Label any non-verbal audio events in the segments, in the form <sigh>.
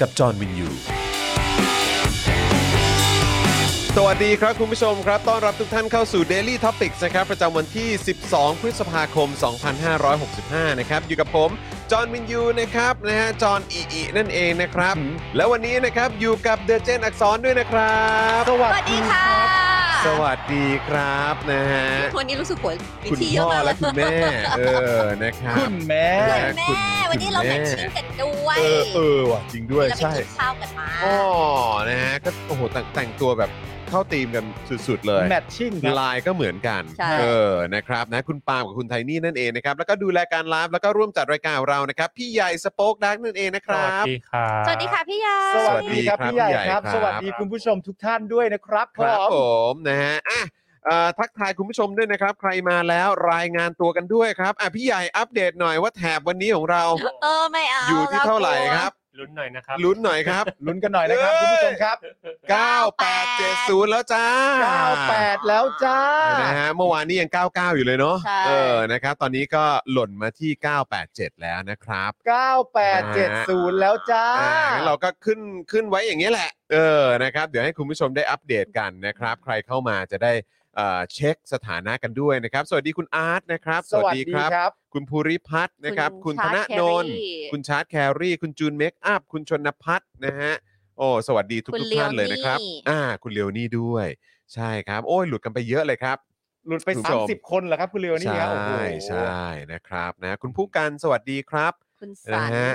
กับจอห์นวินยู สวัสดีครับคุณผู้ชมครับ ต้อนรับทุกท่านเข้าสู่ Daily Topics นะครับ ประจำวันที่ 12 พฤษภาคม 2565 นะครับ อยู่กับผม จอห์นวินยูนะครับนะฮะจอห์นอีอีนั่นเองนะครับ แล้ววันนี้นะครับ อยู่กับเดอะเจนอักษรด้วยนะครับ สวัส สวัสดีค่ะ สวัสดีครับนะฮะ วันนี้รู้สึกปวดวิ คุณ ธีเยอะ พ่อ มาก และคุณแม่ เออนะครับ คุณแม่ คุณ นะฮะ แม่ วันนี้เราแมทชิ่งกันด้ว เอยอเออว่ะจริงด้วย เราไป ใช่ กินข้าวกันมา อ๋อนะฮะก็โอ้โหแต่งแต่งตัวแบบเข้าธีมกันสุดๆเลย แมทชิ่ง ลายก็เหมือนกัน ใช่ เออ นะครับนะคุณปาล์มกับคุณไทนี่นั่นเองนะครับ แล้วก็ดูแลการไลฟ์แล้วก็ร่วมจัดรายการของเรานะครับ พี่ใหญ่สป็อกดักนั่นเองนะค ส รั วัส บ ดีครับ สวัสดีค่ะพี่ยา สวัสดีครับ สวัสดีครับ พี่ใหญ่ พี่ใหญ่ ครับ ครับ สวัสดีคุณผู้ชมทุกท่านด้วยนะครับ ครับ ผม ผมนะฮะอ่ะเอ่อทักทายคุณผู้ชมด้วยนะครับ ใครมาแล้วรายงานตัวกันด้วยครับอ่ะพี่ใหญ่อัปเดตหน่อยว่าแถบวันนี้ของเรา เออไม่เอา อยู่ที่เท่าไหร่ครับ <laughs> ลุ้นหน่อยนะครับ ลุ้นหน่อยครับ ลุ้นกันหน่อยนะครับ เอ้ย คุณผู้ชมครับ 9870 แล้วจ้า 98 แล้วจ้า นะฮะเมื่อวานนี้ยัง 99 อยู่เลยเนาะ ใช่ เออนะครับตอนนี้ก็หล่นมาที่ 987 แล้วนะครับ 9870 แล้วจ้า อ่างั้นเราก็ขึ้นขึ้นไว้อย่างนี้ยแหละ เออนะครับ เดี๋ยวให้คุณผู้ชมได้อัปเดตกันนะครับ ใครเข้ามาจะได้เอ่อเช็คสถานะกันด้วยนะครับ สวัสดีคุณอาร์ตนะครับ สวัสดีครับ คุณภูริพัฒน์นะครับ คุณธน ชาร์จแค โน รี่ นท์คุณชาร์ตแครี่ คุณจูนเมคอัพ คุณชนพัฒน์นะฮะ โอ้ สวัสดีทุก คุณ ทุกท่านเลยนะครับ เลียวนี่ อ่า คุณเลียวนี่ด้วย ใช่ครับ โอ้ยหลุดกันไปเยอะเลยครับ หลุดไป คุณผู้ชม 30 คนเหรอครับคุณเรียวนี่ครับโอ้โห ใช่ใช่นะครับ นะ คุณผู้กัน สวัสดีครับ คุณสัน นะฮะ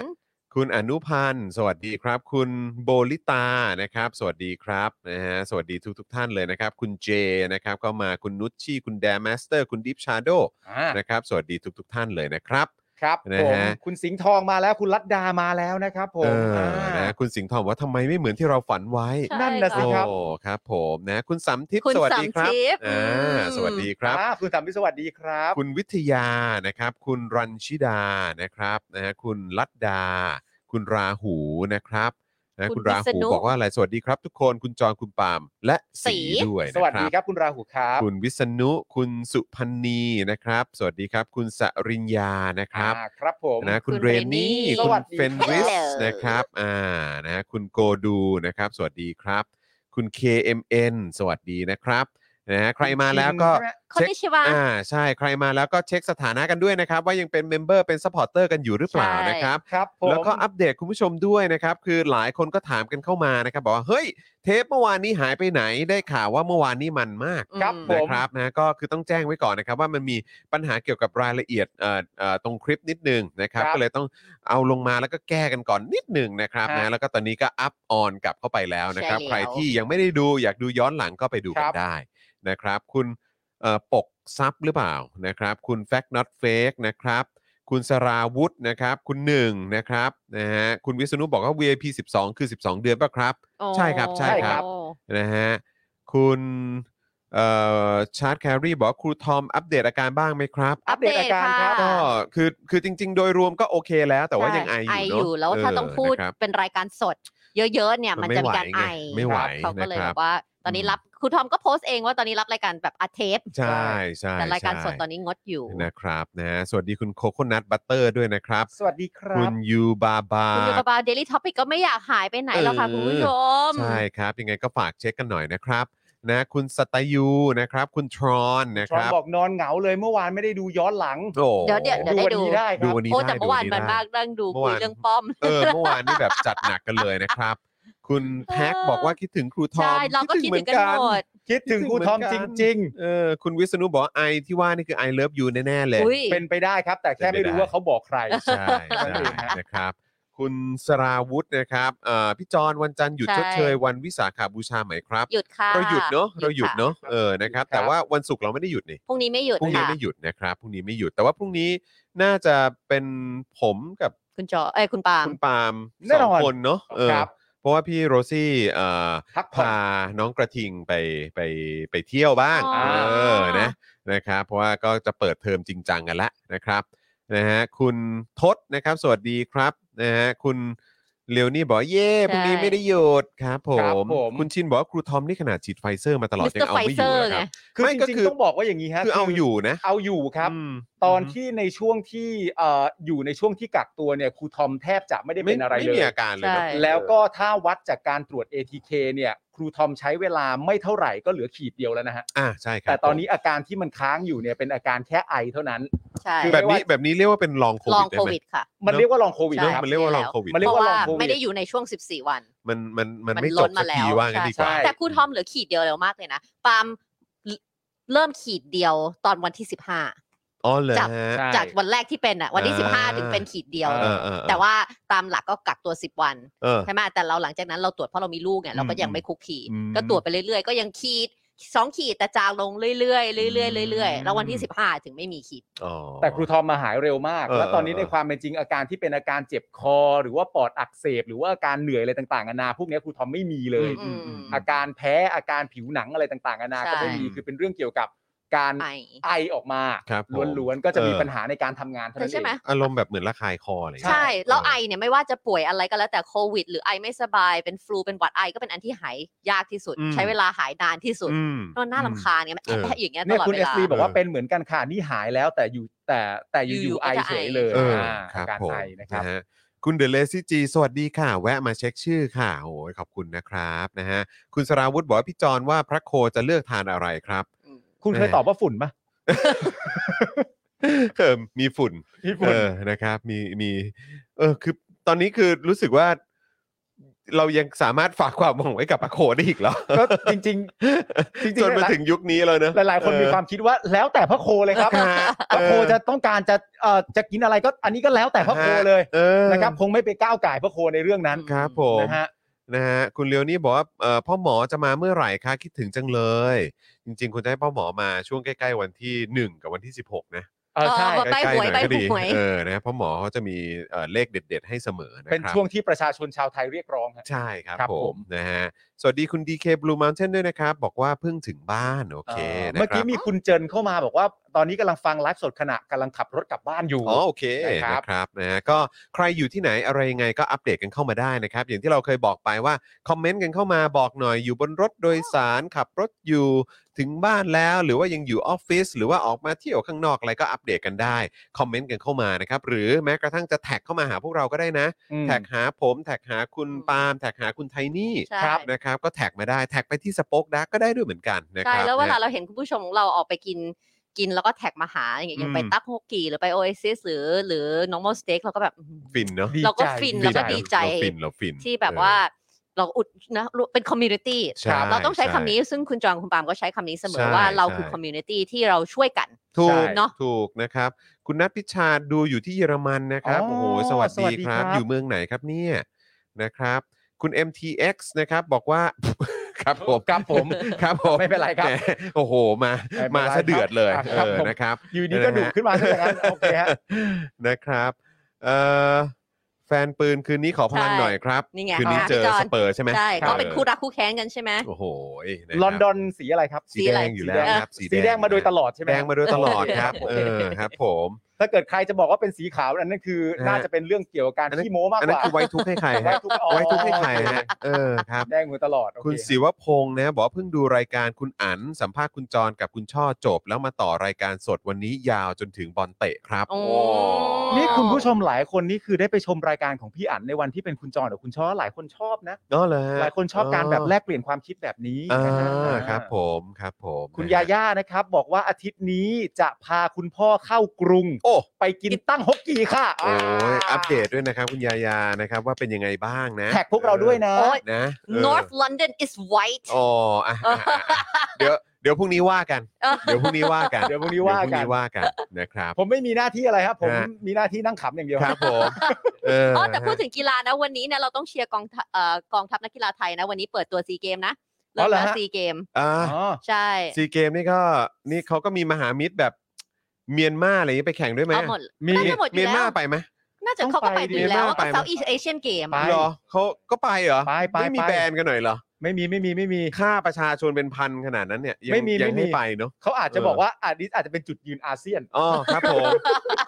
คุณอนุพันธ์ สวัสดีครับ คุณโบลิตานะครับ สวัสดีครับนะฮะสวัสดีทุกทท่านเลยนะครับ คุณเจนะครับก็มาคุณนุชชี่คุณแดม a สเตอร์ คุณดิฟชาโด อ่า นะครับ สวัสดีทุกทท่านเลยนะครับ ครับ นะ ผม ฮะ คุณสิงห์ทองมาแล้วคุณลัดดามาแล้วนะครับผ เอ ม อนะ า คุณสิงห์ทองบอกว่าทำไมไม่เหมือนที่เราฝันไว้ ใช่ นั่นนะสิ โอ้ ครับ ครับผมนะคุณสำทิพย์ คุณ สวัสดีครับ สำทิพย์ อ่ อื าม สวัสดีครับ อ่าคุณสามพิสวัสดีครับ คุณวิทยานะครับ คุณรันชิดานะครับนะฮะคุณลัดดา คุณราหูนะครับนะ คุ คุณ ณ รา วิษ หู ณุ บอกว่าอะไรสวัสดีครับทุกคนคุณจอนคุณปาล์มและสี สี ด้วย สวัสดี นะ ค ครับ รับคุณราหูครับ คุณวิษณุ คุณสุพันนีนะครับ สวัสดีครับ คุณสริญญานะครับ อ่าครับผม นะคุณ คุณ เร เร น นนี่ นี่ ส คุ วั ณ สดี เฟนริส Hello นะครับอ่านะฮะคุณโกดูนะครับ สวัสดีครับ คุณ KMN สวัสดีนะครับนะฮะใครมาแล้วก็ คนนิชิวะ อ่าใช่ใครมาแล้วก็เช็คสถานะกันด้วยนะครับ ว่ายังเป็นเมมเบอร์เป็นซัพพอร์เตอร์กันอยู่หรือเปล่า ใช่ นะครับ ครับผม แล้วก็อัปเดตคุณผู้ชมด้วยนะครับ คือหลายคนก็ถามกันเข้ามานะครับ บอกว่า เฮ้ย เทปเมื่อวานนี้หายไปไหนได้ข่าวว่าเมื่อวานนี้มันมาก ครับ อืม ผ นะ ม ครับนะก็คือต้องแจ้งไว้ก่อนนะครับ ว่ามันมีปัญหาเกี่ยวกับรายละเอียดเอ่อเอ่อตรงคลิปนิดนึงนะครับ ครับ ก็เลยต้องเอาลงมาแล้วก็แก้กันก่อนนิดหนึ่งนะครับ ฮะ นะแล้วก็ตอนนี้ก็อัพออนกลับเข้าไปแล้วนะครับ ใช่แล้ว ใครที่ยังไม่ได้ดูอยากดูย้อนหลังก็ไปดูกั คน รับ ได้นะครับ คุณ เอ่อปกซับหรือเปล่านะครับ คุณ Fact Not Fake นะครับ คุณสราวุธนะครับ คุณหนึ่งนะครับนะฮะคุณวิษณุบอกว่า VIP 12 คือ 12 เดือนป่ะครับ ใช่ครับใช่ครับ โอ้ นะฮะคุณเอ่อชาร์ตแครีบอกว่าครูทอมอัปเดตอาการบ้างไหมครับ อัปเดตอาการครับ ก็คือคือจริง ๆ โดยรวมก็โอเคแล้ว แต่ว่า ใช่ ยังไอ ไอ อยู่เนอะ อยู่แล้วถ้า เ ต้องพูด นะครับ เป็นรายการสด เยอะๆเนี่ย มั มัน น ไม่ จะมีการ ไหวไง ไอ ไม่ไหว ครับเขาก็เลย นะครับ แบบว่า ตอนนี้ อืม รับครูทอมก็โพสต์เองว่าตอนนี้รับรายการแบบอัดเทป ใช่ใช่ แต่รายการสด ใช่ ตอนนี้งดอยู่ นะครับนะฮะสวัสดีคุณโคโคนัทบัตเตอร์ด้วยนะครับ สวัสดีครั คุ บ ณยูบาบา คุณยูกบาเดลิทอปิกก็ไม่อยากหายไปไหนแล้วค่ะ เออ คุณผู้ชม ใช่ครับ ยังไงก็ฝากเช็คกันหน่อยนะครับนะคุณสตายูนะครับ คุณทรอนนะ ช ค อน รับ บอกนอนเหงาเลยเมื่อวานไม่ได้ดูย้อนหลัง โอ้ เดี๋ยวเดี๋ยวเดี๋ยว วันนี้ได้ค ดู รับ วันนี้ โอ้ ได้ แต่เมื่อวาน ดู มันมาก ได้ นั่งดู เมื่คุยอาวน เรื่องป้อม เออเมื่อวานนี่แบบจัดหนักกันเลยนะครับ คุณแพ็ก เออ บอกว่าคิดถึงครูทอม ใช่เราก็คิดถึงกันหมด คิดถึงครูทอมจริง ๆเออคุณวิษณุบอกว่าไอที่ว่านี่คือไอเลิฟยูแน่ๆเลย อุ้ย ๆ เป็นไปได้ครับ แต่แค่ไม่รู้ว่าเขาบอกใคร ใช่ใช่นะครับ คุณสราวุธนะครับเอ่อพี่จอนวันจันทร์หยุด ใช่ ชดเชยวันวิสาขาบูชาไหมครับ หยุดค่ะ เราหยุดเนาะเราหยุด ค่ะ เนาะเออนะครับ ครับ แต่ว่าวันศุกร์เราไม่ได้หยุดนี่ พรุ่งนี้ไม่หยุด พรุ่งนี้ ค่ะ ไม่หยุดนะครับพรุ่งนี้ไม่หยุดแต่ว่าพรุ่งนี้น่าจะเป็นผมกับ คุณจอเอ้ยคุณปาล์ม คุณปาล์ม แน่ สอน ง อน คนเนาะเออ ครับ เพราะว่าพี่โรซี่เอ่อ พักผ่อน พาน้องกระทิงไปไปไปเที่ยวบ้าง อ๋อ เออนะนะครับ เพราะว่าก็จะเปิดเทอมจริงจังกันละนะครับนะฮะคุณทศนะครับ สวัสดีครับนะฮะคุณเลียวนี่บอกว่าเย่พรุ่งนี้ไม่ได้หยุดครับผ ครับ ม ผม คุณชินบอกว่าครูทอมนี่ขนาดฉีดไฟเซอร์มาตลอด มิส ยั เตอง ร์ เอา ไฟ ไม่อ เซอยู่ ร์ นะครับไงคือ ไม่ จ ก็ ริง คือ ๆต้องบอกว่าอย่างนี้ฮะ คือเอาอยู่นะ เอาอยู่ครับ ม ตอนที่ในช่วงที่เอ่ออยู่ในช่วงที่กักตัวเนี่ยครูทอมแทบจะไม่ได้เป็นอะไร ไม่ เล มี ย อาการเลย ใช่ เนอะ แล้วก็ถ้าวัดจากการตรวจ ATK เนี่ยครูทอมใช้เวลาไม่เท่าไหร่ก็เหลือขีดเดียวแล้วนะฮะ อ่าใช่ครับ แต่ตอนนี้อาการที่มันค้างอยู่เนี่ยเป็นอาการแค่ไอเท่านั้น ใช่ แบบนี้แบบนี้เรียกว่าเป็นลองโค ล วิดอง ได้ โค ไหม วิดค่ะ มันเรียกว่าลองโควิด ใช่ เนอะ ครับ มันเรียกว่าลองโควิด มันเรียก เพ ว่าลอราะว่าง โควิด ไม่ได้อยู่ในช่วง 14 วัน มันมันมัน มัน ไม่จ ล้ บ น สั มาก แล้ ที ว ว่างั้นดีกว่า ใช่ แต่ครูทอมเหลือขีดเดียวเร็วมากเลยนะปาล์มเริ่มขีดเดียวตอนวันที่ อ๋อเหรอ จับ ฮะ ใช่ 15 จากวันแรกที่เป็นอ่ะวันที่ อ่า 15 ถึงเป็นขีดเดียว เออเออเออ แต่ว่าตามหลักก็กักตัว 10 วัน เออ ใช่ไหมแต่เราหลังจากนั้นเราตรวจเพราะเรามีลูกเนี่ยเราก็ยังไม่คุกขี อืม ก็ตรวจไปเรื่อยๆ ก็ยังขีดสองขีดแต่จางลงเรื่อยๆเรื่อยๆเรื่อย อืม ๆแล้ววันที่ 15 ถึงไม่มีขีด อ๋อ แต่ครูทอมมาหายเร็วมาก เออ แล้วตอนนี้ เออ ในความเป็นจริงอาการที่เป็นอาการเจ็บคอ หรือว่าปอดอักเสบ หรือว่าอาการเหนื่อยอะไรต่างๆนานาพวกเนี้ยครูทอมไม่มีเลย อืม อาการแพ้อาการผิวหนังอะไรต่างๆนานาก็ไม่มี ใช่ คือเป็นเรื่องเกี่ยวกับการ ไป ไอออกมา ครับผม ล้วนๆก็จะมีปัญหาในการทำงานเท่านั้น ใช่ไหม เอง อารมณ์แบบเหมือนระคายคออะไรอย่างเงี้ย ใช่ แล้วไอ เ เนี่ยไม่ว่าจะป่วยอะไรก็แล้วแต่โควิด หรือไอไม่สบายเป็นฟลูเป็นหวัดไอก็เป็นอันที่หายยากที่สุด อืม ใช้เวลาหายนานที่สุด อืม นอนน่าลำคาญไงมัน เออ แอะๆอย่างเงี้ยต เนี่ย ลอด คุณ เว เอส ลา ซีบอกว่า เออ เป็นเหมือนกันค่ะนี่หายแล้วแต่อยู่แต่แต่อยู่ ออยู่ยู่ ๆ ไอ ก็จะ เฉยเลย ไอ เอออ่ า ครับ การ ผม ไอนะครับ ฮคุณเดลเลซี่จีสวัสดีค่ะ แวะมาเช็คชื่อค่ะโอ้ยขอบคุณนะครับนะฮะคุณสราวุธบอกว่าพี่จอนว่าพระโคจะเลือกทานอะไรครับ <laughs> อืม คุณเคยตอบว่าฝุ่นปะ เออมีฝุ่น พี่ เอ ฝุ่น อนะครับมีมีเออคือตอนนี้คือรู้สึกว่า เรายังสามารถฝากความหวังไว้กับพระโคได้อีกเหรอ ก็จริง จริงๆ จนมา หลาย ถึงยุคนี้แล้วเนอะ หลายๆ คนมีความคิดว่าแล้วแต่พระโคเลยครับ ฮะ พระโคจะต้องการจะเอ่อจะกินอะไรก็อันนี้ก็แล้วแต่พระโคเลย เออ นะครับคงไม่ไปก้าวไก่ายพระโคในเรื่องนั้น ครับผม นะฮะ นะฮะคุณเลียวนี่บอกว่าเอ่อพ่อหมอจะมาเมื่อไหร่คะคิดถึงจังเลย จริง ๆคุณจะให้พ่อหมอมาช่วงใกล้ๆวันที่ 1 กับวันที่ 16 นะ เออใช่ เออแบบ ใกล้ๆหน่อย ใบ้หวย ก็ดี ใบ้หวย เออนะพ่อหมอเขาจะมีเอ่อเลขเด็ด ๆ ให้เสมอนะ เป็น ครับ ช่วงที่ประชาชนชาวไทยเรียกร้องฮะ ใช่ครับ ครับ ผ ผม ม นะฮะสวัสดีคุณ DK Blue Mountain ด้วยนะครับ บอกว่าเพิ่งถึงบ้านโอเคนะ เมื่อ ครั กี้ บ มีคุณเจินเข้ามาบอกว่า ตอนนี้กำลังฟังไลฟ์สดขณะกำลังขับรถกลับบ้านอยู่ อ๋อโอเค นะครับ นะครับนะฮะก็ใครอยู่ที่ไหนอะไรยังไงก็อัปเดตกันเข้ามาได้นะครับ อย่างที่เราเคยบอกไปว่าคอมเมนต์กันเข้ามาบอกหน่อยอยู่บนรถโดยสารขับรถอยู่ ถึงบ้านแล้วหรือว่ายังอยู่ออฟฟิศหรือว่าออกมาเที่ยวข้างนอกอะไรก็อัปเดตกันได้ คอมเมนต์กันเข้ามานะครับ หรือแม้กระทั่งจะแท็กเข้ามาหาพวกเราก็ได้นะ อืม แท็กหาผมแท็กหาคุณปาล์มแท็กหาคุณไทนี่ ใช่ นะครับก็แท็กมาได้แท็กไปที่สป็อคดักก็ได้ด้วยเหมือนกันนะค ใช่ รับ แล้วเวลา นะ เราเห็นคุณผู้ชมของเราออกไปกินกินแล้วก็แท็กมาหาอย่างเงี้ยอย่างไป อืม ตักโฮกีหรือไปโอเอซิสหรือหรือ normal steak เราก็แบบ ฟินเนาะ ดี เราก็ ใจ ฟิน ดี แล้วก็ ใจ ดีใจ เราฟินเราฟิน ที่แบบ เออ ว่าเราอุดนะเป็นคอมมูนิตี้ ใช่ เราต้องใช้ ใช่ คำนี้ซึ่งคุณจองคุณปาล์มก็ใช้คำนี้เสม ใช่ อว่าเรา ใช่ คือคอมมูนิตี้ที่เราช่วยกัน ถู ใช่ ก เนอะ ถูกนะครับ คุณนัทพิชาดูอยู่ที่เยอรมันนะครับ อ๋อ โอ้โห สวัส สวั ดี สดี ครั ครับ บ อยู่เมืองไหนครับเนี่ยนะครับ คุณ MTX นะครับบอกว่า <laughs> ครับผม ครับผม ครับผม ไม่เป็นไรครับ แหมโอ้โหมา ไม่เป็นไร มาซะเดือดเลย คเอรับครับ อ ผม นะครับ อยู่ดีก็ดุขึ้นมาซะอย่างนั้นโอเคฮะ <laughs> นะครับเอ่อแฟนปืนคืนนี้ขอพลัง ใช่ หน่อยครับ นี่ไง คืนนี้ ะ เจอ พี่จ ส น เปอร์ใช่ไหม ใช่ ครับ ก็เป็นคู่รักคู่แค้นกันใช่ไหม โอ้โหะครับ ลอนดอนสีอะไรครับ สีแดงอยู่แล้วครับ สีแดงมาโดยตลอดใช่ไหม แดงมาโดยตลอดครับ โอ เอ เค อครับผม ถ้าเกิดใครจะบอกว่าเป็นสีขาวอันนั้นคือ ฮะ น่าจะเป็นเรื่องเกี่ยวกับการขี้โม้มาก อัน ก นั้น ว่า คือไว้ทุกข์ให้ใคร ไว้ ฮะ ทุกข์อ๋อ ไว้ทุกข์ให้ใครฮะ เออครับ แดงมาตลอดโอเ คุณศิวพงษ์นะบอกว่าเพิ่งดูรายการคุณอั๋นสัมภาษณ์คุณจรกับคุณช่อจบ แล้วมาต่อรายการสดวันนี้ยาวจนถึงบอลเตะครับ โอ้ นี่คุณผู้ชมหลายคนนี่คือได้ไปชมรายการของพี่อั๋นในวันที่เป็นคุณจอนหรือคุณช่อหลายคนชอบนะ เนาะเลย หลายคนชอบการแบบแลกเปลี่ยนความคิดแบบนี้ อ่ นะฮะ าครับผมครับผม คุณ นะฮะ ยาย่านะครับ บอกว่าอาทิตย์นี้จะพาคุณพ่อเข้ากรุง โ โอ้ ไปกินตั้งฮกกีค่ะ โอ้ยอัปเดตด้วยนะครับคุณยายานะครับว่าเป็นยังไงบ้างนะ แท็กพวกเราด้วยนะ โอ้ย นะเออ North London is white อ๋ออ่ะอ่ะอ่ะเดี๋ยวเดี๋ยวพรุ่งนี้ว่ากัน เออ เดี๋ยวพรุ่งนี้ว่ากัน <laughs> เดี๋ยวพรุ่งนี้ว่า เดี๋ยพ กั รุ่งนี้นว่ากันนะครับ ผมไม่มีหน้าที่อะไรครับ ผม ฮะ มีหน้าที่นั่งขำอย่างเดียว ครับ <laughs> ผมเอออ๋อ๋อแต่พูดถึงกีฬานะวันนี้นะเราต้องเชียร์กองทัพเอ่อกองทัพนักกีฬาไทยนะ วันนี้เปิดตัวซีเกมนะ อ๋อเหรอฮะ ซีเกม อ่า อ๋อ ใช่ ซีเกมนี่ก็นี่เขาก็มีมหามิตรแบบเมียนมาอะไรอย่างนี้ไปแข่งด้วยไหม เอาหมด มี น่าจะหมดอยู่ เมียนมา แล้ว ไปไหม น่าจะ ต้อง เขาก็ไป ไปดิ ดีแล้ว ไป กัไหมบเซาท์อีสเอเชียนเกม ไป เหรอเขาก็ไปเหรอ ไปไป ไม่มี ไป แบรนด์กันหน่อยเหรอ ไม่มีไม่มีไม่มี ค่าประชาชนเป็นพันขนาดนั้นเนี่ยยัง ไม่มี ยัง ไม่มี ให้ไปเนาะ เขาอาจจะ เออ บอกว่าอาจนี้อาจจะเป็นจุดยืนอาเซียน อ๋อครับผม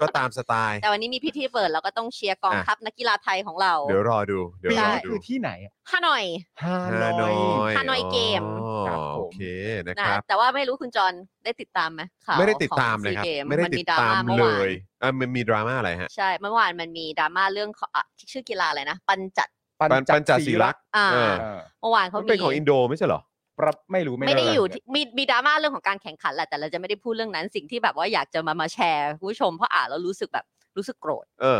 ก็ตามสไตล์ แต่วันนี้มีพิธีเปิดเราก็ต้องเชียร์กอง อ่ะ ทัพนักกีฬาไทยของเรา เดี๋ยวรอดู เดี๋ยว ปี รอ นี้ ดู คือที่ไหนอะ ฮานอย ฮา ฮาน นอ อย ย ฮานอยเกม อ๋อ ครับผม โอเคนะ นะครับ แต่ว่าไม่รู้คุณจรได้ติดตามไหมข่าว ไม่ได้ติดตาม ของ เลยครับ SEA ไม่ได้ น ติดตาม มื่อ เล วาน ยอ่ะมันมีดราม่าอะไรฮะ ใช่เมื่อวานมันมีดราม่าเรื่องของอ่ะชื่อกีฬาอะไรนะ ปันจัด ปั ปันปันจศีลักษณ์ อ่า เออ เมื่อวานเขา มัน มี เป็นของอินโดไม่ใช่เหรอ ประไม่รู้ไม่ ไม่ได้ รู้ อยู่ที่มีมีดราม่าเรื่องของการแข่งขันแหละแต่เราจะไม่ได้พูดเรื่องนั้นสิ่งที่แบบว่าอยากจะมามาแชร์คุณผู้ชมเพราะอ่านแล้วรู้สึกแบบรู้สึกโกรธ เออ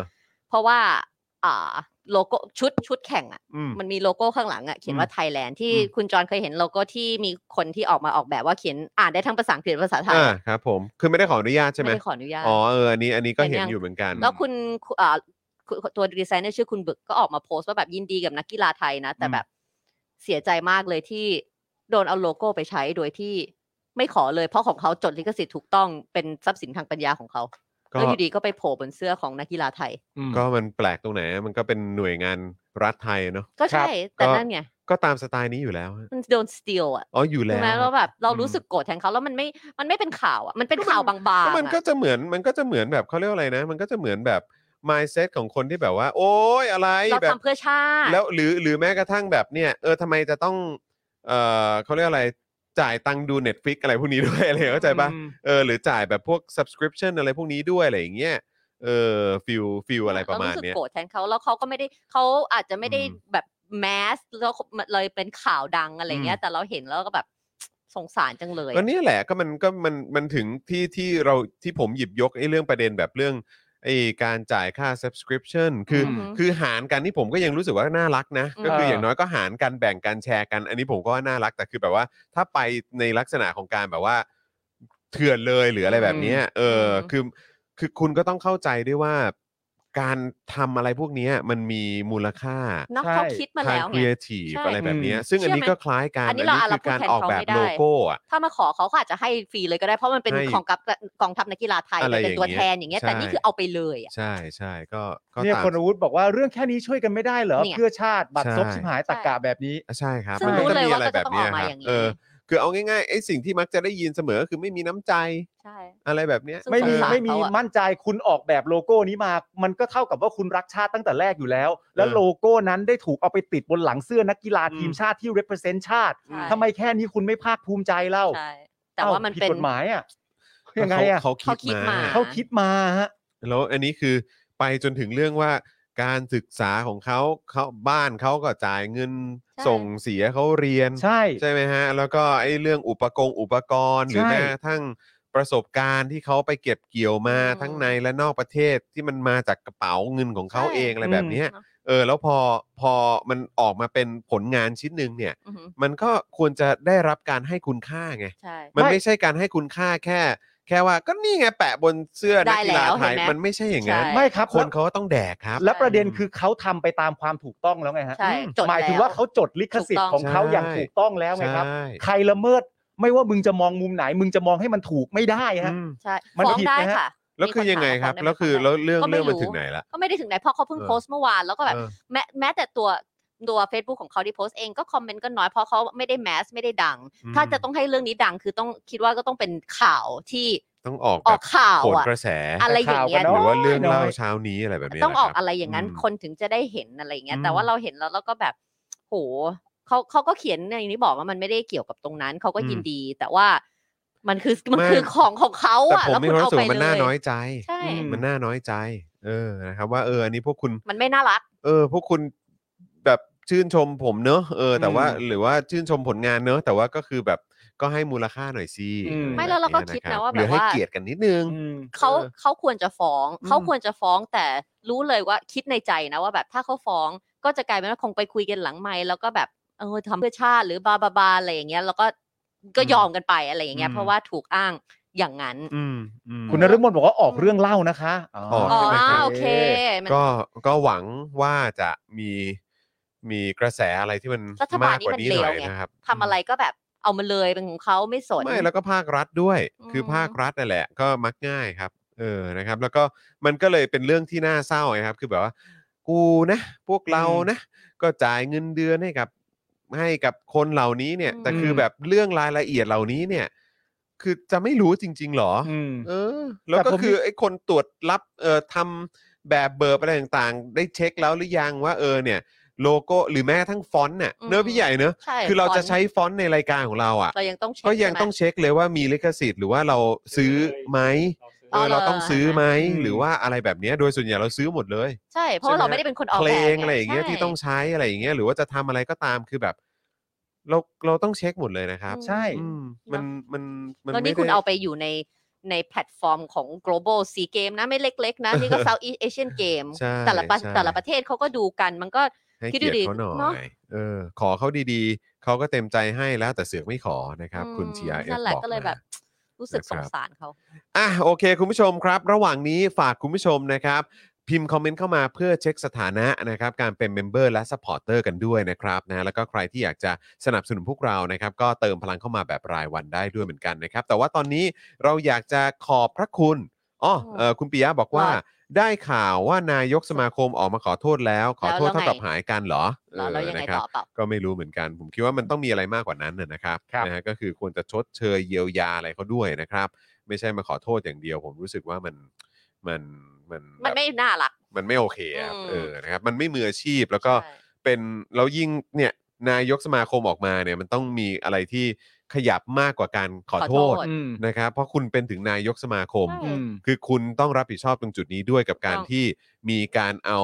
เพราะว่าอ่าโลโก้ชุดชุดแข่งอ่ะ อืม มันมีโลโก้ข้างหลังอะเขียนว่าไทยแลนด์ที่ อืม คุณจรเคยเห็นโลโก้ที่มีคนที่ออกมาออกแบบว่าเขียนอ่านได้ทั้งภาษาอังกฤษและภาษาไทย อ่าครับ ผมคือไม่ได้ขออนุญาตใช่ไหม ไม่ได้ขออนุญาต อ๋อเอออันนี้อันนี้ก็ เห็ เห็ น น ยัง อยู่เหมือนกัน แล้วคุณคุณอ่าคุณตัวดีไซเนอร์ชื่อคุณบึกก็ออกมาโพสต์ว่าแบบยินดีกับนักกีฬาไทยนะ แต่แบบเสียใจมากเลยที่โดนเอาโลโก้ไปใช้โดยที่ไม่ขอเลยเพราะของเขาจดลิขสิทธิ์ถูกต้องเป็นทรัพย์สินทางปัญญาของเขา ก็ แล้วอยู่ดีก็ไปโผล่บนเสื้อของนักกีฬาไทย อืม ก็มันแปลกตรงไหนมันก็เป็นหน่วยงานรัฐไทยเนอะ ก็ใช่แต่ ก็ นั่นไง ก็ตามสไตล์นี้อยู่แล้วฮะ มันโดนสติลอะ อ๋ออยู่ ใช่ แล้ ไหม ว ว่าแบบเรา อืม รู้สึกโกรธแทนเขาแล้วมันไม่ มันไม่เป็นข่าวอ่ะ มันเป็นข่าวบางๆ ก็ อะ มันก็จะเหมือนมันก็จะเหมือนแบบเขาเรียกว่าอะไรนะ มันก็จะเหมือนแบบ mindset ของคนที่แบบว่า โอ๊ยอะไร เรา แบบ ทำเพื่อชาติ แล้วหรือหรือแม้กระทั่งแบบเนี่ยเออทำไมจะต้องเออเขาเรียกอะไรจ่ายตังค์ดู Netflix อะไรพวกนี้ด้วย <laughs> อะไรเข้าใจปะ อืม เออหรือจ่ายแบบพวก subscription อะไรพวกนี้ด้วยอะไรอย่างเงี้ยเออฟิลฟิลอะไรประมาณ เสึก เนี้ย โกรธแทนเขาแล้วเขาก็ไม่ได้เขาอาจจะไม่ได้ อืม แบบแมสแล้วเลยเป็นข่าวดังอะไรเงี้ย แต่เราเห็นแล้วก็แบบสงสารจังเลย ก็เนี่ยแหละก็มันก็มันมันถึงที่ที่เราที่ผมหยิบยกไอ้เรื่องประเด็นแบบเรื่องไอ้การจ่ายค่า subscription คืออ อหือ คือหารกันนี่ผมก็ยังรู้สึกว่าน่ารักนะ อืม ก็คืออย่างน้อยก็หารกันแบ่งกันแชร์กัน อันนี้ผมก็ว่าน่ารักแต่คือแบบว่า ถ้าไปในลักษณะของการแบบว่าเถื่อนเลยหรืออะไรแบบเนี้ยเอออ ม คือคือคุณก็ต้องเข้าใจด้วยว่า การทำอะไรพวกเนี้ยมันมีมูลค่า เนาะ ใช่ เขาคิดมา ทาง แล้ว ค ไง รีเอทีฟ ใช่ อะไรแบบเนี้ยซึ่งอัเชื่น อไหม นี้ก็คล้ายกัน อันนี้เรา คือการออกแบบ อ่ะเราพูดแทนเขาไม่ได้ โลโก้อะ ถ้ามาขอเขาก็อาจจะให้ฟรีเลยก็ได้เพราะมันเป็น ให้ ของกับกองทัพนักกีฬาไทย อะไร เป็นตัว อย่างเงี้ย แทนอย่างเงี้ย ใช่ แต่นี่คือเอาไปเลยอ่ะ ใช่ใช่ก็ก็ เนี่ย ตาม คนอาวุธบอกว่าเรื่องแค่นี้ช่วยกันไม่ได้เหรอ เนี่ย เพื่อชาติบัตรซบ ใช่ ชิบหายตักกะแบบนี้ อ่ะใช่ครับ ซึ่ง มันก็ รู้ จะมีเลยว่า อะไร ก็จะ แบบ ต้องอ เนี้ครัอย กมาบ อย่างนี้ เออคือเอาง่ายๆไอ้สิ่งที่มักจะได้ยินเสมอคือไม่มีน้ำใจ ใช่ อะไรแบบเนี้ย ซึ่ง ไม่มี สงสาร ไม่มี เขาอะ มั่นใจคุณออกแบบโลโก้นี้มา มันก็เท่ากับว่าคุณรักชาติตั้งแต่แรกอยู่แล้ว แล้วโลโก้นั้นได้ถูกเอาไปติดบนหลังเสื้อนักกีฬาทีมชาติที่ represent ชาติ ใช่ ทำไมแค่นี้คุณไม่ภาคภูมิใจเล่า ใช่แต่ว่ามัน อ้ผิด เป็น กฎหมายอ่ะยังไงอ่ะ เขา เขาคิ คิด ด มา มา เขาคิดมาฮะ แล้วอันนี้คือไปจนถึงเรื่องว่าการศึกษาของเขาเขาบ้านเขาก็จ่ายเงิน ใช่ ส่งเสียเขาเรียน ใช่ ใช่ไหมฮะ แล้วก็ไอ้เรื่องอุปกรณ์อุปกรณ์ หรือ ใช่ แม้กระทั่งประสบการณ์ที่เขาไปเก็บเกี่ยวมา อืม ทั้งในและนอกประเทศที่มันมาจากกระเป๋าเงินของเขาเองอะไรแบบเนี้ย เนอะ เออ แล้วพอพอมันออกมาเป็นผลงานชิ้นหนึ่งเนี่ย อือหือ มันก็ควรจะได้รับการให้คุณค่าไง ใช่ มัน ไม่ ไม่ใช่การให้คุณค่าแค่ แค่ว่าก็นี่ไงแปะบนเสื้อนักกีฬาไทย ได้แล้วเห็นไหม มันไม่ใช่อย่างนั้น ใช่ ไม่ครับ คน แล้ว เขาก็ต้องแดกครับ และประเด็นคือเขาทำไปตามความถูกต้องแล้วไงฮะ ใช่จด หมายถึง แล้ว ว่าเขาจดลิขสิท ถูธิ์กต้อง ของเขาอย่างถูกต้องแล้วไงครับ ใช่ ใครละเมิดไม่ว่ามึงจะมองมุมไหน มึงจะมองให้มันถูกไม่ได้ฮะ อืม ใช่ มัน ฟ้อง ผิด ได้ นะฮะ ค่ะ แล้วคือยังไงครับ มีนถาม แล้วคือ ฟ้งได้ แล้วเรื่อง ก็ไม่ เรื่องมัน รู้ ถึงไหนละ ก็ไม่ได้ถึงไหนเพราะเขาเพิ่ง เออ โพสต์เมื่อวานแล้วก็แบบ เออ แม้แม้แต่ตัวตัว Facebook ของเขาที่โพสต์เองก็คอมเมนต์ก็น้อยเพราะเขาไม่ได้แมสไม่ได้ดัง อืม ถ้าจะต้องให้เรื่องนี้ดังคือต้องคิดว่าก็ต้องเป็นข่าวที่ ต้องออก อ แบ อก บ ข่าว โขน อะ กระแส อะไรอย่างเงี้ย ข่ ห ว รื ก็ อ น้ย ว่าเรื่องเล่า น้อย เช้านี้อะไรแบบนี้ ต้องออก นะค อะ รับ ไรอย่างนั้น อืม คนถึงจะได้เห็นอะไรอย่างเงี้ย อืม แต่ว่าเราเห็นแล้วเราก็แบบโหเขาเขาก็เขียนอย่างที่บอกว่ามันไม่ได้เกี่ยวกับตรงนั้นเขาก็ยินดี แต่ว่ามันคือ <laughs> มันคือของของเขา แต่ อะ ผม แล้ว มีความคุณเอา รู้สึก ไป ว่ามัน เล น่าย น้อยใจ ใช่ อื มันน่าน้อยใจ เออนะครับ ว่าเอออันนี้พวกคุณ มันไม่น่ารัก เออ พวกคุณแบบ ชื่นชมผมเนอะเออแต่ว่า อืม หรือว่าชื่นชมผลงานเนอะแต่ว่าก็คือแบบก็ให้มูลค่าหน่อยสิ อืม ไม่แล้วเราก็ อย่ง คิ งี้ย ดนะว่า รับหรือ แบบ ให้ ว่า เกียรติกันนิดนึง อืม เขา เออ เขาควรจะฟ้อง อืม เขาควรจะฟ้องแต่รู้เลยว่าคิดในใจนะว่าแบบถ้าเขาฟ้องก็จะกลายเป็นว่าคงไปคุยกันหลังไมค์แล้วก็แบบเออทำเพื่อชาติหรือบาบาบาอะไรอย่างเงี้ยแล้วก็ก็ยอมกันไปอะไรอย่างเงี้ยเพราะว่าถูกอ้างอย่างนั้น อืมอืมคุณนฤมลบอกว่าออกเรื่องเล่านะคะ อ๋อ อ๋อโอเคมัน ก็ก็หวังว่าจะมีมีกระแสอะไรที่มัน รัฐบาล มากกว่านี้ นี่ ห มันเลว น่อย ไง นะครับ ทำอะไรก็แบบเอามาเลยเป็นของเขาไม่สน ไม่แล้วก็ภาครัฐด้วย อืม คือภาครัฐนั่นแหละ ก็มักง่ายครับ เออนะครับ แล้วก็มันก็เลยเป็นเรื่องที่น่าเศร้าไงครับ คือแบบว่า กูนะพวกเรานะ ก็จ่ายเงินเดือนให้กับให้กับคนเหล่านี้เนี่ย แต่คือแบบเรื่องรายละเอียดเหล่านี้เนี่ย คือจะไม่รู้จริง ๆหรอ อืม เออแล้ว แต่ ก็ ผม คือไอ้คนตรวจรับเอ่อทำแบบเบอร์อะไรต่างๆ ได้เช็คแล้วหรือยังว่าเออเนี่ย โลโก้หรือแม้กระทั้งฟอนต์น่ะ อืม เนอะพี่ใหญ่เนอะ ใช่ คือเราจะ ฟนต์ ใช้ฟอนต์ในรายการของเราอ่ะ เรายังต้องเช็ค ก็ยัง ใช่ไหม ต้องเช็คเลยว่ามีลิขสิทธิ์หรือว่าเราซื้อไหมเออ เอาเลย เราต้องซื้อไหม อืม หรือว่าอะไรแบบเนี้ยโดยส่วนใหญ่เราซื้อหมดเลย ใช่เพราะว่า ใช่ไหม เราไม่ได้เป็นคนออก เพล แบบ งอะไรอย่างเงี้ย ใช่ ที่ต้องใช้อะไรอย่างเงี้ยหรือว่าจะทำอะไรก็ตามคือแบบ เราเราต้องเช็คหมดเลยนะครับ อืม ใช่ อืมมันมันมัน แล้วนี่ ม่ คุณ ด้ เอาไปอยู่ในในแพลตฟอร์มของ global sea game นะ ไม่เล็ก <laughs> ๆ นะ นี่ก็ South East Asian Game ใช่ แต่ละประ ใช่ แต่ละประเทศเขาก็ดูกันมันก็ ให้ คิด เกียรติดูดิ เขาหน่อ เนอะ ย เออ ขอเขาดีๆ เขาก็เต็มใจให้แล้วแต่เสือกไม่ขอนะครับ คุณ อืม TRF นั่นแหละ บอก ก็เลย มา แบบ รู้สึก นะค ส รับ งสารเขา อ่ะโอเค คุณผู้ชมครับ ระหว่างนี้ฝากคุณผู้ชมนะครับ พิมพ์คอมเมนต์เข้ามาเพื่อเช็คสถานะนะครับ การเป็นเมมเบอร์และสปอร์เตอร์กันด้วยนะครับนะแล้วก็ใครที่อยากจะสนับสนุนพวกเรานะครับ ก็เติมพลังเข้ามาแบบรายวันได้ด้วยเหมือนกันนะครับ แต่ว่าตอนนี้เราอยากจะขอบพระคุณอ๋อเออคุณปิยะบอกว่า ว่า ได้ข่าวว่านายกสมาคมออกมาขอโทษแล้ว ขอโทษ แล้วแล้ว เท่ากับ ไง หายกันเหรอ แล้วเรายังไง นะครั ต่ บ อเปล่า ก็ไม่รู้เหมือนกัน ผมคิดว่ามันต้องมีอะไรมากกว่านั้นนะนะครับ ครับ นะฮะก็คือควรจะชดเชยเยียวยาอะไรเขาด้วยนะครับ ไม่ใช่มาขอโทษอย่างเดียว ผมรู้สึกว่ามันมันมันแบบ มันไม่น่ารัก มันไม่โอเคครับ อืม เออนะครับมันไม่มืออาชีพแล้วก็ ใช่ เป็นแล้วยิ่งเนี่ยนายกสมาคมออกมาเนี่ยมันต้องมีอะไรที่ขยับมากกว่าการขอโทษ ขอโทษ อืม นะครับ เพราะคุณเป็นถึงนายกสมาคม ใช่ อืม คือคุณต้องรับผิดชอบตรงจุดนี้ด้วยกับการ ต้อง ที่มีการเอา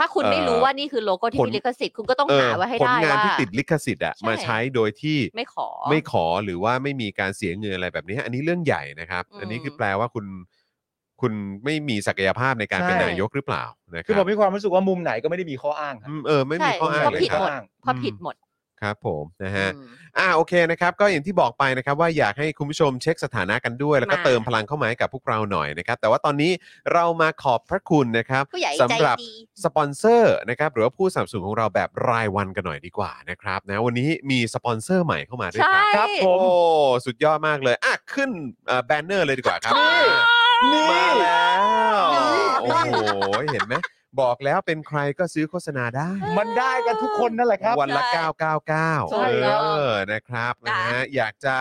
ถ้าคุณไม่รู้ เอ่อ ว่านี่คือโลโก้ที่ ผล มีลิขสิทธิ์คุณก็ต้อง เ หาไว้ให้ ผล ได้ งาน ว่า ที่ติดลิขสิทธิ์อะ ใช่ มาใช้โดยที่ ไม่ขอ ไม่ขอหรือว่าไม่มีการเสียเงินอะไรแบบนี้ อันนี้เรื่องใหญ่นะครับ อืม อันนี้คือแปลว่าคุณคุณไม่มีศักยภาพในการเป็น ใช่ นายกหรือเปล่านะค คือ รั ผมมีความรู้สึกว่ามุมไหนก็ไม่ได้มีข้ออ้างครับ อืมเออไม่มี ใช่ ข้ออ้าง ก็ เลย ผิด ครั ห บ มดเพราะผิดหมด ครับผมนะฮะ อืม อ่าโอเคนะครับก็อย่างที่บอกไปนะครับว่าอยากให้คุณผู้ชมเช็คสถานะกันด้วย แล้วก็ มา เติมพลังเข้ามาให้กับพวกเราหน่อยนะครับ แต่ว่าตอนนี้เรามาขอบพระคุณนะครับ ผู้ใหญ่ สำหรั ใจดี สปอนเซอร์นะครับหรือว่าผู้สนับสนุนของเราแบบรายวันกันหน่อยดีกว่านะครับนะวันนี้มีสปอนเซอร์ใหม่เข้ามาด้วยค ใช่ รับ ครับผม โอ้ สุดยอดมากเลยอ่ะขึ้นเอ่อแบนเนอร์เลยดีกว่าครับ นี่ มาแล้ว นี่ โอ้โหเห็นไหมบอกแล้วเป็นใครก็ซื้อโฆษณาได้ มันได้กันทุกคนนั่นแหละครับ วันละ ใช่ 999 ใช่ เอ แล้ว อนะครับ จ้ะ นะฮะอยากจะ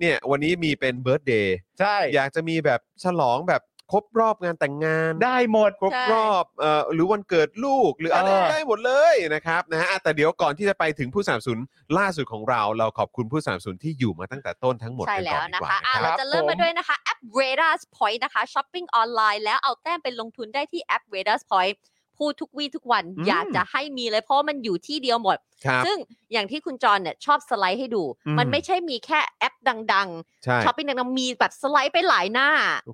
เนี่ยวันนี้มีเป็นเบิร์ d เดย์ ใช่ อยากจะมีแบบฉลองแบบครบรอบงานแต่งงาน ได้หมด ครบรอบเอ่อหรือวันเกิดลูกหรืออะไร เออ ได้หมดเลยนะครับนะฮะอ่ะแต่เดี๋ยวก่อนที่จะไปถึงผู้สนับสนุนล่าสุดของเรา เราขอบคุณผู้สนับสนุนที่อยู่มาตั้งแต่ต้นทั้งหมด ใช่ กัน แล้ ก่อ วน ดี นะ กว่า คะอ่ะ นะค เรา รับ จะเริ่ม ผม มาด้วยนะคะ แอป r a d a r Point นะคะช้อปปิ้งออนไลน์แล้วเอาแต้มไปลงทุนได้ที่แอป r a d a r Point พูดทุกวี่ทุกวัน อืม อยากจะให้มีเลยเพราะมันอยู่ที่เดียวหมด ครับ ซึ่งอย่างที่คุณจรเนี่ยชอบสไลด์ให้ดู อืม มันไม่ใช่มีแค่แอปดัง ใช่ ๆช้อปปิ้งดังๆมีแบบสไลด์ไปหลายหน้า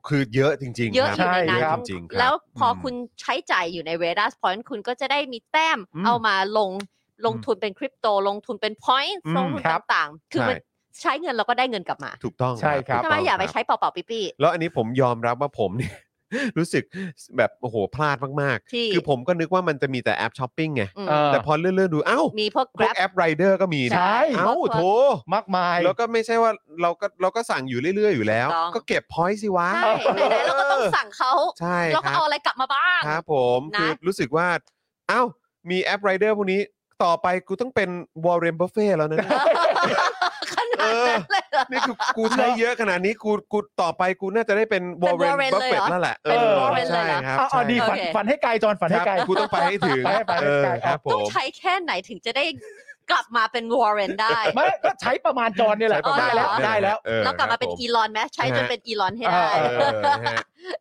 คือเยอะจริงๆ เยอะ ครับ อยู่ในนั้น เยอะจริงๆครับ แล้วพอคุณใช้จ่ายอยู่ใน r a d a r Point คุณก็จะได้มีแต้ม อืม เอามาลงลงทุนเป็นคริปโตลงทุนเป็น point อืม ลงทุน ครับ ต่างๆ คือมัน ใช่ ใช้เงินเราก็ได้เงินกลับมา ถูกต้อง ใช่ครับ ถูก ใช่ไหม ต้ง อย่าไป ครับ ใช้เปล่าๆปี้ แล้วอันนี้ผมยอมรับว่าผมเนี่ย <laughs> รู้สึกแบบโอ้โหพลาดมาก ที่ ๆ คือผมก็นึกว่ามันจะมีแต่แอปช้อปปิ้งไง ๆอืม เออ แต่พอเลื่อนๆดู เอ้า มีพวก พวก Grab แอปไรเดอร์ก็มีนะ ใช่ เอ้าโถ มากมาย แล้วก็ไม่ใช่ว่าเราก็เราก็สั่งอยู่เรื่อยๆอยู่แล้ว ถูกต้อง ก็เก็บพอยต์สิวะ ใช่ไหนๆเราก็ต้องสั่งเขา ใช่ เรา ค ก็ รั เอา บ อะไรกลับมาบ้าง ครับผม นะ คือรู้สึกว่า <laughs> เอ้า มีแอปไรเดอร์พวกนี้ต่อไปกูต้องเป็นวอร์เรนบัฟเฟ่แล้วนะเนี่ย ขนาดนั้นเลยเหรอ นี่คือกูใช้เยอะขนาดนี้กูกูต่อไปกูน่าจะได้เป็นวอร์เร เป็น น Warren บัฟเฟต เลยเหรอ นั่นแหละ เป็น ออ Warren เลย ใช่ เหรอ ครับ อ๋อ ใช่ ดี โอ ฝัน เค ฝันให้ไกลจอนฝันให้ไกล ครับกูต้องไปให้ถึง ไปให้ไปให้ เออ ไกล ครับผ ต้อง ม ใช้แค่ไหนถึงจะได้กลับมาเป็นวอร์เรนได้ ไม่ก็ใช้ประมาณจอนเนี่ยแหละ ใช้ประมา ได้ ณนั้นแล้วได้แล้ว ออ แล้วกลับมาเป็คนรับผ อีลอนไหมใช้จน ฮะ เป็นอีลอนให้ได้ เออนะฮะ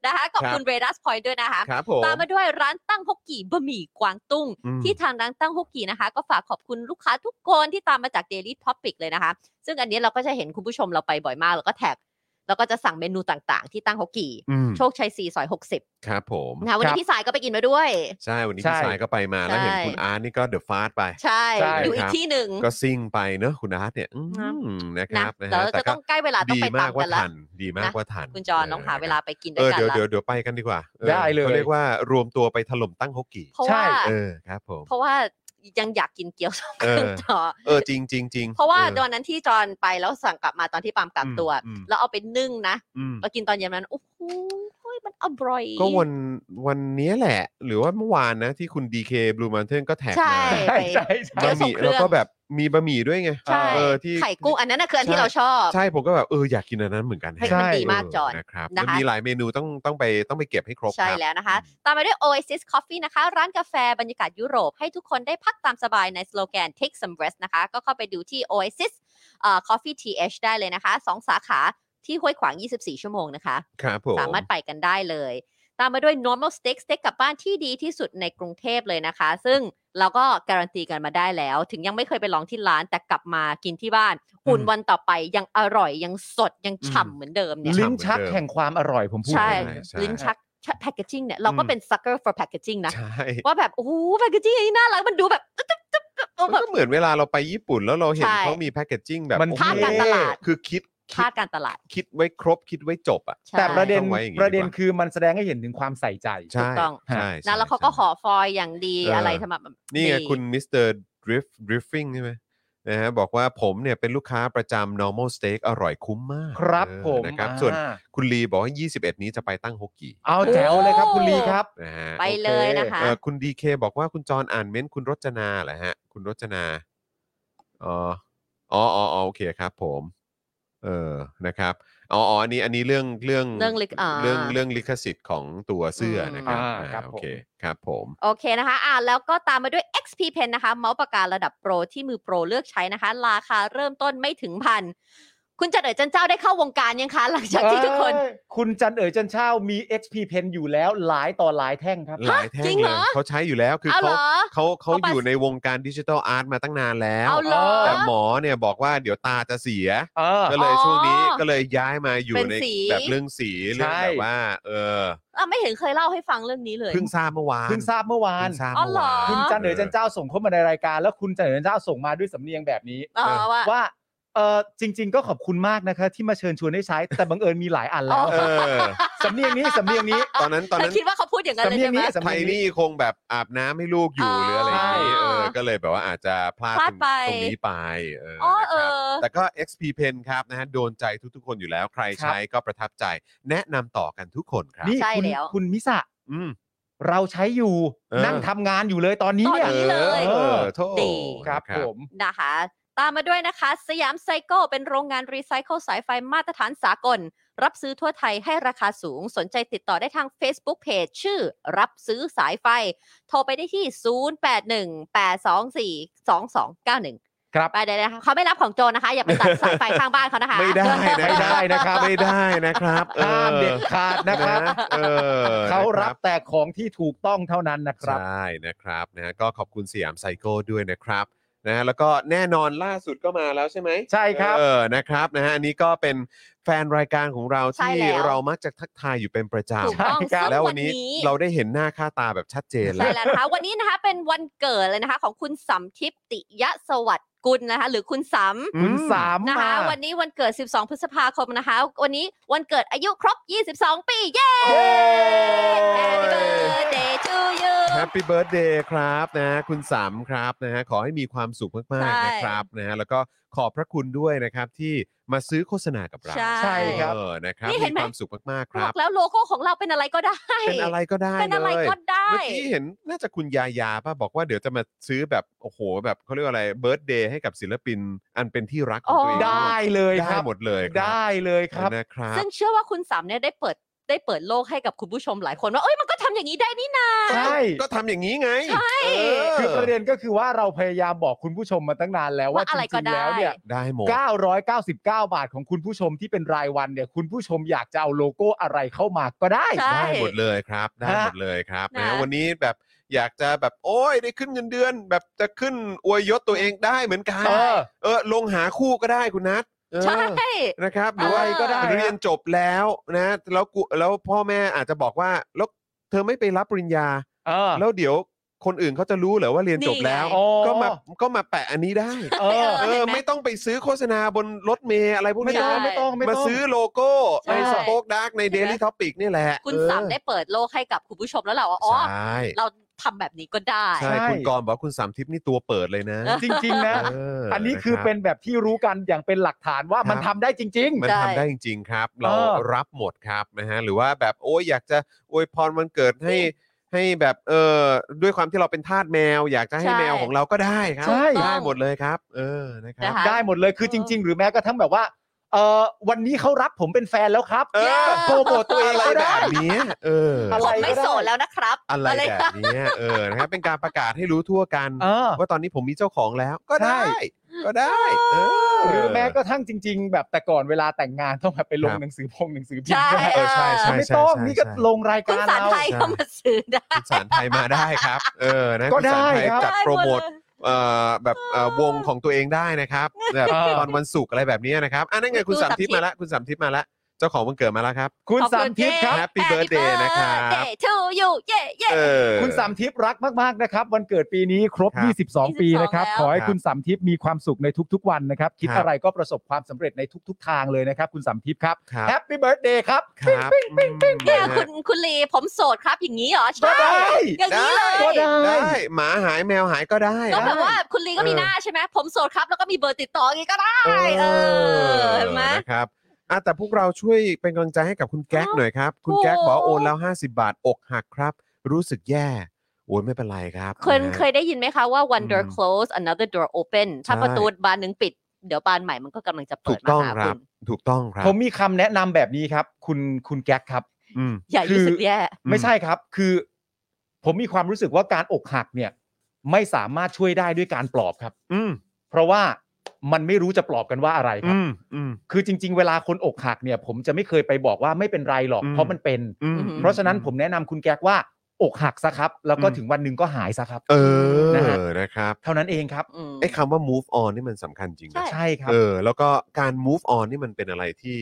นะคะขอบคุณเรดัสพอยต์ด้วยนะคะ ครับผม ตามมาด้วยร้านตั้งฮกกี่บะหมี่กวางตุ้ง อืม ที่ทางร้านตั้งฮกกี่นะคะ ก็ฝากขอบคุณลูกค้าทุกคนที่ตามมาจาก Daily Topic เลยนะคะ ซึ่งอันนี้เราก็จะเห็นคุณผู้ชมเราไปบ่อยมาก แล้วก็แท็กแล้วก็จะสั่งเมนูต่างๆ ที่ตั้งฮกกี่ อืม โชคชัย4ซอย60 ครับผม นะคะวัน ครับนี้พี่สายก็ไปกินมาด้วย ใช่ วันนี้ ใช่ พี่สายก็ไปมา แล้วเห็น ใช่ คุณอาร์ตนี่ก็เดอะฟาสไป ใช่ ใช่ อยู่อี ครั ก บ ที่หนึ่ง ก็ซิ่งไปเนอะคุณอาร์ตเนี่ยอืม นะ นะครับนะ แล้ว ฮะ จะต้องใกล้เวลาต้อง ดี ไป มา ตาก ม ว่า กันละ ทัน ดีมากว่าทัน คุณจอนต้องหาเวลาไปกินด้ เออยวกัน เดี๋ยว ละ เดี๋ยวเดี๋ยวไปกันดีกว่าออ ได้เลย เขาเรียกว่ารวมตัวไปถล่มตั้งฮกกี่ เพราะ ใช่ ว่า เออครับผม เพราะว่ายังอยากกินเกี๊ยวส้มเครื่อง เออ ต่อ เออจริงจริงจริง เพราะว่า ออ ตอนนั้นที่จอนไปแล้วสั่งกลับมาตอนที่ปาล์มกลับตัว อืมอืม แล้วเอาไปนึ่งนะ อืม มากินตอนเย็นนั้นโอ้โหเฮ้ยมันอร่อย ก็วันวันนี้แหละ หรือว่าเมื่อวานนะ ที่คุณ DK Blue Mountain ก็แท็ก ใช่ มา ใช่ใช่ เดี๋บะหใช่ ยวส่ มี่ งเครื่ แล้ อ ว ง ก็แบบมีบะหมี่ด้วยไง ใช่ เออที่ ไข่กุ้งอันนั้นน่ะคืออันที่เราชอบ ใช่ผมก็แบบ เออ อยากกินอันนั้นเหมือนกัน เฮ้ย ใช่ มันดีมากจอน เนะครับ นะคะ มันมีหลายเมนูต้องต้องไปต้องไปเก็บให้ครบ ใช่ ครับ แล้วนะคะ ตามมาด้วย Oasis Coffee นะคะ ร้านกาแฟบรรยากาศยุโรปให้ทุกคนได้พักตามสบายในสโลแกน Take some rest นะคะ ก็เข้าไปดูที่ Oasis เอ่อ Coffee TH ได้เลยนะคะ สองสาขาที่ห้วยขวาง 24 ชั่วโมงนะคะ ครับผม สามารถไปกันได้เลย ตามมาด้วย normal steak steak กลับบ้านที่ดีที่สุดในกรุงเทพเลยนะคะ ซึ่งเราก็การันตีกันมาได้แล้ว ถึงยังไม่เคยไปลองที่ร้านแต่กลับมากินที่บ้าน อุ่นวันต่อไปยังอร่อยยังสดยังฉ่ำเหมือนเดิมเนี่ย ลิ้นชักแห่งความอร่อยผมพูด ใช่ เลยนะ ลิ้นชักแพคเกจิ้งเนี่ยเราก็เป็น sucker for packaging นะ ใช่ ว่าแบบ โอ้โหแพคเกจิ้งนี้น่ารักมันดูแบบตึ๊บตึ๊บตึ๊บตึ๊บเออ มันแบบ ก็เหมือนเวลาเราไปญี่ปุ่นแล้วเราเห็น ใช่ เขามีแพคเกจจิ้งแบบ มัน โอ้โห ภาคการตลาด คือคิด พลาดการตลาด คิดไว้ครบคิดไว้จบอ่ะ ใช่ แต่ประเด็น ต้องไว้อย่างนี้ ประเด็น ดีกว่า คือมันแสดงให้เห็นถึงความใส่ใจ ใช่ ถูกต้อง ใช่ใช่ นะแล้วเขาก็ ใช่ ห่อฟอยล์อย่างดี เอออ อะไรทำแบบ นี่ไง ดี คุณมิสเตอร์ดริฟดริฟฟิงใช่ไหมนะฮะบอกว่าผมเนี่ยเป็นลูกค้าประจำ normal steak อร่อยคุ้มมาก ครับ เออ ผม นะครับ อ่า ส่วนคุณลีบอกว่า 21 นี้จะไปตั้งฮกกี่ เอาแจ๋วเลยครับคุณลีครับ นะฮะ ไป โอค เลยนะคะ เอ่อคุณดีเคบอกว่าคุณจอนอ่านเม้นต์คุณรจนาเหรอฮะ คุณรจนาอ๋ออ๋ออ๋ออ๋อโอเคครับผม เออนะครับอ๋ออ๋ออันนี้อันนี้เรื่องเรื่อง เรื่องลิขอ่า เรื่องเรื่องลิขสิทธิ์ของตัวเสื้ออ ม นะครับ อ่า อ่า ครับผม โอเคครับผม โอเคนะคะ อ่าแล้วก็ตามมาด้วย XP Pen นะคะ เมาส์ปากการะดับโปรที่มือโปรเลือกใช้นะคะ ราคาเริ่มต้นไม่ถึงพัน คุณจันเอ๋ยจันเจ้าได้เข้าวงการยังคะ <laughs> หลังจากที่ทุกคน เอ้ยคุณจันเอ๋ยจันเช้ามี XP Pen อยู่แล้วหลายต่อหลายแท่งครับ หลายแท่ จริ ง งเห เล ร ย อ เขาใช้อยู่แล้วคือ เอาเหร เขา อ เขาเขา เขาปะ อยู่ในวงการดิจิทัลอาร์ตมาตั้งนานแล้ว เอาเหรอ แต่ แต่หมอเนี่ยบอกว่าเดี๋ยวตาจะเสีย เออ ก็เลย อ๋อ ช่วงนี้ก็เลยย้ายมาอยู่ เป็น ใน สี แบบเรื่องสีเรื่อง ใช่ แบบว่า เออ อ่ะไม่เห็นเคยเล่าให้ฟังเรื่องนี้เลย เพิ่งทราบเมื่อวาน เพิ่งทราบเมื่อวาน เพิ่งทราบ อ๋อ เมื่อ เหรอ วาน คุณจันเอ๋ยจันเจ้าส่งเข้ามาในรายการ แล้วคุณจันเอ๋ยจันเจ้าส่งมาด้วยสำเนียงแบบนี้ เออว่า ว่าเออจริง ๆ ก็ขอบคุณมากนะคะ ที่มาเชิญชวนให้ใช้แต่บังเอิญมีหลายอันแล้ว อ๋ เออ สำเนียงนี้สำเนียงนี้ ตอนนั้นตอน เธอ นั้น คิดว่าเขาพูดอย่างนั้นเลย สำเนีย ใช่ ง ไหม นี้สำ ไท เนีย ย งนี้ นี่คงแบบอาบน้ำให้ลูกอยู่ อ๋อ หรืออะไรอย่างนี้เออ ก็เลยแบบว่าอาจจะพลาด พลา ตรดง ไป ตรงนี้ไปเออ อ๋อ นะ เอ ครับ อ แต่ก็ XP Pen ครับนะฮะโดนใจทุกๆ คนอยู่แล้ว ใครใช้ก็ประทับใจ แนะนำต่อกันทุกคนครับ นี่ ใช่ คุณ แล้ว คุณมิสะ อืม เราใช้อยู่ เออ นั่งทำงานอยู่เลยตอนนี้ ตอน เนี่ย นี้เลย เออโทษ ดี ครับ นะ ผม นะคะ ตามมาด้วยนะคะ สยามไซโก้เป็นโรงงานรีไซเคิลสายไฟมาตรฐานสากล รับซื้อทั่วไทยให้ราคาสูง สนใจติดต่อได้ทาง Facebook Page ชื่อรับซื้อสายไฟ โทรไปได้ที่ 0818242291 ครับ ไปได้เลยนะคะเขาไม่รับของโจรนะคะ อย่าไปตัดสายไฟข้างบ้านเขานะคะ ไม่ได้นะ ไม่ได้นะครับ ไม่ได้นะครับเออ ห้ามเด็ดขาดนะครับ เออ เขารับแต่ของที่ถูกต้องเท่านั้นนะค ใช รับ ่นะครับนะก็ขอบคุณสยามไซโก้ด้วยนะครับนะแล้วก็แน่นอนล่าสุดก็มาแล้วใช่ไหม ใช่ครับ เออนะครับนะฮะอันนี้ก็เป็นแฟนรายการของเรา ใช่ ที่ แล้ว เรามักจะทักทายอยู่เป็นประจ ถูกต้อง ำ ซึ่ง แล้ววั วันน นี้ นี้ เราได้เห็นหน้าค่าตาแบบชัดเจนแล้ ใช่ ว แล้วนะคะ วันนี้นะคะเป็นวันเกิดเลยนะคะ ของคุณสำทิพติยะสวัสดิ์กุลนะคะ หรือคุณสำ คุณสาม นะ มา คะวันนี้วันเกิด 12 พฤษภาคมนะคะ วันนี้วันเกิดอายุครบ 22 ปี เย้ เย้ Happy birthday to you แฮปปี้เบิร์ดเดย์ครับนะ คุณสามครับนะฮะขอให้มีความสุขมาก ใช่ ๆนะครับนะฮะแล้วก็ขอบพระคุณด้วยนะครับที่มาซื้อโฆษณากับเรา ใช่ ใช่ครับ เออนะครับ นี่เห็ มี นไหม ความสุขมากๆค บ รั อบ กแล้วโลโก้ของเราเป็นอะไรก็ได้ เป็นอะไรก็ได้ เป็นอะไร ลย ก็ได้ เมื่อกี้เห็นน่าจะคุณยายาป่ะบอกว่าเดี๋ยวจะมาซื้อแบบโอ้โห แบบเขาเรียกว่าอะไรเบิร์ d เดย์ให้กับศิลปินอันเป็นที่รักของตัวเองวย ได้เลยค ได้ รับ หมดเลยครับ ได้เลยครับ นะครับ ซึ่งเชื่อว่าคุณสามเนี่ยได้เปิดได้เปิดโลกให้กับคุณผู้ชมหลายคนว่าเอ้ยมันก็ทำอย่างนี้ได้นี่นา ใช่ ก็ทำอย่างนี้ไง ใช่ เออ คือประเด็นก็คือว่าเราพยายามบอกคุณผู้ชมมาตั้งนานแล้วว่า ว่าอะ จ ไรก็ ริงๆแล้ว ได้ เนี่ย ได้หมด 999 บาทของคุณผู้ชมที่เป็นรายวันเนี่ย คุณผู้ชมอยากจะเอาโลโก้อะไรเข้ามาก็ได้ ใช่ ได้หมดเลยครับ ได้หมดเลยครับ นะ นะวันนี้แบบอยากจะแบบโอ้ยได้ขึ้นเงินเดือน แบบจะขึ้นอวยยศตัวเองได้เหมือนกัน เออ เออลงหาคู่ก็ได้คุณนัทเออ ใช่ นะครับหรือว่า อะไรก็ได้ เรียนจบแล้วนะแล้วกูแล้วพ่อแม่อาจจะบอกว่าแล้วเธอไม่ไปรับปริญญา เออ แล้วเดี๋ยวคนอื่นเขาจะรู้เหรอว่าเรียนจบแล้ว นี่ไง อ๋อ ก็มาก็มาแปะอันนี้ได้ เออ เอ เอออเห็นไหม ไม่ต้องไปซื้อโฆษณาบนรถเมล์อะไรพวก ไม่ นี้ ต้อง ใช่ ไม่ต้องไม่ มา ต้อง ซื้อโลโก้ ใช่ ในสป็อกดาร์กใน Daily Topic นี่แหละ คุณ เออ สามได้เปิดโลกให้กับคุณผู้ชมแล้วเหราอ๋อ ใช่ เราทำแบบนี้ก็ได้ ใช่ คุณกรณ์บอกว่าคุณสามทิพย์นี่ตัวเปิดเลยนะ จริง ๆ นะ เ อันนี้คือเป็นแบบที่รู้กันอย่างเป็นหลักฐานว่ามัน ครับทำได้จริง มัน ได้ ทำได้จริง ๆ ครับ เรา เออ รับหมดครับนะฮะหรือว่าแบบโอ้ยอยากจะอวยพรวันเกิดให้ให้แบบเออด้วยความที่เราเป็นทาสแมว อยากจะให้ ใช่ แมวของเราก็ได้ครับ ใช่ ได้หมดเลยครับ เออนะครับ นะคะ ๆ ได้หมดเลยคือจริง ๆ หรือแม้กระทั่งแบบว่าเออวันนี้เขารับผมเป็นแฟนแล้วครับ เออ โปรโมทตัวเอง อะไร ก็ แบ ได้ บเนี้ยเออ อะ ผ ร มไม่โสดแล้วนะครับ อะไรแบบเนี้ยเออนะครับเป็นการประกาศให้รู้ทั่วกัน เออ ว่าตอนนี้ผมมีเจ้าของแล้วก็ได้ ใช่ ก็ได้เออ หรือแม้กระทั่งจริง ๆ แบบแต่ก่อนเวลาแต่งงานต้องแบบไปลง ครับ หนังสือพงหนังสือพิม ใช่ พ์ได้ เออใช่ใช่ ไม่ต้อง ใช่ นี่ก็ ใช่ ลงราย คุณ การ สาร เรา ไทยก็มาซื้อได้ คุณสารไทยมาได้ครับ เออนะ ก็ คุณสาร ได้ ไทย ครับ จัดโปรโมท ได้หดเลย เอ่อแบบเอ่อวงของตัวเองได้นะครับแบบ เออ ตอนวันศุกร์อะไรแบบนี้นะครับอันนั่นไงคุณ คุณ สามทิพย์ สามทิมาพย์ละคุณสามทิพย์มาละเจ้าของวันเกิดมาแล้วครับ คุณ ขอบ สา คุ ม ณ ทิพย์ครับ เจ๊ Happy birthday นะครับ Happy birthday to you เย่เย่ เออ คุณสามทิพย์รักมากๆนะครับ วันเกิดปีนี้ครบ ครับ 22 ปีนะครับ แล้ว ขอให้ ครับ คุณสามทิพย์มีความสุขในทุกๆวันนะครับ คิด ครับ อะไรก็ประสบความสำเร็จในทุกๆ ทางเลยนะครับ คุณสามทิพย์ครับ ครับ แฮปปี้เบิร์ดเดย์ครับ ครับ เนี่ย นะ คุ ฮะ ณคุณลีผมโสดครับอย่างนี้เหรอ ก็ ใช่ ได้ อย่างนี้เล ก็ ย ได้ ได้หมาหายแมวหายก็ได้ ก็แบบว่าคุณลีก็มี เออ หน้าใช่ไหมผมโสดครับ แล้วก็มีเบอร์ติดต่ออย่างนี้ก็ได้ เออเห็นไหม นะครับอ่ะแต่พวกเราช่วยเป็นกำลังใจให้กับคุณแก๊ก เนอะ หน่อยครับ คุณ โอ้ แก๊กบอกว่าโอนแล้ว 50 บาทอกหักครับ รู้สึกแย่โอ้ยไม่เป็นไรครับ คน นะฮะ เคยได้ยินไหมคะว่า one door อืม close another door open ถ้า ใช่ ประตูบานหนึ่งปิด เดี๋ยวบานใหม่มันก็กำลังจะเปิ ถู ด ก มา ต้อง หา ครั คุ บ ณ ถูกต้องครับ ผมมีคำแนะนำแบบนี้ครับ คุณคุณแก๊กครับ อืม อย่ารู้สึกแย่ อืม ไม่ใช่ครับ คือ ผมมีความรู้สึกว่าการอกหักเนี่ย ไม่สามารถช่วยได้ด้วยการปลอบครับ อืม เพราะว่ามันไม่รู้จะปลอบกันว่าอะไรครับ อืมอืม คือจริง ๆ เวลาคนอกหักเนี่ย ผมจะไม่เคยไปบอกว่าไม่เป็นไรหรอก อืม เพราะมันเป็น อืม อืม เพราะฉะนั้นผมแนะนำคุณแก๊กว่าอกหักซะครับ แล้วก็ อืม ถึงวันหนึ่งก็หายซะครับ เออ นะฮะ นะครับ เท่านั้นเองครับ อืม ไอ้คำว่า move on นี่มันสำคัญจริงนะ ใช่ ใช่ครับ เออ แล้วก็การ move on นี่มันเป็นอะไรที่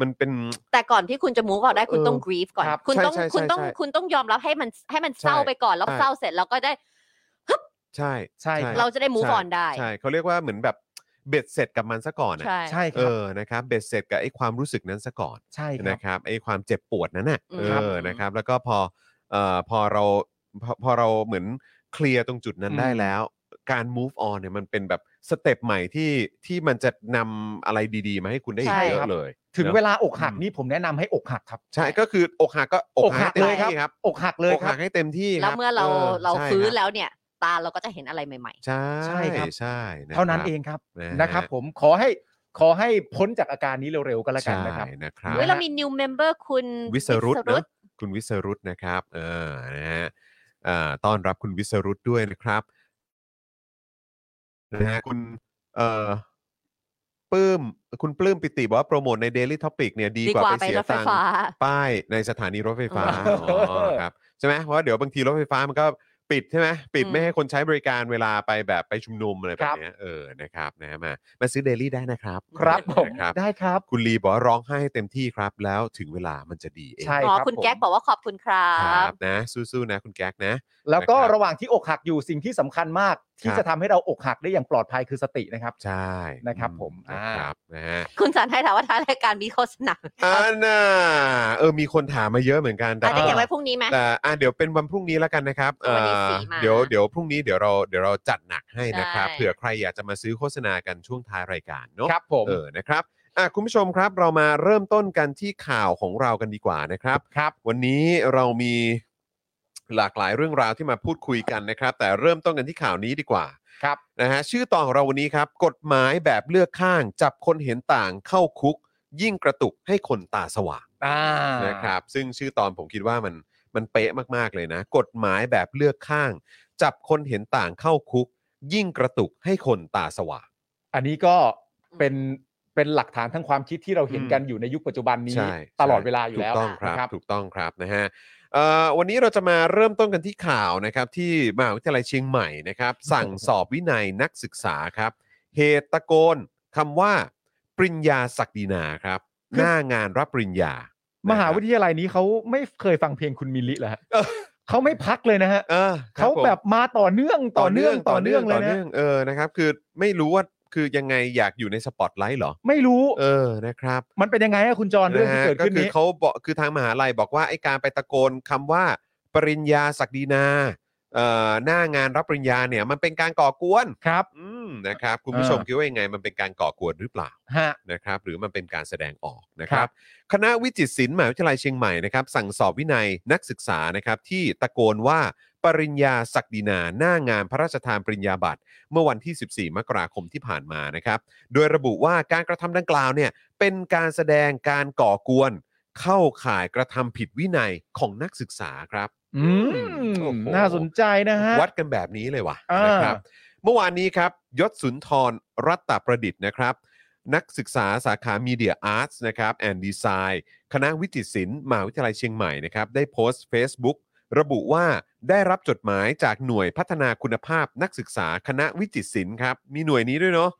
มันเป็น แต่ก่อนที่คุณจะมูฟออกได้คุณต้อง เออ grief ก่อน ครับ คุณต้อง ใช่ใช่ คุณต้อง ใช่ใช่ คุณต้องยอมรับให้มันให้มันเศร้า ใช่ ไปก่อน แล้ว ใช่ เศร้าเสร็จแล้วก็ได้ ใช่ ใช่ครับ เราจะได้ move ใช่ on ได้ ใช่เขาเรียกว่าเหมือนแบบเบ็ดเสร็จกับมันซะก่อนอะ ใช่ ใช่ค เอ รับ อนะครับเบ็ดเสร็จกับไอ้ความรู้สึกนั้นซะก่อน ใช่ครับ นะครับไอ้ความเจ็บปวดนั้นน่ะ อืม เอ ครับ อนะครับ แล้วก็พอเอ่อพอเราพอพอเราเหมือนเคลียร์ตรงจุดนั้น อืม ได้แล้ว การ move on เนี่ยมันเป็นแบบสเต็ปใหม่ที่ที่มันจะนำอะไรดีๆ มาให้คุณได้อีก ใช่ เย ครั อะ บ เลย ถึงเวลาอกหัก อืม นี่ผมแนะนำให้อกหักครับ ใช่ก็คืออกหักก็ อกหัก ให้ เลย ต็มที่ ครับ อกหักเลย อก ครั หั บ กให้เต็มที่ค แล้ รั ว บ เมื่อเรา อ เรา ใช่ ฟื้น บ แล้วเนี่ย ตาเราก็จะเห็นอะไรใหม่ ใช่ ใช่ครับ ใช่ะ เท่านั้คนรับ เองครับ นะฮะ นะครับ ผมขอให้ขอให้พ้นจากอาการนี้เร็วๆก็แล้วกันนะครับ ใช่นะค ๆ รับ เฮ้ยเรามี new member คุณ วิสรุตนะคุณวิสรุตนะครับ เออนะฮะอ่าต้อนรับคุณวิสรุตด้วยนะครับนะฮะคุณเอ่อปลื้มคุณปลื้มปิติบอกว่าโปรโมทใน Daily Topic เนี่ยดี ดี กว่าก ว่า ไป ไป เสี ร ย ถไฟ ตังค์ ฟ้า ป้ายในสถานีรถไฟฟ้า อ๋ออ๋ อ อ ครับใช่ไหมเพราะว่าเดี๋ยวบางทีรถไฟฟ้ามันก็ ปิดใช่ไหมปิด อืม ไม่ให้คนใช้บริการเวลาไปแบบไปชุมนุมอะไรแบ ครับ บ เนี้ยเออนะครับนะมามาซื้อเดลี่ได้นะครับ ครับผม นะครับ ได้ครับ คุณลีบอกว่าร้องไห้เต็มที่ครับ แล้วถึงเวลามันจะดีเอง ใช่ อ๋อ ครับ คุณ ผม แก๊กบอกว่าขอบคุณครั ครับ บนะสู้ๆนะคุณแก๊กนะ แล้วก็ นะครับ ระหว่างที่อกหักอยู่สิ่งที่สำคัญมากคที่รับ จะทำให้เราอกหักได้อย่างปลอดภัยคือสตินะครับ ใช่ นะครับผม นะ อ่า ครับนะฮะ คุณสันให้ถามว่าท้ายรายการมีโฆษณาไหม อ่าน่ะเออมีคนถามมาเยอะเหมือนกันแต่ อาจจะเก็บไว้พรุ่งนี้ไหม แต่อ่ะเดี๋ยวเป็นวันพรุ่งนี้แล้วกันนะครับเอ่ วันนี้ อ สีมา เดี๋ยวเดี๋ยวพรุ่งนี้เดี๋ยวเราเดี๋ยวเราจัดหนักให้นะครับ ใช่ เผื่อใครอยากจะมาซื้อโฆษณากันช่วงท้ายรายการเนาะ ครับผม เออนะครับอ่ะคุณผู้ชมครับเรามาเริ่มต้นกันที่ข่าวของเรากันดีกว่านะครับ ครับ วันนี้เรามีหลากหลายเรื่องราวที่มาพูดคุยกันนะครับ แต่เริ่มต้นกันที่ข่าวนี้ดีกว่า ครับ นะฮะชื่อตอนของเราวันนี้ครับ กฎหมายแบบเลือกข้าง จับคนเห็นต่างเข้าคุก ยิ่งกระตุกให้คนตาสว่าง อ่า นะครับซึ่งชื่อตอนผมคิดว่ามันมันเป๊ะมากๆเลยนะ กฎหมายแบบเลือกข้าง จับคนเห็นต่างเข้าคุก ยิ่งกระตุกให้คนตาสว่าง อันนี้ก็เป็นเป็นหลักฐานทางความคิดที่เราเห็น อืม กันอยู่ในยุคปัจจุบันนี้ ใช่ ตลอดเวลาอยู่แล้ว ถูกต้องครับ นะ ถูกต้องครับนะฮะเอ่อวันนี้เราจะมาเริ่มต้นกันที่ข่าวนะครับ ที่มหาวิทยาลัยเชียงใหม่นะครับ สั่งสอบวินัยนักศึกษาครับ เหตุตะโกนคำว่า ปริญญาศักดินาครับหคือน้างานรับปริญญา ม ม หาวิทยาลัยนี้เขาไม่เคยฟังเพลงคุณมิลลิเหรอฮะ เออ เขาไม่พักเลยนะฮะ เออครั เขา ผม แบบมาต่อเนื่องต่อเนื่องต่อเนื่องเล ต่ ยนะ องเออนะครับ คือไม่รู้ว่าคือยังไงอยากอยู่ในสปอตไลท์เหรอ ไม่รู้ เออนะครับ มันเป็นยังไงอะคุณจรเรื่องที่ ะฮะ เกิดขึ้น คือ นี้ เขาบอกคือทางมหาลัยบอกว่าไอ้การไปตะโกนคำว่า ปริญญาศักดินาเอ่อหน้างานรับปริญญาเนี่ยมันเป็นการก่อกวน ครับ อืมนะครับคุณผู้ชมคิดว่ายังไงมันเป็นการก่อกวนหรือเปล่า ฮะ นะครับหรือมันเป็นการแสดงออกนะค ค รั รับ บ คณะวิจิตรศิลป์มหาวิทยาลัยเชียงใหม่นะครับสั่งสอบวินัยนักศึกษานะครับที่ตะโกนว่าปริญญาศักดินาหน้างานพระราชทานปริญญาบัตรเมื่อวันที่ 14 มกราคมที่ผ่านมานะครับ โดยระบุว่าการกระทำดังกล่าวเนี่ยเป็นการแสดงการก่อกวน เข้าข่ายกระทำผิดวินัยของนักศึกษาครับ อืม โอ้โห น่าสนใจนะฮะ วัดกันแบบนี้เลยว่ะ อ่าน นะครับ เมื่อวานนี้ครับยศสุนทรรัตตประดิษฐ์นะครับ นักศึกษาสาขามีเดียอาร์ตนะครับแอนด์ดีไซน์คณะวิจิตรศิลป์มหาวิทยาลัยเชียงใหม่นะครับ ได้โพสต์ Facebook ระบุว่าได้รับจดหมายจากหน่วยพัฒนาคุณภาพนักศึกษาคณะวิจิตรศิลป์ครับ มีหน่วยนี้ด้วยเนาะ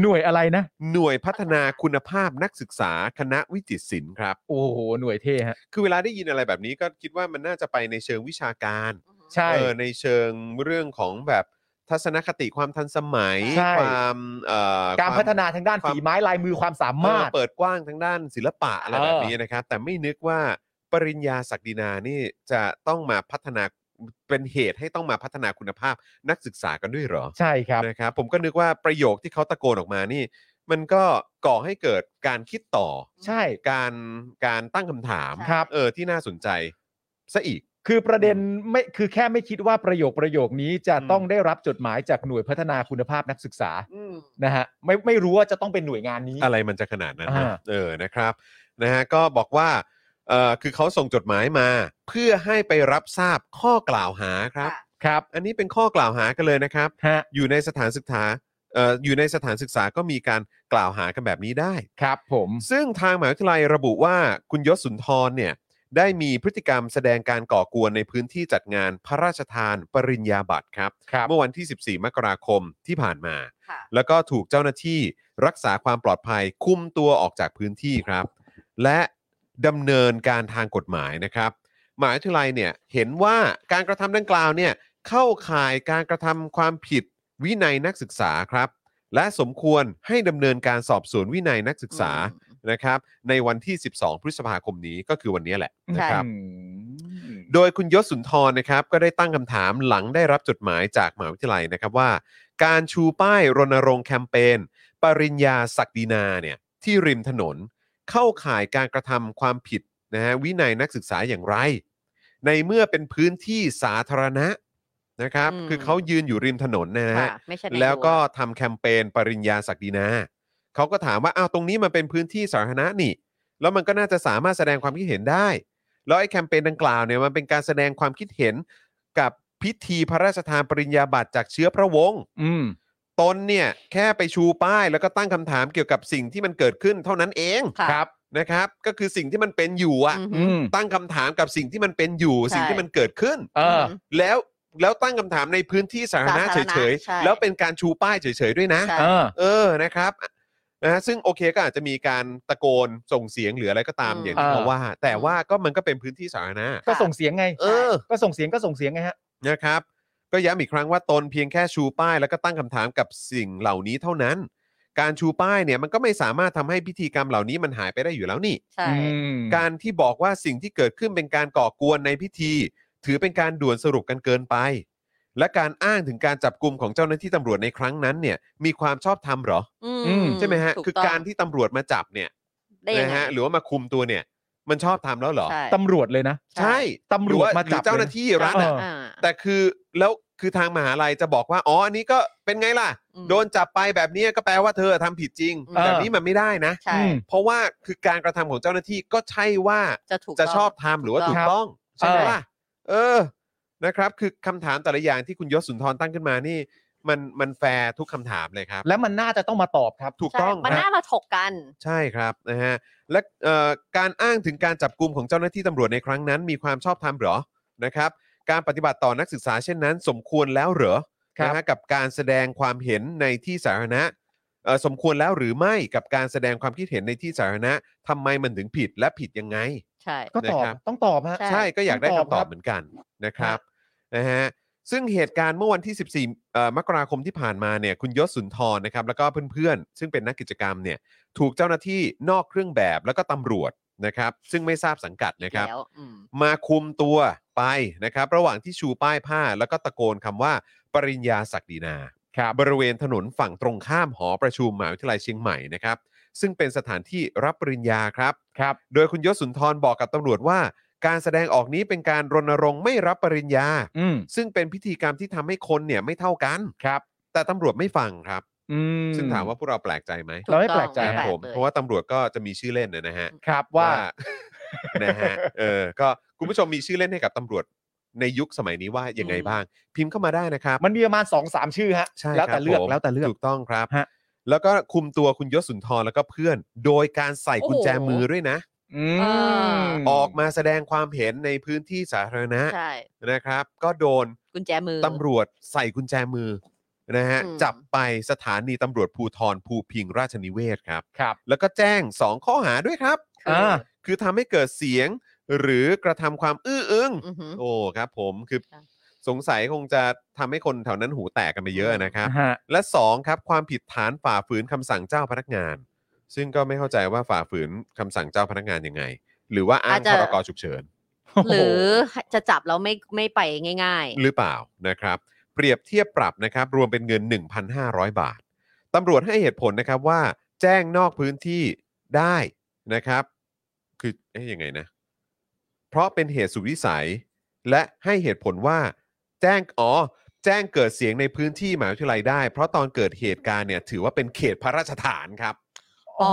หน่วยอะไรนะ หน่วยพัฒนาคุณภาพนักศึกษาคณะวิจิตรศิลป์ครับ โอ้โห หน่วยเท่ฮะ คือเวลาได้ยินอะไรแบบนี้ก็คิดว่ามันน่าจะไปในเชิงวิชาการ ใช่ เออในเชิงเรื่องของแบบทัศนคติความทันสมัย ใช่ ความเอ่อ การ ควม พัฒนาทางด้าน ความ ฝีไม้ลายมือความสา เอ มา อ รถ เปิดกว้างทางด้านศิลปะอะไร เออ แบบนี้นะครับ แต่ไม่นึกว่าปริญญาศักดินานี่จะต้องมาพัฒนาเป็นเหตุให้ต้องมาพัฒนาคุณภาพนักศึกษากันด้วยเหรอ ใช่ครับ นะครับ ผมก็นึกว่าประโยคที่เขาตะโกนออกมานี่ มันก็ก่อให้เกิดการคิดต่อ ใช่ การการตั้งคำถาม ครับ เออที่น่าสนใจซะอีก คือประเด็นไม่คือแค่ไม่คิดว่าประโยคประโยคนี้จะ อืม ต้องได้รับจดหมายจากหน่วยพัฒนาคุณภาพนักศึกษา อืม นะฮะไม่ไม่รู้ว่าจะต้องเป็นหน่วยงานนี้ อะไรมันจะขนาดนั้นนะ อ่า เออนะครับนะฮะก็บอกว่าเอ่อคือเขาส่งจดหมายมา เพื่อให้ไปรับทราบข้อกล่าวหาครับ ค่ะ ครับ อันนี้เป็นข้อกล่าวหากันเลยนะครับ ฮะ อยู่ในสถานศึกษาเอ่ออยู่ในสถานศึกษาก็มีการกล่าวหากันแบบนี้ได้ ครับผม ซึ่งทางมหาวิทยาลัยระบุว่าคุณยศสุนทรเนี่ยได้มีพฤติกรรมแสดงการก่อกวนในพื้นที่จัดงานพระราชทานปริญญาบัตรครับ ครับ เมื่อวันที่ 14 มกราคมที่ผ่านมา ค่ะ แล้วก็ถูกเจ้าหน้าที่รักษาความปลอดภัยคุมตัวออกจากพื้นที่ครับ และดำเนินการทางกฎหมายนะครับหมหาวิทยาลัยเนี่ยเห็นว่าการกระทำดังกล่าวเนี่ยเข้าข่ายการกระทำความผิดวินัยนักศึกษาครับ และสมควรให้ดำเนินการสอบสวนวินัยนักศึกษานะครับ ในวันที่ 12 พฤษภาคมนี้ก็คือวันนี้แหละนะครับ อืม โดยคุณยศสุนทรนะครับก็ได้ตั้งคำถามหลังได้รับจดหมายจากมหาวิทยาลัยนะครับว่า การชูป้ายรณรงค์แคมเปญปริญญาศักดินาเนี่ยที่ริมถนนเข้าข่ายการกระทำความผิดนะฮะวินัยนักศึกษาอย่างไร ในเมื่อเป็นพื้นที่สาธารณะนะครับ อืม คือเขายืนอยู่ริมถนนเนยนะ ค่ะ ฮะ ไม่ใช่ใน แล้วก็ รั้ ทำแคมเปญปริญญาศักดินาเขาก็ถามว่าอ้าวตรงนี้มันเป็นพื้นที่สาธารณะนี่ แล้วมันก็น่าจะสามารถแสดงความคิดเห็นได้ แล้วไอ้แคมเปญดังกล่าวเนี่ยมันเป็นการแสดงความคิดเห็นกับพิธีพระราชทานปริญญาบัตรจากเชื้อพระวงศ์ อืม ตนเนี่ยแค่ไปชูป้ายแล้วก็ตั้งคำถามเกี่ยวกับสิ่งที่มันเกิดขึ้นเท่านั้นเอง ค่ะ ครับ นะครับ ก็คือสิ่งที่มันเป็นอยู่อะ อืม อืม ตั้งคำถามกับสิ่งที่มันเป็นอยู่ ใช่ สิ่งที่มันเกิดขึ้น เออ ม แล้ว แล้วตั้งคำถามในพื้นที่สาธารณะ สาธารณะ เฉย ใช่ ๆ แล้วเป็นการชูป้ายเฉยๆด้วยนะ ใช่ เออ เออ นะครับนะฮะซึ่งโอเคก็อาจจะมีการตะโกนส่งเสียงหรืออะไรก็ตาม อืม อย่างที่เขาว่า แต่ว่าก็มันก็เป็นพื้นที่สาธารณะ ก็ส่งเสียงไง เออ ก็ส่งเสียงก็ส่งเสียงไงฮะ นะครับ ก็ย้ำอีกครั้งว่าตนเพียงแค่ชูป้าย แล้วก็ตั้งคำถามกับสิ่งเหล่านี้เท่านั้น การชูป้ายเนี่ยมันก็ไม่สามารถทำให้พิธีกรรมเหล่านี้มันหายไปได้อยู่แล้วนี่ ใช่ อืม การที่บอกว่าสิ่งที่เกิดขึ้นเป็นการก่อกวนในพิธี ถือเป็นการด่วนสรุปกันเกินไป และการอ้างถึงการจับกลุ่มของเจ้าหน้าที่ตำรวจในครั้งนั้นเนี่ยมีความชอบธรรมเหรอ อื อืม ม ใช่ไหมฮะ ถู คือ ต้ง การที่ตำรวจมาจับเนี่ย ได้ยัง นะ ไง ฮะหรือว่ามาคุมตัวเนี่ยมันชอบธรรมแล้วเหรอ ใช่ ตำรวจเลยนะ ใช่ ใช่ ตำรวจมาจับ หอเจ้าหน้าที่รัฐอะ เออ อ่า แต่คือแล้วคือทางมหาลัยจะบอกว่าอ๋ออันนี้ก็เป็นไงล่ะ อืม โดนจับไปแบบเนี้ยก็แปลว่าเธอทำผิดจริง อืม แบบนี้มันไม่ได้นะ ใช่ อืม เพราะว่าคือการกระทำของเจ้าหน้าที่ก็ใช่ว่า จะถูก จะ ต้ง ชอบทำหรือว่า ถู ถูก กต้ ต้อ อง ง ใช่ไหมล่ะเออนะครับ คือคำถามแต่ละอย่างที่คุณยศสุนทรตั้งขึ้นมานี่ มันมันแฟร์ทุกคำถามเลยครับ และมันน่าจะต้องมาตอบครับ ถูก ใช่ ต้อง มัน ครับ น่ามาถกกัน ใช่ครับนะฮะและเอ่อการอ้างถึงการจับกลุ่มของเจ้าหน้าที่ตำรวจในครั้งนั้น มีความชอบธรรมเหรอนะครับ การปฏิบัติต่อนักศึกษาเช่นนั้น สมควรแล้วเหรอ ครับ นะฮะกับการแสดงความเห็นในที่สาธารณะเอ่อสมควรแล้วหรือไม่กับการแสดงความคิดเห็นในที่สาธารณะทำไมมันถึงผิดและผิดยังไง ใช่ ก็ตอบ นะครับ ต้องตอบฮะ ใช่ ใช่ก็อยากได้ ต้องตคำตออบครับ บ เหมือนกันนะครับนะฮะซึ่งเหตุการณ์เมื่อวันที่ 14เอ่อมกราคมที่ผ่านมาเนี่ยคุณยศสุนทรนะครับแล้วก็เพื่อนๆ ซึ่งเป็นนักกิจกรรมเนี่ยถูกเจ้าหน้าที่นอกเครื่องแบบแล้วก็ตำรวจนะครับซึ่งไม่ทราบสังกัดนะครับ แล้วอืม มาคุมตัวไปนะครับ ระหว่างที่ชูป้ายผ้าแล้วก็ตะโกนคำว่าปริญญาศักดินา ครับ บริเวณถนนฝั่งตรงข้ามหอประชุมมหาวิทยาลัยเชียงใหม่นะครับ ซึ่งเป็นสถานที่รับปริญญาครับ ครับ โดยคุณยศสุนทรบอกกับตำรวจว่า การแสดงออกนี้เป็นการรณรงค์ไม่รับปริญญา อืม ซึ่งเป็นพิธีกรรมที่ทำให้คนเนี่ยไม่เท่ากัน ครับ แต่ตำรวจไม่ฟังครับ อืม ซึ่งถามว่าพวกเราแปลกใจไหม เราไม่ ถู แปลกใจ อง ครับ ไม่ ผม แปลกลย เพราะว่าตำรวจก็จะมีชื่อเล่นนะฮะ ครับว่า นะฮะเออก็คุณผู้ชมมีชื่อเล่นให้กับตำรวจในยุคสมัยนี้ว่ายังไงบ้าง พิมพ์เข้ามาได้นะครับ มันมีประมาณสองสามชื่อฮะ ใช่ แล้ว ครับ แต่เลือก ผม แล้วแต่เลือก ถูกต้องครับ ฮะ แล้วก็คุมตัวคุณยศสุนทรแล้วก็เพื่อน โดยการใส่กุญแจ โอ้โห มือด้วยนะ อืม เอ ออกมาแสดงความเห็นในพื้นที่สาธารณะ ใช่ นะครับ ก็โดน กุญแจมือ ตำรวจใส่กุญแจมือนะฮะ อืม จับไปสถานีตำรวจภูทรภูพิงราชนิเวศครับ ครับ แล้วก็แจ้ง 2 ข้อหาด้วยครับ คือ อ่า คือทำให้เกิดเสียงหรือกระทำความอื้ออึง อหือ โอ้ครับผมคือ ค่ะ สงสัยคงจะทำให้คนแถวนั้นหูแตกกันไปเยอะนะครับ ฮะ และ 2 ครับ ความผิดฐานฝ่าฝืนคำสั่งเจ้าพนักงาน ซึ่งก็ไม่เข้าใจว่าฝ่าฝืนคำสั่งเจ้าพนักงานยังไง หรือว่าอ้าง อาจจะ พรกฉุกเฉิน หรือจะจับแล้วไม่ไม่ไปง่าย หรือเปล่านะครับ เปรียบเทียบปรับนะครับ รวมเป็นเงิน 1,500 บาทตำรวจให้เหตุผลนะครับว่า แจ้งนอกพื้นที่ได้นะครับ คือเอ๊ยยังไงนะ เพราะเป็นเหตุสุดวิสัย และให้เหตุผลว่า แจ้งอ๋อ แจ้งเกิดเสียงในพื้นที่หมหาวิทยาลัยได้ เพราะตอนเกิดเหตุการณ์เนี่ย ถือว่าเป็นเขตพระราชฐานครับ ๆ <laughs> อ๋อ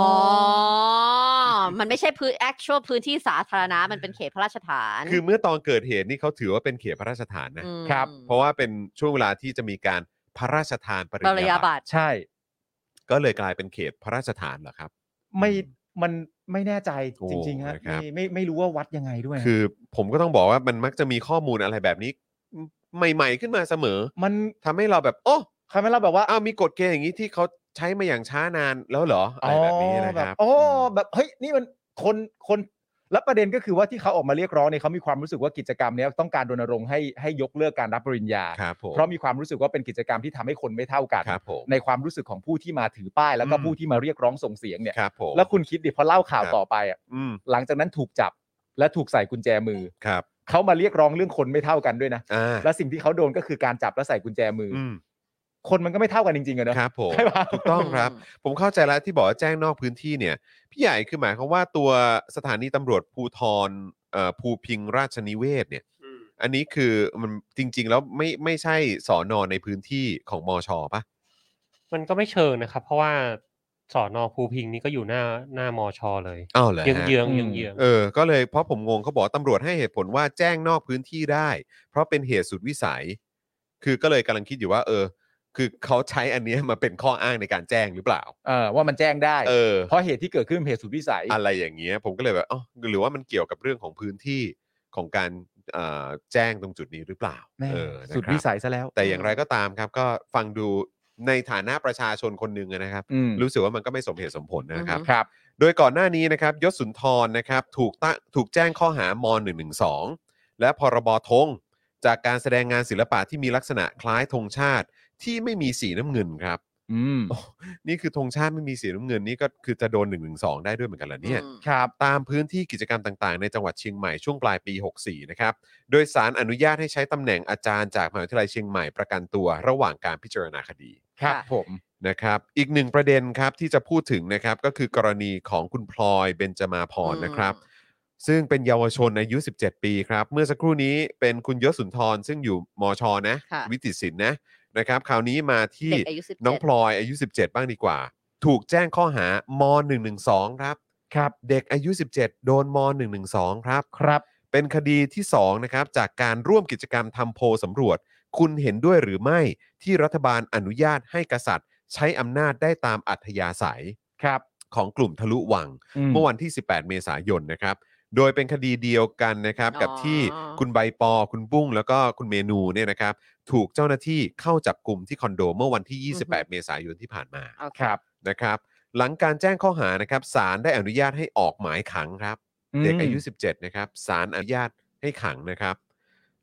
มันไม่ใช่พื้น actual พื้นที่สาธารณะ มันเป็นเขตพระราชฐาน คือเมื่อตอนเกิดเหตุนี่เขาถือว่าเป็นเขตพระราชฐานนะ ม เพราะว่าเป็นช่วงเวลาที่จะมีการพระราชทานปริ ปญริญ ญา ญา บัตร บัตร ใช่ ก็เลยกลายเป็นเขตพระราชฐานเหรอครับ ไม่มันไม่แน่ใจ โอ้ จริง ๆ ฮะ นะครับ ไม่ไม่ไม่รู้ว่าวัดยังไงด้วยฮะ คือผมก็ต้องบอกว่ามันมักจะมีข้อมูลอะไรแบบนี้ ใหม่ ๆ ขึ้นมาเสมอ มัน ทำให้เราแบบ โอ้ คำให้เราแบบว่า อ้าวมีกฎเกณฑ์อย่างนี้ที่เขาใช้มาอย่างช้านานแล้วเหรออะไรแบบนี้นะ แบ ค บ รับ อ๋อ ม แบบเฮ้ยนี่มันคนคนแล้วประเด็นก็คือว่าที่เขาออกมาเรียกร้องเนี่ยเขามีความรู้สึกว่ากิจกรรมเนี้ยต้องการรณรงค์ให้ให้ยกเลิกการรับปริญญา ครับผม เพราะมีความรู้สึกว่าเป็นกิจกรรมที่ทำให้คนไม่เท่ากัน ครับผม ในความรู้สึกของผู้ที่มาถือป้าย แล้วก็ อืม ผู้ที่มาเรียกร้องส่งเสียงเนี่ย ครับผม แล้วคุณคิดดิพอเล่าข่าวต่อไปอ่ะ อืม หลังจากนั้นถูกจับและถูกใส่กุญแจมือ ครับ เขามาเรียกร้องเรื่องคนไม่เท่ากันด้วยนะ อ่า และสิ่งที่เขาโดนก็คือการจับและใส่กุญแจมืออ อืม คนมันก็ไม่เท่ากันจริงๆอะเนอะ ครับผม ใช่ปะ ถูกต้องครับ ผมเข้าใจแล้วที่บอกว่าแจ้งนอกพื้นที่เนี่ย พี่ใหญ่คือหมายความว่าตัวสถานีตำรวจภูธรเอ่อภูพิงราชนิเวศเนี่ย อันนี้คือมันจริง ๆ แล้วไม่ไม่ใช่สอนอนในพื้นที่ของมชปะ มันก็ไม่เชิงนะครับ เพราะว่าสอนอภูพิงนี่ก็อยู่หน้าหน้ามอชอเลย อ้าวเหรอ เยื้อง ฮะ เยื้องเยื้องเยื้อง เออ ก็เลยเพราะผมงงเขาบอกว่าตำรวจให้เหตุผลว่าแจ้งนอกพื้นที่ได้ เพราะเป็นเหตุสุดวิสัย คือก็เลยกำลังคิดอยู่ว่า เออ คือเขาใช้อันเนี้ยมาเป็นข้ออ้างในการแจ้งหรือเปล่า เออว่ามันแจ้งได้ เออ เพราะเหตุที่เกิดขึ้นเป็นเหตุสุดวิสัย อะไรอย่างเงี้ย ผมก็เลยแบบอ๋อหรือว่ามันเกี่ยวกับเรื่องของพื้นที่ของการ เอ่อแจ้งตรงจุดนี้หรือเปล่า แม่ เออนะครับ สุดวิสัยซะแล้ว แต่อย่างไรก็ตามครับก็ฟังดูในฐานะประชาชนคนหนึ่งอะนะครับ อืม รู้สึกว่ามันก็ไม่สมเหตุสมผลนะครับ อือฮึ ครับ โดยก่อนหน้านี้นะครับยศสุนทรนะครับถูกตั้งถูกแจ้งข้อหาม .112 และพรบธงจากการแสดงงานศิลปะที่มีลักษณะคล้ายธงชาติที่ไม่มีสีน้ำเงินครับ อืม นี่คือธงชาติไม่มีสีน้ำเงินนี่ก็คือจะโดน1นึได้ด้วยเหมือนกันเหรอเนี่ย อืม ครับ ตามพื้นที่กิจกรรมต่างๆ ในจังหวัดเชียงใหม่ช่วงปลายปี 64 นะครับ โดยสารอนุญาตให้ใช้ตำแหน่งอาจารย์จากมหาวิทยาลัยเชียงใหม่ประกันตัวระหว่างการพิจารณาคดี ครับ ค่ะ ผม นะครับ อีกหนึ่งประเด็นครับที่จะพูดถึงนะครับก็คือกรณีของคุณพลอยเบญจมาพรนะครับ ซึ่งเป็นเยาวชนอายุ 17 ปีครับ เมื่อสักครู่นี้เป็นคุณยศสุนทร ซึ่งอยู่มชนะ ค่ะ วิจิตรศิลป์นะนะครับคราวนี้มาที่ เด็กอายุสิบ น้ เจ็ อง ด พลอยอายุ 17 บ้างดีกว่า ถูกแจ้งข้อหาม112 ครับ ครับ เด็กอายุ 17 โดนม112 ครับ ครับ เป็นคดีที่ 2 นะครับ จากการร่วมกิจกรรมทำโพลสำรวจ คุณเห็นด้วยหรือไม่ที่รัฐบาลอนุญาตให้กษัตริย์ ใช้อำนาจได้ตามอัธยาศัย ครับ ของกลุ่มทะลุวัง เมื่อวันที่ 18 เมษายนนะครับ โดยเป็นคดีเดียวกันนะครับ กับที่คุณใบปอ คุณบุ้ง แล้วก็คุณเมนูเนี่ยนะครับ ถูกเจ้าหน้าที่เข้าจับกลุ่มที่คอนโดเมื่อวันที่ 28 เมษายนที่ผ่านมา โอเค ครับ นะครับ หลังการแจ้งข้อหานะครับศาลได้อนุญาตให้ออกหมายขังครับ เด็กอายุ 17 นะครับศาลอนุญาตให้ขังนะครับ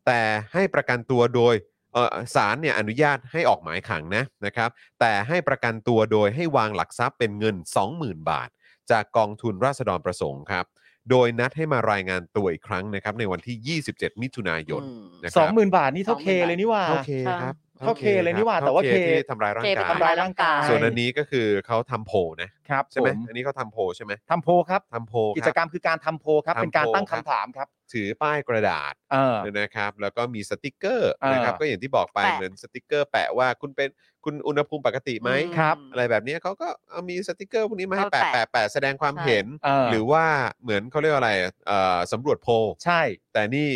แต่ให้ประกันตัวโดยเอ่อศาลเนี่ยอนุญาตให้ออกหมายขังนะนะครับ แต่ให้ประกันตัวโดยให้วางหลักทรัพย์เป็นเงิน 20,000 บาท จากกองทุนราษฎรประสงค์ครับ โดยนัดให้มารายงานตัวอีกครั้งนะครับ ในวันที่ 27 มิถุนายน อืม นะค ส รั องหมื่นบาทนี่เท่าเคเลยนี่หว่า เท่าเคครับ เท่าเคเลยนี่หว่าแต่ว่า ท่ เค ที่ทำร้ายร่าง เคไป กา ทำร้าย ยร่างกาย ส่วนอันนี้ก็คือเขาทำโพลนะครับ ใช่ไหม ผ อันนี้เขาทำโพลใช่ไหม ทำโพลครับ ทำโพลครับ กิจกรรมคือการทำโพลครับ ทำโพล เป็นการตั้ง ครั คำ บ ถามครับ ถือป้ายกระดาษ เออ นะครับแล้วก็มีสติกเกอร์ เออ นะครับก็อย่างที่บอกไป แปะ เหมือนสติกเกอร์แปะว่าคุณเป็นคุณอุณหภูมิปกติไหม อื ครับ อะไรแบบเนี้ยเขาก็เอามีสติกเกอร์พวกนี้มาให้ เอา แปะ แปะ แปะแปะแสดงความ ใช่ เห็น เออ หรือว่าเหมือนเขาเรียกว่าอะไรเอ่อสำรวจโพล ใช่ แต่นี่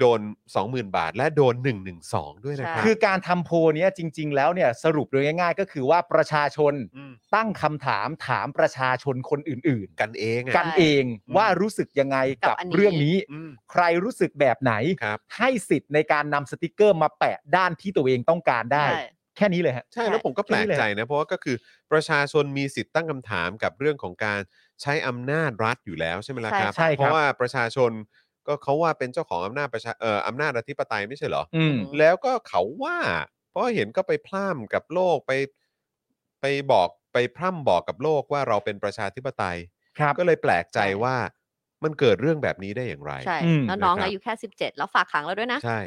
โดน 20,000 บาท และโดน 112 ด้วยนะครับ คือการทำโพลเนี้ยจริง ๆ แล้วเนี่ยสรุปโดยง่าย ๆ ก็คือว่าประชาชน อืม ตั้งคำถามถามประชาชนคนอื่น กันเอง ๆ อะ กันเองว่ารู้สึกยังไงกับ กับอันนี้ เรื่องนี้ อืม ใครรู้สึกแบบไหน ครับ ให้สิทธิ์ในการนำสติกเกอร์มาแปะด้านที่ตัวเองต้องการได้ ใช่ แค่นี้เลยฮะ ใช่แล้วผมก็แปลกใจนะ เพราะว่าก็คือประชาชนมีสิทธิ์ตั้งคำถามกับเรื่องของการใช้อำนาจรัฐอยู่แล้วใช่ไหมล่ะ ใช่ ค ค่ะ รับ ใช่ครับ เพราะว่าประชาชนก็เขาว่าเป็นเจ้าของอำนาจประชาเอ่ออำนาจอธิปไตยไม่ใช่เหรอ อืม แล้วก็เขาว่า เพราะเห็นก็ไปพร่ำกับโลกไป ไปบอกไปพร่ำบอกกับโลกว่าเราเป็นประชาธิปไตย ครับ <laughs> ก็เลยแปลกใจว่ามันเกิดเรื่องแบบนี้ได้อย่างไร ใช่ อืม แล้วน้อง นะครับ อายุแค่สิบเจ็ดแล้วฝากขังแล้วด้วยนะ ใช่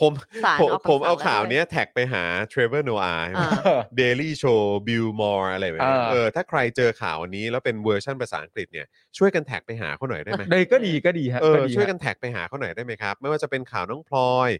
ผม ศาล ผม ออกคำสั่ง ผมเอา แล้ว ข่าว ด้วย เนี้ยแท็กไปหาเทรเวอร์โนอา อ่า เออ เดลี่โชว์บิลมอร์อะไรแบบนี้ อ่า เออถ้าใครเจอข่าวอันนี้แล้วเป็นเวอร์ชันภาษาอังกฤษเนี่ยช่วยกันแท็กไปหาเขาหน่อยได้ไหม ได้ก็ดีก็ดีฮะ เออ ดีฮะ ช่วยกันแท็กไปหาเขาหน่อยได้ไหมครับ ไม่ว่าจะเป็นข่าวน้องพลอย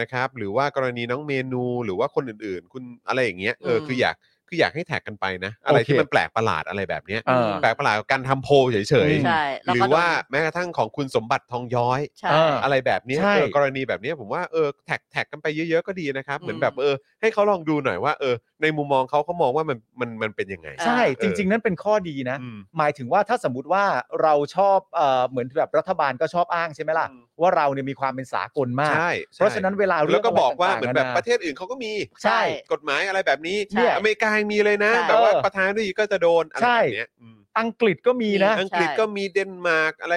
นะครับ หรือว่ากรณีน้องเมนูหรือว่าคนอื่นๆ คุณอะไรอย่างเงี้ยเอออ ม คืออยากคืออยากให้แท็กกันไปนะ อะไร โอเค ที่มันแปลกประหลาดอะไรแบบเนี้ย เออ แปลกประหลาดกับการทำโพลเฉย ใช่ ๆหรือ ก็โดน ว่าแม้กระทั่งของคุณสมบัติทองย้อย ใช่ เออ อะไรแบบเนี้ย ใช่ เออกรณีแบบเนี้ยผมว่าเออแท็กแท็กกันไปเยอะๆก็ดีนะครับ เหมือนแบบ อืม เออให้เขาลองดูหน่อยว่าเออในมุมมองเขาเขามองว่ามันมันมันเป็นยังไง ใช่ เอ จริง ๆ นั่นเป็นข้อดีนะ อืม หมายถึงว่าถ้าสมมติว่าเราชอบเอ่อเหมือนแบบรัฐบาลก็ชอบอ้างใช่ไหมล่ะ อืม ว่าเราเนี่ยมีความเป็นสากลมาก ใช่ใช่ เพราะฉะนั้นเวลาเรื่ แล้ อ ว ง ก็บอกว่า ต่งๆ เหมือนแบบ าา ประเทศอื่นเขาก็มี ใช่ กฎหมายอะไรแบบนี้ ใช่ อเมริกายังมีเลยนะ ใช่ แบบว่าประธานาธิบดีก็จะโดนอะไร ใช่ แบบเนี้ยอืม อังกฤษก็มีนะ ใช่ อังกฤษก็มีเดนมาร์กอะไร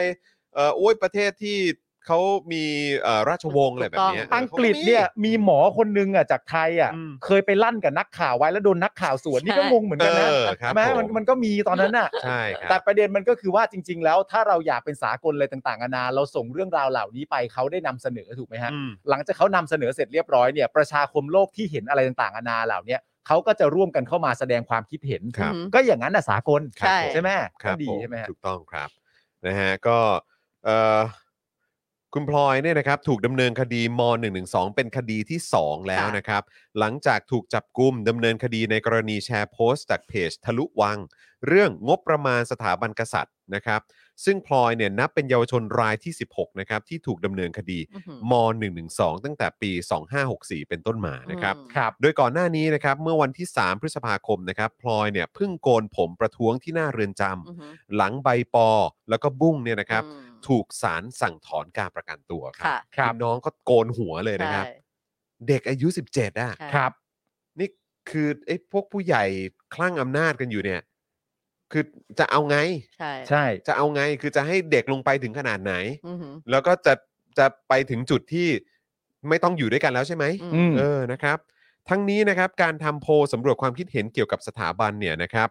เออโอ้ยประเทศที่เขามีเอ่อราชวงศ์อะไรแบบเนี้ย อังกฤษเนี่ย ขาก็มี มีหมอคนนึงอ่ะจากไทยอ่ะ อืม เคยไปลั่นกับนักข่าวไว้แล้วโดนนักข่าวสวนนี่ก็ ใช่ งงเหมือนกันนะ เออครับ แม้ ผม มันมันก็มีตอนนั้นอ่ะ ใช่ค แต่ รับ ประเด็นมันก็คือว่าจริง ๆ แล้วถ้าเราอยากเป็นสากลอะไรต่างๆนานาเราส่งเรื่องราวเหล่านี้ไปเขาได้นำเสนอถูกไหมฮะ อืม หลังจากเขานำเสนอเสร็จเรียบร้อยเนี่ยประชาคมโลกที่เห็นอะไรต่างๆนานาเหล่าเนี้ยเขาก็จะร่วมกันเข้ามาแสดงความคิดเห็น ครับ อืม ก็อย่างนั้นน่ะสากล ครับ ใช่ไหม ครับ ก็ดี ผม ใช่ไหมฮะ ถูกต้องครับนะฮะก็เอ่อคุณพลอยเนี่ยนะครับถูกดำเนินคดีม .112 เป็นคดีที่ 2 แล้ว ค่ะ นะครับ หลังจากถูกจับกุมดำเนินคดีในกรณีแชร์โพสต์จากเพจทะลุวัง เรื่องงบประมาณสถาบันกษัตริย์นะครับ ซึ่งพลอยเนี่ยนับเป็นเยาวชนรายที่ 16นะครับที่ถูกดำเนินคดี อื้อหือ ม .112 ตั้งแต่ปี 2564 เป็นต้นมานะครับ อืม ครับ โดยก่อนหน้านี้นะครับเมื่อวันที่ 3 พฤษภาคมนะครับพลอยเนี่ยเพิ่งโกนผมประท้วงที่หน้าเรือนจำ อือหือ หลังใบปอ แล้วก็บุ้งเนี่ยนะครับ อืม ถูกศาลสั่งถอนการประกันตัวครั ค่ะ ครับ อน้องก็โกนหัวเลยนะครับ ใช่ เด็กอายุ 17อ่ะ ใช่ ครับ นี่คือไอ้พวกผู้ใหญ่คลั่งอำนาจกันอยู่เนี่ย คือจะเอาไง ใช่ ใช่ จะเอาไงคือจะให้เด็กลงไปถึงขนาดไหน อื้อหือ แล้วก็จะจะไปถึงจุดที่ไม่ต้องอยู่ด้วยกันแล้วใช่ไหม อือืมมเออ นะครับ ทั้งนี้นะครับ การทำโพลสำรวจความคิดเห็นเกี่ยวกับสถาบันเนี่ยนะครับ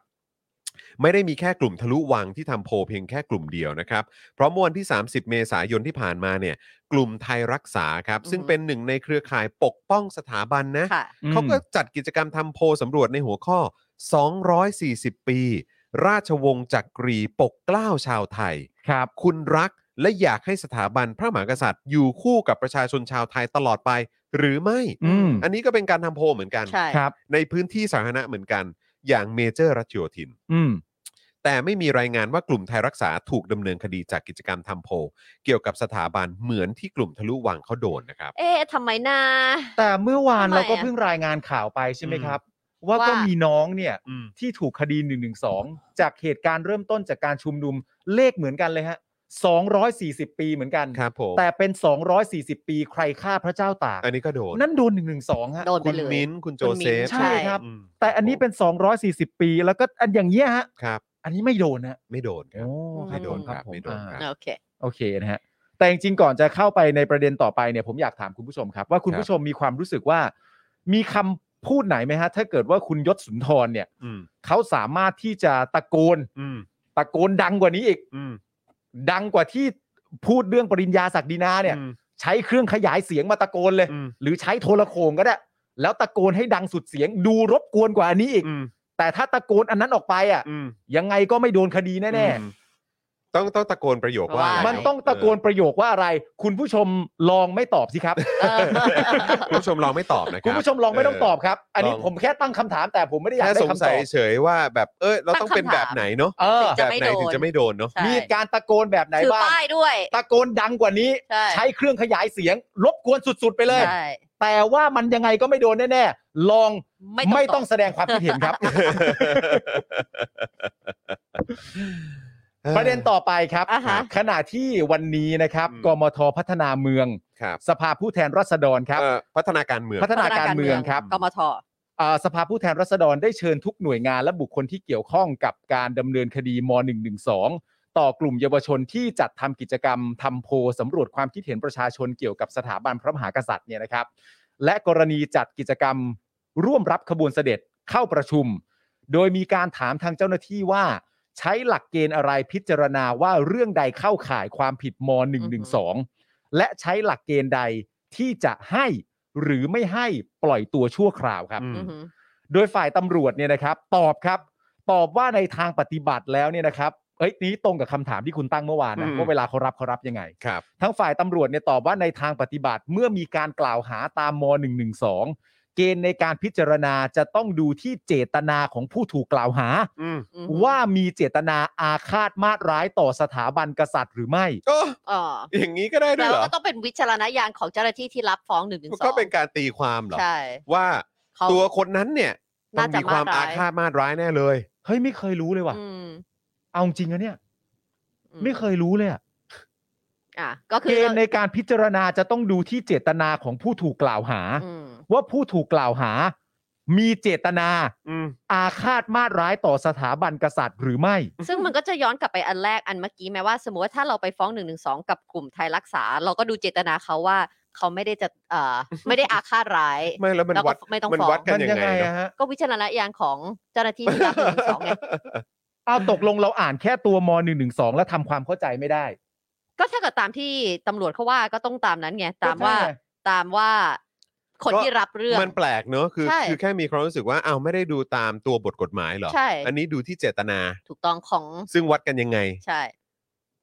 ไม่ได้มีแค่กลุ่มทะลุวังที่ทำโพลเพียงแค่กลุ่มเดียวนะครับ เพราะเมื่อวันที่ 30 เมษายนที่ผ่านมาเนี่ย กลุ่มไทยรักษาครับ ซึ่ง อือฮึ เป็นหนึ่งในเครือข่ายปกป้องสถาบันนะ ค่ะ อืม เขาก็จัดกิจกรรมทำโพลสำรวจในหัวข้อ 240 ปี ราชวงศ์จักรีปกเกล้าชาวไทย ครับ คุณรักและอยากให้สถาบันพระมหากษัตริย์ อยู่คู่กับประชาชนชาวไทยตลอดไป หรือไม่ อืม อันนี้ก็เป็นการทำโพลเหมือนกัน ใช่ ครับ ในพื้นที่สาธารณะเหมือนกัน อย่างเมเจอร์รัชโยธิน อืม แต่ไม่มีรายงานว่ากลุ่มไทยรักษาถูกดำเนินคดีจากกิจกรรมทำโพลเกี่ยวกับสถาบันเหมือนที่กลุ่มทะลุวังเขาโดนนะครับ เอ๊ะทำไมนะ แต่เมื่อวาน ทำไม เราก็ อะ เพิ่งรายงานข่าวไปใช่ไหมครับ ว่า ว่า ก็มีน้องเนี่ย อืม ที่ถูกคดี1นึจากเหตุการณ์เริ่มต้นจากการชุมนุมเลขเหมือนกันเลยฮะ 240 ปีเหมือนกัน ครับผม แต่เป็น 240 ปีใครฆ่าพระเจ้าตาก อันนี้ก็โดน นั่นโดน1นึฮะ โดนไป คุณ เลย มิ้นท์คุณโจ คุณมิ้ เซ นท์ ฟ ใช่ครับ อืม แต่อันนี้เป็น 240 ปีแล้วก็อันอย่างเงี้ยฮะ ครับ อันนี้ไม่โดนนะ ไม่โดนครับ โอ้ ไม่โดนครับ ผม ไม่โดนครับ อ่า โอ <laughs> เค โอเคนะฮะ แต่จริงๆก่อนจะเข้าไปในประเด็นต่อไปเนี่ยผมอยากถามคุณผู้ชมครับ ว่าคุณผู้ชมมีความรู้สึกว่า มีคำพูดไหนไหมฮะ ถ้าเกิดว่าคุณยศสุนทรเนี่ย อืม เขาสามารถที่จะตะโกน อืม ตะโกนดังกว่านี้อีก อืม ดังกว่าที่พูดเรื่องปริญญาศักดินาเนี่ย อืม ใช้เครื่องขยายเสียงมาตะโกนเลย อืม หรือใช้โทรโขงก็ได้ แล้วตะโกนให้ดังสุดเสียง ดูรบกวนกว่าอันนี้อีก อืม แต่ถ้าตะโกนอันนั้นออกไปอ่ะ อืม ยังไงก็ไม่โดนคดีแน่ อืมต้องต้องตะโกนประโยคว่า ว่า อะไร ๆ มันต้องตะโกนประโยคว่าอะไร คุณผู้ชมลองไม่ตอบสิครับ เออ <laughs> คุณผู้ชมลองไม่ตอบนะครับ คุณผู้ชมลองไม่ต้องตอบครับ อันนี้ ล ผมแค่ตั้งคำถามแต่ผมไม่ได้อยาก แค่ ได้ สง คำต สั อย บ เฉยว่าแบบเออเราต้องเป็นแบบไหนเนาะ เออ จะ แบบ ไม่ ไหน โดน ถึงจะไม่โดนเนาะ ใช่ มีการตะโกนแบบไหน ถือ บ้าง ป้ายด้วย ตะโกนดังกว่านี้ ใช่ ใช้เครื่องขยายเสียง รบกวนสุดๆไปเลย ใช่ แต่ว่ามันยังไงก็ไม่โดนแน่ๆ ลองไม่ต้องแสดงความคิดเห็นครับ <laughs> ประเด็นต่อไปครับ อ่ะฮะ ขณะที่วันนี้นะครับ อืม กมทพัฒนาเมือง ครับ สภาผู้แทนราษฎรครับ เอ่อพัฒนาการเมือง พัฒนาการเมืองครับ กมท อ่าสภาผู้แทนราษฎรได้เชิญทุกหน่วยงานและบุคคลที่เกี่ยวข้องกับการดำเนินคดีม .112 ต่อกลุ่มเยาวชนที่จัดทำกิจกรรมทำโพลสำรวจความคิดเห็นประชาชนเกี่ยวกับสถาบันพระมหากษัตริย์เนี่ยนะครับ และกรณีจัดกิจกรรมร่วมรับขบวนเสด็จเข้าประชุม โดยมีการถามทางเจ้าหน้าที่ว่า ใช้หลักเกณฑ์อะไรพิจารณาว่าเรื่องใดเข้าข่ายความผิดม .112 และใช้หลักเกณฑ์ใดที่จะให้หรือไม่ให้ปล่อยตัวชั่วคราวครับ อืม อือหือ โดยฝ่ายตำรวจเนี่ยนะครับ ตอบครับ ตอบว่าในทางปฏิบัติแล้วเนี่ยนะครับเอ้ยนี้ตรงกับคำถามที่คุณตั้งเมื่อวานนะ อืม ว่าเวลาเขารับเขารับยังไง ครับ ทั้งฝ่ายตำรวจเนี่ยตอบว่าในทางปฏิบัติเมื่อมีการกล่าวหาตามม .112 เกณฑ์ในการพิจารณาจะต้องดูที่เจตนาของผู้ถูกกล่าวหา อืม อือหือ ว่ามีเจตนาอาฆาตมาตร้ายต่อสถาบันกษัตริย์หรือไม่ โอ้ อ๋อ อย่างนี้ก็ได้ด้วยแล้วเหรอ ก็ต้องเป็นวิจารณญาณของเจ้าหน้าที่ที่รับฟ้องหนึ่งถึง มัน สอง ก็เป็นการตีความเหรอ ใช่ ว่า เขา ตัวคนนั้นเนี่ยต้อ น่างจะ มีความ ร้ อาย ฆาตมาดร้ายแน่เลย เฮ้ยไม่เคยรู้เลยว่ะ อืม เอาจริงนะเนี่ย อื ไม่เคยรู้เลยอะ อ่ะก็คื เก อ ณฑ์ในการพิจารณาจะต้องดูที่เจตนาของผู้ถูกกล่าวหา อืม ว่าผู้ถูกกล่าวหา มีเจตนา อืม อาฆาตมาตร้ายต่อสถาบันกษัตริย์หรือไม่ ซึ่งมันก็จะย้อนกลับไปอันแรกอันเมื่อกี้แม้ว่า สมมติว่าถ้าเราไปฟ้องหนึ่งหนึ่งสองกับกลุ่มไทยรักษา เราก็ดูเจตนาเขาว่าเขาไม่ได้จะเอ่อ <laughs> ไม่ได้อาฆาตร้าย ไม่แล้วมัน แล้วก็ วัด ไม่ต้อง มัน ฟ้อง วัดกัน มั ยัง ยัง ไง ไง เนอะ อะฮะ ก็วิจารณญาณของเจ้าหน้าที่ที่รับหนึ่งหนึ่งสองไง เอาตกลงเราอ่านแค่ตัวม .112 แล้วทำความเข้าใจไม่ได้ ก็ถ้าเกิดตามที่ตำรวจเขาว่าก็ต้องตามนั้นไงตาม ก็ใช่ ว่า ไง ตามว่าคนที่รับเรื่อง มันแปลกเนอะคือ ใช่ คือแค่มีความรู้สึกว่าอ้าวไม่ได้ดูตามตัวบทกฎหมายเหรอ ใช่ อันนี้ดูที่เจตนา ถูกต้องของ ซึ่งวัดกันยังไง ใช่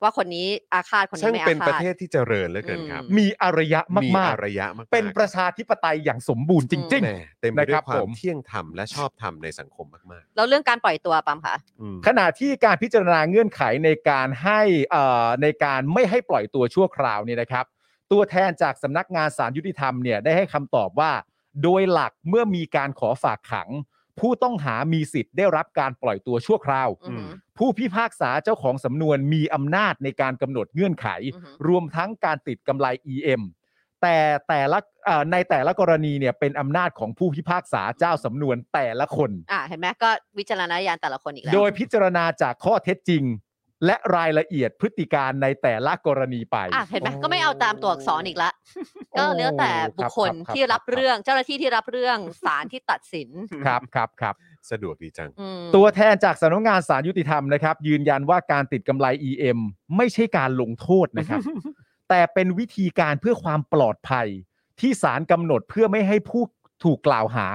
ว่าคนนี้อาฆาตคนนี้ ช่าง ไม่ เป็น อา ประ ฆาต เทศที่เจริญเหลือเกินครับ อืม มีอารยะมาก อารยะมาก ๆ เป็นประชาธิปไตยอย่างสมบูรณ์จริง แหม่เต็มไปด้ นะวยคครับวา ผม ม เที่ยงธรรมและชอบธรรมในสังคมมาก แล้วเรื่องการปล่อยตัวปั๊มค่ะ ๆอืม ๆ ขณะที่การพิจารณาเงื่อนไขในการให้เอ่อในการไม่ให้ปล่อยตัวชั่วคราวเนี่ยนะครับ ตัวแทนจากสำนักงานสารยุติธรรมเนี่ยได้ให้คำตอบว่า โดยหลักเมื่อมีการขอฝากขัง ผู้ต้องหามีสิทธิ์ได้รับการปล่อยตัวชั่วคราว อือหือ ผู้พิพากษาเจ้าของสำนวนมีอำนาจในการกำหนดเงื่อนไข อือฮึ รวมทั้งการติดกำไร EM แต่แต่ละเอ่อในแต่ละกรณีเนี่ยเป็นอำนาจของผู้พิพากษาเจ้าสำนวนแต่ละคน อ่าเห็นไหมก็วิจารณญาณแต่ละคนอีกแล้ว โดยพิจารณาจากข้อเท็จจริง และรายละเอียดพฤติการในแต่ละกรณีไป อ่ะเห็นไหมก็ไม่เอาตามตัวอักษรอีกละ <laughs> โอ้ ก็แล้วแต่บุคคล ครับครับ ที่รับเรื่องเจ้าหน้าที่ที่รับเรื่อง <laughs> ศาลที่ตัดสิน ครับครับครับ สะดวกดีจัง อืม ตัวแทนจากสำนักงานสารยุติธรรมนะครับ ยืนยันว่าการติดกำไร EM ไม่ใช่การลงโทษนะครับ <laughs> แต่เป็นวิธีการเพื่อความปลอดภัย ที่ศาลกำหนดเพื่อไม่ให้ผู้ถูกกล่าวหา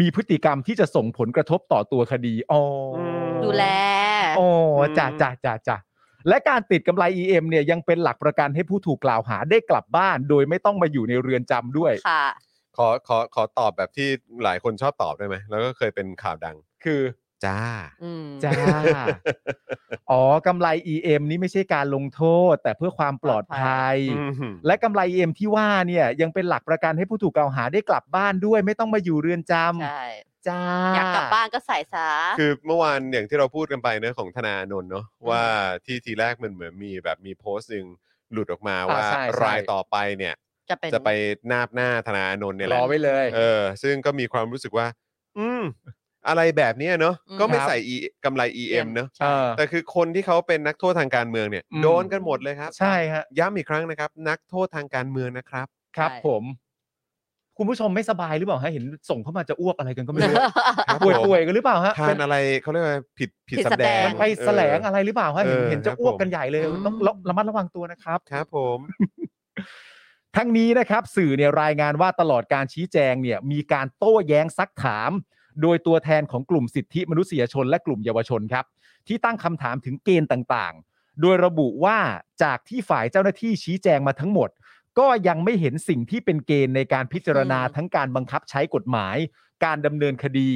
มีพฤติกรรมที่จะส่งผลกระทบต่อตัวคดีอ๋ออ ม ดูแล โอ้จ้าจ้าจ้าจ้าและการติดกำไร EM เนี่ยยังเป็นหลักประกันให้ผู้ถูกกล่าวหาได้กลับบ้าน โดยไม่ต้องมาอยู่ในเรือนจำด้วย ค่ะ ขอขอขอตอบแบบที่หลายคนชอบตอบได้ไหม แล้วก็เคยเป็นข่าวดัง คือ จ้า อืม จ้า อ๋อกำไร EM นี้ไม่ใช่การลงโทษ แต่เพื่อความปลอดภัย และกำไร EM ที่ว่าเนี่ยยังเป็นหลักประกันให้ผู้ถูกกล่าวหาได้กลับบ้านด้วย ไม่ต้องมาอยู่เรือนจ ใช่ ำจ้า อยากกลับบ้านก็ใส่ซะ คือเมื่อวานอย่างที่เราพูดกันไปเนอะของธนาโนนท์เนอะว่าที่ทีแรกมันเหมือนมีแบบมีโพสต์หนึ่งหลุดออกมา า ว่า ใช่ใช่ รายต่อไปเนี่ย จะเป็น จะไปนาบหน้าธนาโนนท์เนี่ยแห ร ละ อไว้เลย เออ ซึ่งก็มีความรู้สึกว่า อืม อะไรแบบเนี้ยเนอะก็ไม่ ครับ ใส่ E กำไร EM เนอะ เออ แต่คือคนที่เขาเป็นนักโทษทางการเมืองเนี่ย อืม โดนกันหมดเลยครับ ใช่ฮะ ย้ำอีกครั้งนะครับ นักโทษทางการเมืองนะครับ ครับ ผม คุณผู้ชมไม่สบายหรือเปล่าฮะเห็นส่งเข้ามาจะอ้วกอะไรกันก็ <laughs> ไม่รู้ ครับผม ป่วยป่วยๆกันหรือเปล่าฮะ ทานอะไรเขาเรียกว่าผิดผิดสำแดง มันไปแสลงอะไรหรือเปล่าฮะเห็น เออ เห็นจะ ครับ อ้วก ผม กันใหญ่เลย อืม ต้องระมัดระวังตัวนะครับ ครับผม ทั้งนี้นะครับสื่อเนี่ยรายงานว่าตลอดการชี้แจงเนี่ยมีการโต้แย้งซักถาม โดยตัวแทนของกลุ่มสิทธิมนุษยชนและกลุ่มเยาวชนครับ ที่ตั้งคำถามถึงเกณฑ์ต่างๆ โดยระบุว่าจากที่ฝ่ายเจ้าหน้าที่ชี้แจงมาทั้งหมด ก็ยังไม่เห็นสิ่งที่เป็นเกณฑ์ในการพิจารณา อืม ทั้งการบังคับใช้กฎหมาย การดำเนินคดี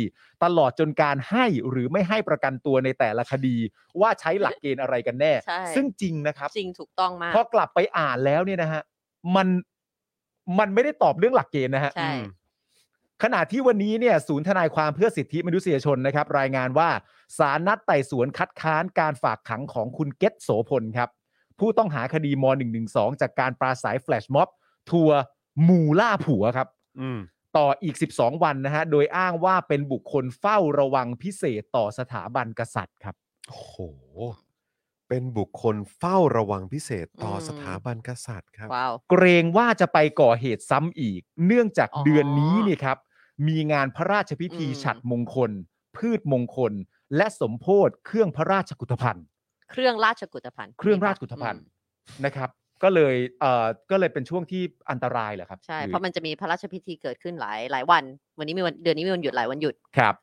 ตลอดจนการให้หรือไม่ให้ประกันตัวในแต่ละคดี ว่าใช้หลักเกณฑ์อะไรกันแน่ ใช่ ซึ่งจริงนะครับ จริงถูกต้องมาก พอกลับไปอ่านแล้วเนี่ยนะฮะมันมันไม่ได้ตอบเรื่องหลักเกณฑ์นะฮะ ใช่ อืมขณะที่วันนี้เนี่ยศูนย์ทนายความเพื่อสิทธิมนุษยชนนะครับ รายงานว่าสารนัดไต่สวนคัดค้านการฝากขังของคุณเกตโสพลครับ ผู้ต้องหาคดีม .112 จากการปราศัยแฟลชม็อบ ทัวร์หมู่ล่าผัวครับ อืม ต่ออีก 12 วันนะฮะโดยอ้างว่าเป็นบุคคลเฝ้าระวังพิเศษต่อสถาบันกษัตริย์ครับ โอ้โห เป็นบุคคลเฝ้าระวังพิเศษต่ออ ม สถาบันกษัตริย์ครับ ว้าว เกรงว่าจะไปก่อเหตุซ้ำอีก เนื่องจาก อ๋อ เดือนนี้เนี่ยครับ มีงานพระราชพิธี อืม ฉัดมงคล พืชมงคล และสมโพธเครื่องพระราชกุฏภัณฑ์ เครื่องราชกุฏภัณฑ์ เครื่องราชกุฏภัณฑ์ อืม นะครับ ก็เลยเอ่อก็เลยเป็นช่วงที่อันตรายแหละครับ ใช่ หอ เพราะมันจะมีพระราชพิธีเกิดขึ้นหลายหลายวัน วันนี้มีวันเดือนนี้มีวันหยุดหลายวันหยุด ครับ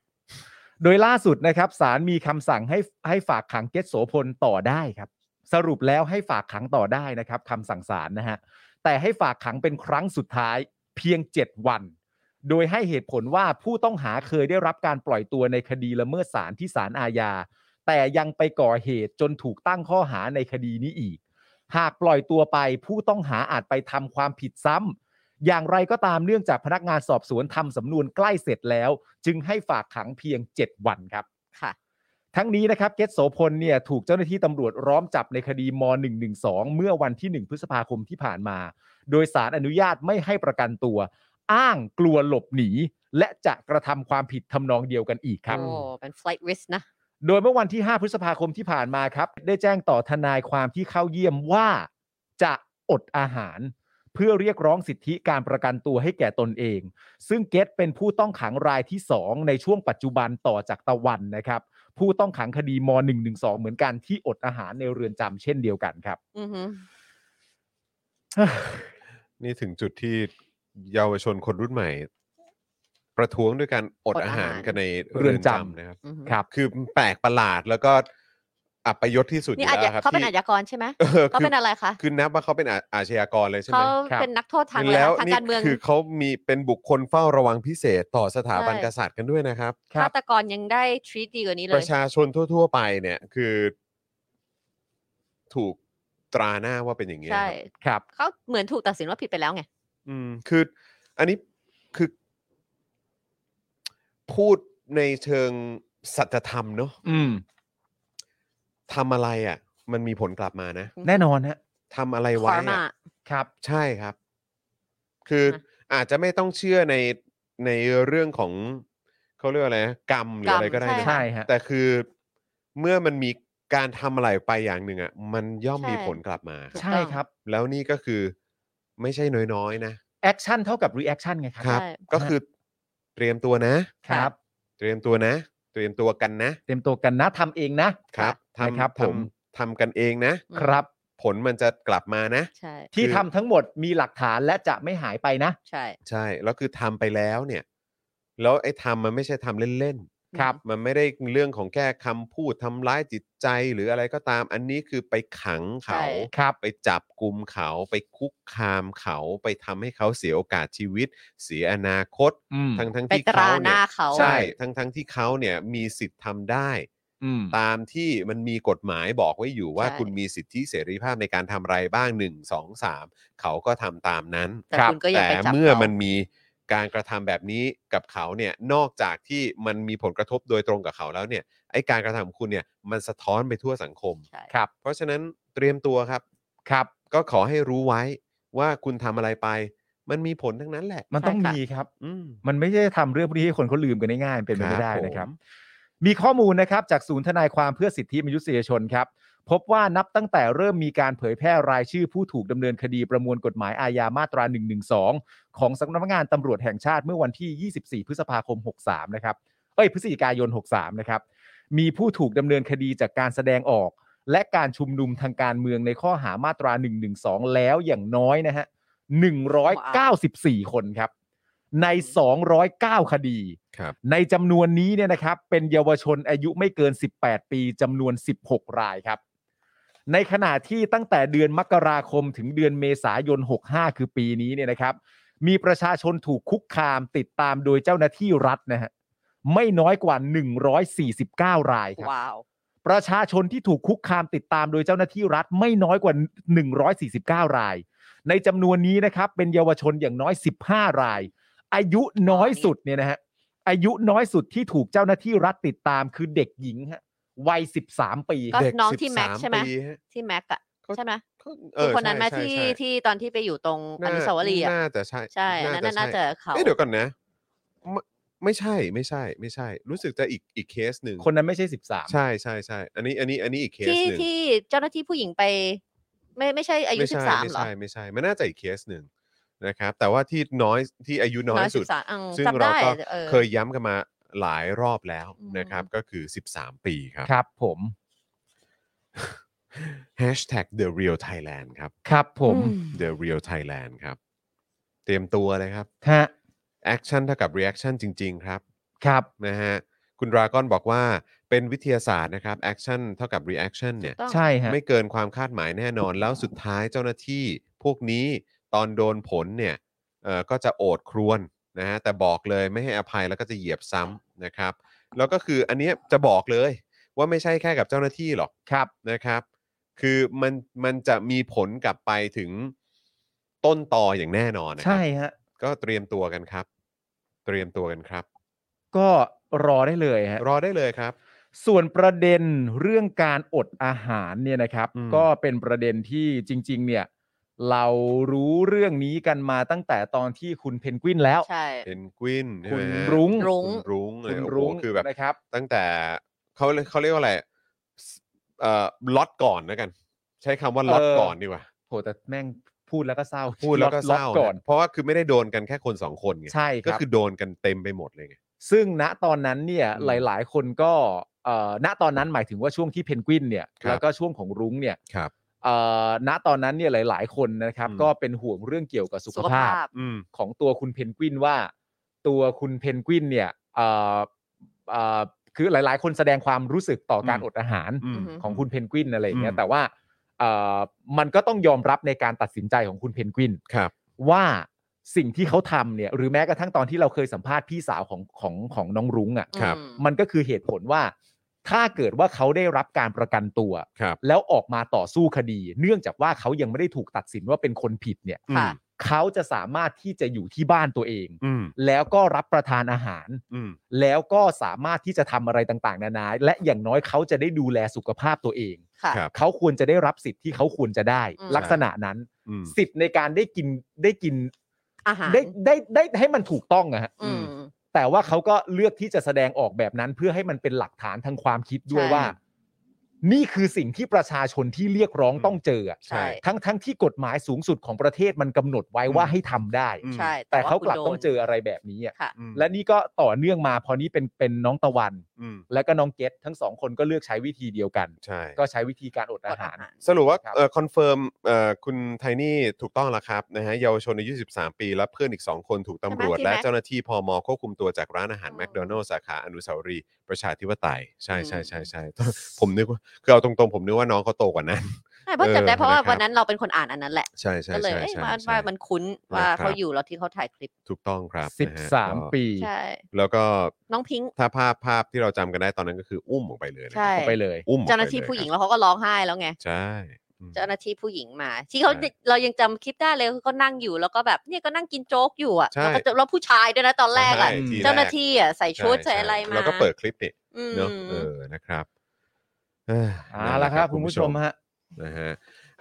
โดยล่าสุดนะครับศาลมีคำสั่งให้ให้ฝากขังเกตโสพลต่อได้ครับ สรุปแล้วให้ฝากขังต่อได้นะครับคำสั่งศาลนะฮะแต่ให้ฝากขังเป็นครั้งสุดท้ายเพียง 7 วัน โดยให้เหตุผลว่าผู้ต้องหาเคยได้รับการปล่อยตัวในคดีละเมิดศาลที่ศาลอาญา แต่ยังไปก่อเหตุจนถูกตั้งข้อหาในคดีนี้อีก หากปล่อยตัวไปผู้ต้องหาอาจไปทำความผิดซ้ำ อย่างไรก็ตามเนื่องจากพนักงานสอบสวนทำสำนวนใกล้เสร็จแล้ว จึงให้ฝากขังเพียง 7 วันครับ ค่ะ ทั้งนี้นะครับเกตโสพลเนี่ยถูกเจ้าหน้าที่ตำรวจร้อมจับในคดีม .112 เมื่อวันที่ 1 พฤษภาคมที่ผ่านมา โดยสารอนุญาตไม่ให้ประกันตัว อ้างกลัวหลบหนี และจะกระทำความผิดทำนองเดียวกันอีกครับ โอ้ เป็น flight risk นะ โดยเมื่อวันที่ 5 พฤษภาคมที่ผ่านมาครับ ได้แจ้งต่อทนายความที่เข้าเยี่ยมว่าจะอดอาหาร เพื่อเรียกร้องสิทธิการประกันตัวให้แก่ตนเอง ซึ่งเกตเป็นผู้ต้องขังรายที่ 2 ในช่วงปัจจุบันต่อจากตะวันนะครับ ผู้ต้องขังคดีม .112 เหมือนกันที่อดอาหารในเรือนจำเช่นเดียวกันครับ <sighs> อือหือ นี่ถึงจุดที่เยาวชนคนรุ่นใหม่ ประท้วงด้วยการอด อด อา อา หา หาร รกันใน เรือนจำ นะครับ อือหือ ครับ คือแปลกประหลาดแล้วก็ อัปยศที่สุดอยู่ นี่อาจ แล้วครับ เขาเป็น ที่ อาชญากรใช่ไหม ออ เขาเป็นอะไรคะ คือนับว่าเขาเป็นอาอาชญากรเลยใช่ไหม เขา ครับ เป็นนักโทษทาง แล้ว ทาง นี่ การเมือง คือเขามีเป็นบุคคลเฝ้าระวังพิเศษต่อสถาบันกษัตริย์กันด้วยนะครับ ฆาตกรยังได้ทรีตดีกว่านี้เล ป ย ระชาชนทั่ว ๆ ไปเนี่ยคือ ถูกตราหน้าว่าเป็นอย่างเงี้ย ใช่ ครับ ครับ เขาเหมือนถูกตัดสินว่าผิดไปแล้วไง อืมคืออันนี้คือ พูดในเชิงสัจธรรมเนอะ อืม ทำอะไรอะ่ะ มันมีผลกลับมานะ อืม แน่นอนฮะ ทำอะไร ค ไว้ อร์มา อะ ครับ ใช่ครับ คือ นะ อาจจะไม่ต้องเชื่อในในเรื่องของเขาเรียกว่าอะไรนะกรรมหรือก รรม อะไรก็ได้นะ ใช่ ใช่ฮะ แต่คือเมื่อมันมีการทำอะไรไปอย่างหนึ่งอะ่ะมันย่อม ใช่ มีผลกลับมาครับ ใช่ครับ แล้วนี่ก็คือไม่ใช่น้อยๆนะ แอคชั่นเท่ากับรีแอคชั่นไงครั ครับ ใช่ ก็คือเตรียมตัวนะ ครับ เตรียมตัวนะ เตรียมตัวกันนะ เต็มตัวกันนะทำเองนะ ครับ นะ ทำ ครับผม ทำทำกันเองนะ อืม ครับ ผลมันจะกลับมานะ ใช่ ที่ คือ ทำทั้งหมดมีหลักฐานและจะไม่หายไปนะ ใช่ ใช่แล้วคือทำไปแล้วเนี่ย แล้วไอ้ทำมันไม่ใช่ทำเล่น ครับ ๆมันไม่ได้เรื่องของแค่คำพูดทำร้ายจิตใจหรืออะไรก็ตาม อันนี้คือไปขังเขา ครับ ไปจับกลุ่มเขาไปคุกคามเขาไปทำให้เขาเสียโอกาสชีวิต เสียอนาคต อืม ทั้งทั้งๆ ไป ที่ ตรา เขา ห เนี่ น้าย เขา ใช่ทั้งทั้งๆที่เขาเนี่ยมีสิทธิ์ทำได้ อืม ตามที่มันมีกฎหมายบอกไว้อยู่ว่าคุณมีสิทธิเสรีภาพในการทำอะไรบ้าง 1 2 3 เขาก็ทำตามนั้น แต่ ครับ คุณก็ยัง แต่ ไปจับ เมื่อ ขา มันมีการกระทำแบบนี้กับเขาเนี่ยนอกจากที่มันมีผลกระทบโดยตรงกับเขาแล้วเนี่ยไอการกระทำของคุณเนี่ยมันสะท้อนไปทั่วสังคม ใช่ ครับ เพราะฉะนั้นเตรียมตัวครับ ครับ ก็ขอให้รู้ไว้ว่าคุณทำอะไรไป มันมีผลทั้งนั้นแหละ มัน ใช่ ต้อง ค่ะ มีครับ อืม มันไม่ใช่ทำเรื่องพวกนี้ให้คนเขาลืมกันได้ง่ายมันเป็นไป ครั ไม่ บ ได้นะครับ ผม มีข้อมูลนะครับจากศูนย์ทนายความเพื่อสิทธิมนุษยชนครับ พบว่านับตั้งแต่เริ่มมีการเผยแพร่รายชื่อผู้ถูกดำเนินคดีประมวลกฎหมายอาญามาตรา 112 ของสำนักงานตำรวจแห่งชาติเมื่อวันที่ 24 พฤษภาคม 63 นะครับ เอ้ยพฤศจิกายน 63 นะครับ มีผู้ถูกดำเนินคดีจากการแสดงออก และการชุมนุมทางการเมืองในข้อหามาตรา 112 แล้วอย่างน้อยนะฮะ 194 คนครับ ใน 209 คดี ครับ ในจำนวนนี้เนี่ยนะครับ เป็นเยาวชนอายุไม่เกิน 18 ปีจำนวน 16 รายครับ ในขณะที่ตั้งแต่เดือนมกราคมถึงเดือนเมษายน 65 คือปีนี้เนี่ยนะครับ มีประชาชนถูกคุกคามติดตามโดยเจ้าหน้าที่รัฐนะฮะไม่น้อยกว่า 149 รายครับ ว้าว ประชาชนที่ถูกคุกคามติดตามโดยเจ้าหน้าที่รัฐไม่น้อยกว่า 149 ราย ในจำนวนนี้นะครับ เป็นเยาวชนอย่างน้อย 15 ราย อายุน้อยสุดเนี่ยนะฮะอายุน้อยสุดที่ถูกเจ้าหน้าที่รัฐติดตามคือเด็กหญิงฮะวัย 13 ปี ก็ เด็ก น้องที่แม็ก13ซ์ใช่ไหม ปีฮะ ที่แม็กอะ เขา ใช่ไหม เขาเอ คือ อ คนนั้น ใช่ มา ใช่ ที่ ใช่ ที่ตอนที่ไปอยู่ตรงอนุสาวรีย์อะ น่าจะใช่ ใช่อันนั้นน่ะน่าจะเขา เอ๊ะเดี๋ยวก่อนนะไม่ไม่ใช่ไม่ใช่ ไม่ใช่ รู้สึกจะอีกอีกเคสหนึ่ง คนนั้นไม่ใช่ 13 ใช่ใช่ใช่อันนี้อันนี้อันนี้อีกเคส ที่ หนึ่ง ที่เจ้าหน้าที่ผู้หญิงไป ไม่ไม่ใช่อายุ ไม่ สิ ใช่ บสาม ไม่ หรอ ใช่ไม่ใช่มันน่าจะอีกเคสหนึ่งนะครับ แต่ว่าที่น้อยที่อายุน้อยสุด 13อืม ซึ่ง จำ เรา ได้ ก็ ออ เคยย้ำกันมาหลายรอบแล้ว อืม นะครับ ก็คือ 13 ปีครับ ครับผม Hashtag The Real Thailand ครับ ครับผม อืม The Real Thailand ครับ เตรียมตัวเลยครับ ฮะ แอคชั่นเท่ากับรีแอคชั่นจริง ๆ ครับ ครับ นะฮะคุณดราก้อนบอกว่าเป็นวิทยาศาสตร์นะครับแอคชั่นเท่ากับรีแอคชั่นเนี่ย ถูกต้อง ใช่ฮะ ไม่เกินความคาดหมายแน่นอน แล้วสุดท้ายเจ้าหน้าที่พวกนี้ตอนโดนผลเนี่ยเอ่อก็จะโอดครวนนะฮะแต่บอกเลยไม่ให้อภัยแล้วก็จะเหยียบซ้ำนะครับ แล้วก็คืออันเนี้ยจะบอกเลยว่าไม่ใช่แค่กับเจ้าหน้าที่หรอก ครับ นะครับ คือมันมันจะมีผลกลับไปถึงต้นตออย่างแน่นอนนะครั ใช่ บ ฮะ ก็เตรียมตัวกันครับ เตรียมตัวกันครับ ก็รอได้เลยฮะ รอได้เลยครับ ส่วนประเด็นเรื่องการอดอาหารเนี่ยนะครับ อืม ก็เป็นประเด็นที่จริง ๆ เนี่ยเรารู้เรื่องนี้กันมาตั้งแต่ตอนที่คุณเพนกวินแล้ว ใช่ เพนกวินใช่ คุณ ไหมฮะ รุ้ง รุ้ รุ้ ง งรุ้ง คุณ เนี่ยโอ้โห รุ้ง คือแบบ นะครับ ตั้งแต่เขาเรียกเขาเรียกว่าอะไรเอ่อล็อตก่อนแล้วกัน ใช้คำว่าล็อต เออ ก่อนดีกว่า โหแต่แม่งพูดแล้วก็เศร้า พูดแล้วก็ ล็ เศ อต ร้า ๆก่อน นะเพราะว่าคือไม่ได้โดนกันแค่คนสองคนไง ใช่ค ก็ รับ คือโดนกันเต็มไปหมดเลยไง ซึ่งณตอนนั้นเนี่ย อืม หลาย ๆ คนก็เอ่อณตอนนั้นหมายถึงว่าช่วงที่เพนกวินเนี่ย ครับ แล้วก็ช่วงของรุ้งเนี่ย ครับ เอ่อณตอนนั้นเนี่ยหลาย ๆ คนนะครับ อืม ก็เป็นห่วงเรื่องเกี่ยวกับสุข สุข ภาพ ภาพ อืม ของตัวคุณเพนกวินว่า ตัวคุณเพนกวินเนี่ยเอ่อเอ่อ คือหลาย ๆ คนแสดงความรู้สึกต่อการ อืม อดอาหาร อืม ม ของคุณเพนกวินอะไรอย่างเงี้ อื ย ม แต่ว่าเอ่อมันก็ต้องยอมรับในการตัดสินใจของคุณเพนกวิน ครับ ว่าสิ่งที่เขาทำเนี่ยหรือแม้กระทั่งตอนที่เราเคยสัมภาษณ์พี่สาวของของของน้องรุ้งอะ ครับ อืม ่ะมันก็คือเหตุผลว่า ถ้าเกิดว่าเขาได้รับการประกันตัว ครับ แล้วออกมาต่อสู้คดี เนื่องจากว่าเขายังไม่ได้ถูกตัดสินว่าเป็นคนผิดเนี่ย ค่ะ เขาจะสามารถที่จะอยู่ที่บ้านตัวเอง อืม แล้วก็รับประทานอาหาร อืม แล้วก็สามารถที่จะทำอะไรต่างๆ นานาและอย่างน้อยเขาจะได้ดูแลสุขภาพตัวเอง ค่ะ ครับ เขาควรจะได้รับสิทธิ์ที่เขาควรจะได้ อืม ลักษณะนั้น อืม สิทธิ์ในการได้กินได้กิน อาหาร ได้ได้ได้ให้มันถูกต้องอะฮะ อืม แต่ว่าเขาก็เลือกที่จะแสดงออกแบบนั้นเพื่อให้มันเป็นหลักฐานทางความคิดด้วย ใช่ ว่า นี่คือสิ่งที่ประชาชนที่เรียกร้อง อืม ต้องเจออะ ใช่ ทั้งทั้งที่กฎหมายสูงสุดของประเทศมันกำหนดไว้ว่าให้ทำได้ อืม ใช่ แต่ ว่ เขา คุณ กลับ โดน ต้องเจออะไรแบบนี้อะ ค่ะ อืม และนี่ก็ต่อเนื่องมาพอนี้เป็นเป็นน้องตะวัน อืม และก็น้องเกตทั้งสองคนก็เลือกใช้วิธีเดียวกัน ใช่ ก็ใช้วิธีการอดอาหาร สรุปว่า ครับ เออคอนเฟิร์มเอ่อคุณไทนี่ถูกต้องแล้วครับนะฮะเยาวชนอายุ 13 ปี และเพื่อนอีก 2 คนถูกตำรวจ ใช่ไหม และเจ้าหน้าที่พมควบคุมตัวจากร้านอาหาร อ๋อ แม d โดนัล s ์สาขาอนุสาวรีย์ประชาธิปไตย ใช่ใช่ อืม ใช่ใช่ ผมนึกว่าคือเอาตรงๆ ผมนึกว่าน้องเขาโตกว่านั้น ใช่เพราะจำได้ เออ เพราะว่า นะครับ วันนั้นเราเป็นคนอ่านอันนั้นแหละ ใช่ใช่ ก็เลย ใช่ เอ้ย ใช่ ว่า ใช่ ว่ามันคุ้นว่า ครับ เขาอยู่แล้วที่เขาถ่ายคลิป ถูกต้องครับนะฮะก็ 13 ปี ใช่ แล้วก็ น้องพิงค์ ถ้าภาพภาพที่เราจำกันได้ตอนนั้นก็คืออุ้มออกไปเลยนะ ใช่ ไปเลย อุ้มออกไป เจ้าหน้าที่ ลย ผู้หญิง ครับ แล้วเขาก็ร้องไห้แล้วไง ใช่อืม เจ้าหน้าที่ผู้หญิงมา ที่เขา ใช่ เรายังจำคลิปได้เลยคือเขานั่งอยู่แล้วก็แบบเนี่ยก็นั่งกินโจ๊กอยู่อ่ะ ใช่ แล้วก็เจอแล้วผู้ชายด้วยนะตอนแรกอ่ะ ใช่ที เจ้าหน้าที่อ่ะใส่ แรก ชุด ช่ ใส่อะไรมา แล้วก็เปิดคลิปนี่ อืม เนาะเออนะครับเอ้ย เอา นั่นแห ละครับคุณผู้ชมฮะ นะฮะ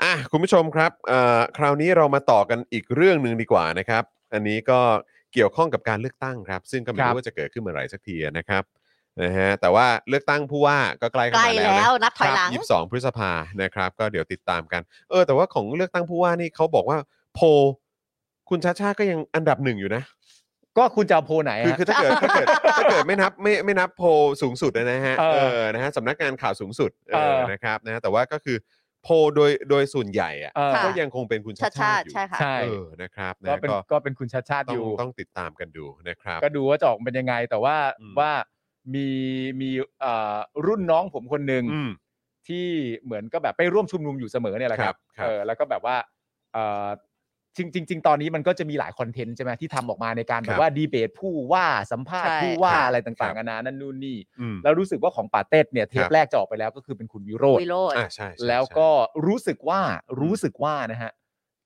อ่ะคุณผู้ชมครับเอ่อคราวนี้เรามาต่อกันอีกเรื่องหนึ่งดีกว่านะครับ อันนี้ก็เกี่ยวข้องกับการเลือกตั้งครับ ซึ่งก็ไม่ ครั รู้ บ ว่าจะเกิดขึ้นเมื่อไหร่สักทีนะครับนะฮะแต่ว่าเลือกตั้งผู้ว่าก็ใกล้เข้า ใกล้ มาแล้วนะแล้วนับถอยหลัง ยี่สิบสองพฤษภานะครับ ก็เดี๋ยวติดตามกัน เออ แต่ว่าของเลือกตั้งผู้ว่านี่เขาบอกว่าโพลคุณชาชาก็ยังอันดับหนึ่งอยู่นะ ก็คุณจะเอาโพลไหน คือ ฮะ คือถ้าเกิดถ้าเกิดถ้าเกิดไม่นับไม่ไม่นับโพลสูงสุดนะฮะ เออ เออนะฮะสำนักงานข่าวสูงสุดเอ เอ อ อ นะครับนะแต่ว่าก็คือโพลโดยโดยส่วนใหญ่อะ เออ ค่ะ ก็ยังคงเป็นคุณชาชาชาชา ติอยู่ติใช่ค่ะ ใช่ เออนะครับ ก็ นะ เป็น ก็ ก็เป็นคุณชาติชาติ ต้อ อง ยู่ ต้องติดตามกันดูนะครับ ก็ดูว่าจะออกมาเป็นยังไง แต่ว่า อืม ว่ามีมีเอ่อรุ่นน้องผมคนหนึ่ง อืม ที่เหมือนก็แบบไปร่วมชุมนุมอยู่เสมอเนี่ยแหละครับ ครับครับ เออแล้วก็แบบว่าเอ่อจริงจริงจริง ๆ ตอนนี้มันก็จะมีหลายคอนเทนต์ใช่ไหมที่ทำออกมาในการแบบว่าดีเบตผู้ว่าสัมภาษณ์ ใช่ ผู้ว่า ครับ อะไรต่าง ค ๆ รับ นานานั่นนู่นนี่ อืม แล้วรู้สึกว่าของป่าเต็ดเนี่ยเท ครั ป บ แรกจะออกไปแล้วก็คือเป็นคุณวิโรจน์ วิโรจน์ อ่าใช่ใช่ใช่ แล้วก็รู้สึกว่ารู้สึกว่านะฮะ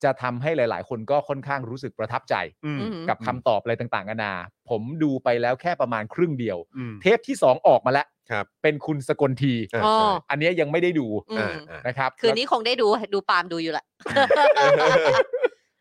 จะทำให้หลาย ๆ คนก็ค่อนข้างรู้สึกประทับใจ อืม กับคำตอบอะไรต่างๆนานา ผมดูไปแล้วแค่ประมาณครึ่งเดียว อืม เทปที่ 2 ออกมาแล้ว ครับ เป็นคุณสกลที อ่า อ๋อ ใช่ อันเนี้ยยังไม่ได้ดู อืม อ่า นะครับ คืนนี้คงได้ดูดูปาล์มดูอยู่แหละ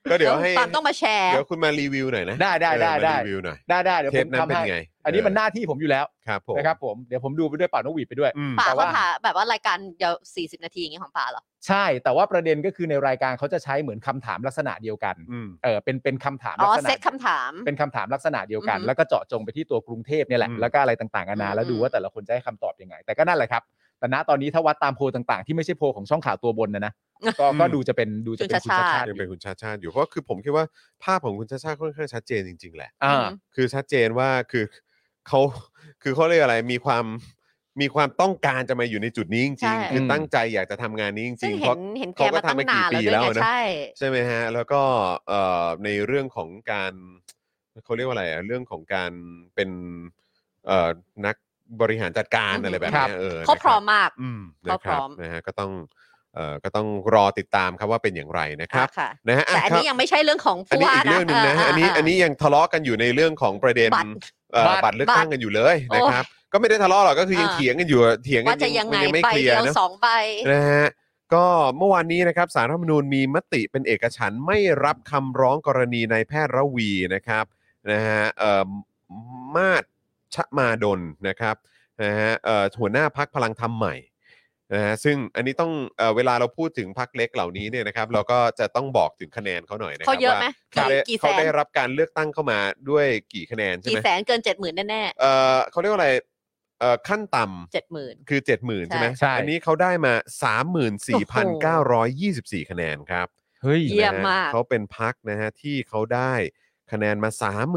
ก็เดี๋ยวให้ ปาล์มต้องมาแชร์ เดี๋ยวคุณมารีวิวหน่อยนะ ได้ได้ได้ เออ ได้ มารีวิวหน่อย ได้ได้เดี๋ยว เท ผ ป ม นั้นเป็นทำให้ ไง อันนี้มันหน้าที่ผมอยู่แล้ว ครับผม นะครับผมเดี๋ยวผมดูไปด้วยป่านกหวีดไปด้วย อืม ป่า แต่ เขา ว่า ถามแบบว่ารายการเดียวสี่สิบนาทีอย่างงี้ของป่าเหรอ ใช่แต่ว่าประเด็นก็คือในรายการเขาจะใช้เหมือนคำถามลักษณะเดียวกัน อืม เออเป็นเป็นคำถาม อ๋ ลั อก ษณะ เซตคำถาม เป็นคำถามลักษณะเดียวกัน อือฮึ แล้วก็เจาะจงไปที่ตัวกรุงเทพเนี่ยแหละ อืม แล้วก็อะไรต่างๆนานา อืม แล้วดูว่าแต่ละคนจะให้คำตอบยังไง แต่ก็นั่นแหละครับ แต่ณตอนนี้ถ้าวัดตามโพลต่างๆ ที่ไม่ใช่โพลของช่องข่าวตัวบนนะนะก็ก็ดูจะเป็นดูจะเป็นคุณชาติชาติ ยังเป็นคุณชาติชาติอยู่เพราะคือผมคิดว่าภาพของคุณชาติชาติค่อนข้างชัดเจนจริงๆแหละ อ่า คือชัดเจนว่าคือเขา <laughs> คือเขาเรียกอะไรมีความมีความต้องการจะมาอยู่ในจุดนี้จ ใช่ ริงๆคือตั้งใจอยากจะทำงานนี้จ ซึ่ ริงงๆเพ เห็ ราะ นเห็นแก เขาก็ มาทำตั้ง มากี่ นานปีแล้วด้วย แล้ว ไง นะ ใช่ ใช่ไหมฮะแล้วก็เอ่อในเรื่องของการเขาเรียกว่าอะไรอะเรื่องของการเป็นเอ่อนักบริหารจัดการ อืม อะไรแบบ ครับ เนี้ยเออ เขาพร้อม นะคบ มาก อืมนะ เขา ค พร้ รับ อม นะฮะก็ต้องเอ่อก็ต้องรอติดตามครับว่าเป็นอย่างไรนะครับ ค่ะ นะฮะะ แต่อันคนี้รับ ยังไม่ใช่เรื่องของ อัน ผู้ นี้ ว่า อีก นะ เรื่องหนึ่งนะ อันนี้อันนี้ยังทะเลาะกันอยู่ในเรื่องของประเด็น บัตร เอ่อ บับัตรตรเลือกตั้งกันอยู่เลยนะครับ ก็ไม่ได้ทะเลาะหรอกก็คือยัง เออ เถียงกันอยู่อะเถียงกั ว่าน จะยังมัไงนไม่ ใบ เคลีย เดี ร์ ยว เนอะ สองใบ นะฮะก็เมื่อวานนี้นะครับสารรัฐธรรมนูญมีมติเป็นเอกฉันท์ไม่รับคำร้องกรณีนายแพทย์ระวีนะครับนะฮะเอ่อมาศชมาดลนะครับนะฮะเอ่อหัวหน้าพักพลังธรรมใหม่นะฮะซึ่งอันนี้ต้องเอ่อเวลาเราพูดถึงพักเล็กเหล่านี้เนี่ยนะครับ เราก็จะต้องบอกถึงคะแนนเขาหน่อยนะครับ เขาเยอะไหม ว่า เขาได้ กี่กี่แส เขา น ได้รับการเลือกตั้งเข้ามาด้วยกี่คะแนนใช่ กี่ ไหม แสนเกินเจ็ดหมื่นแน่ เออเขาเรียกว่าอะไรเออขั้นต่ำ ๆเจ็ดหมื่น คือ 7 0,000 ใช่ไหม ใช่ อันนี้เขาได้มา 34,924 คะแนนครับ เฮ้ย เยี่ยมมานะกฮะเขาเป็นพักนะฮะที่เขาได้ คะแนนมา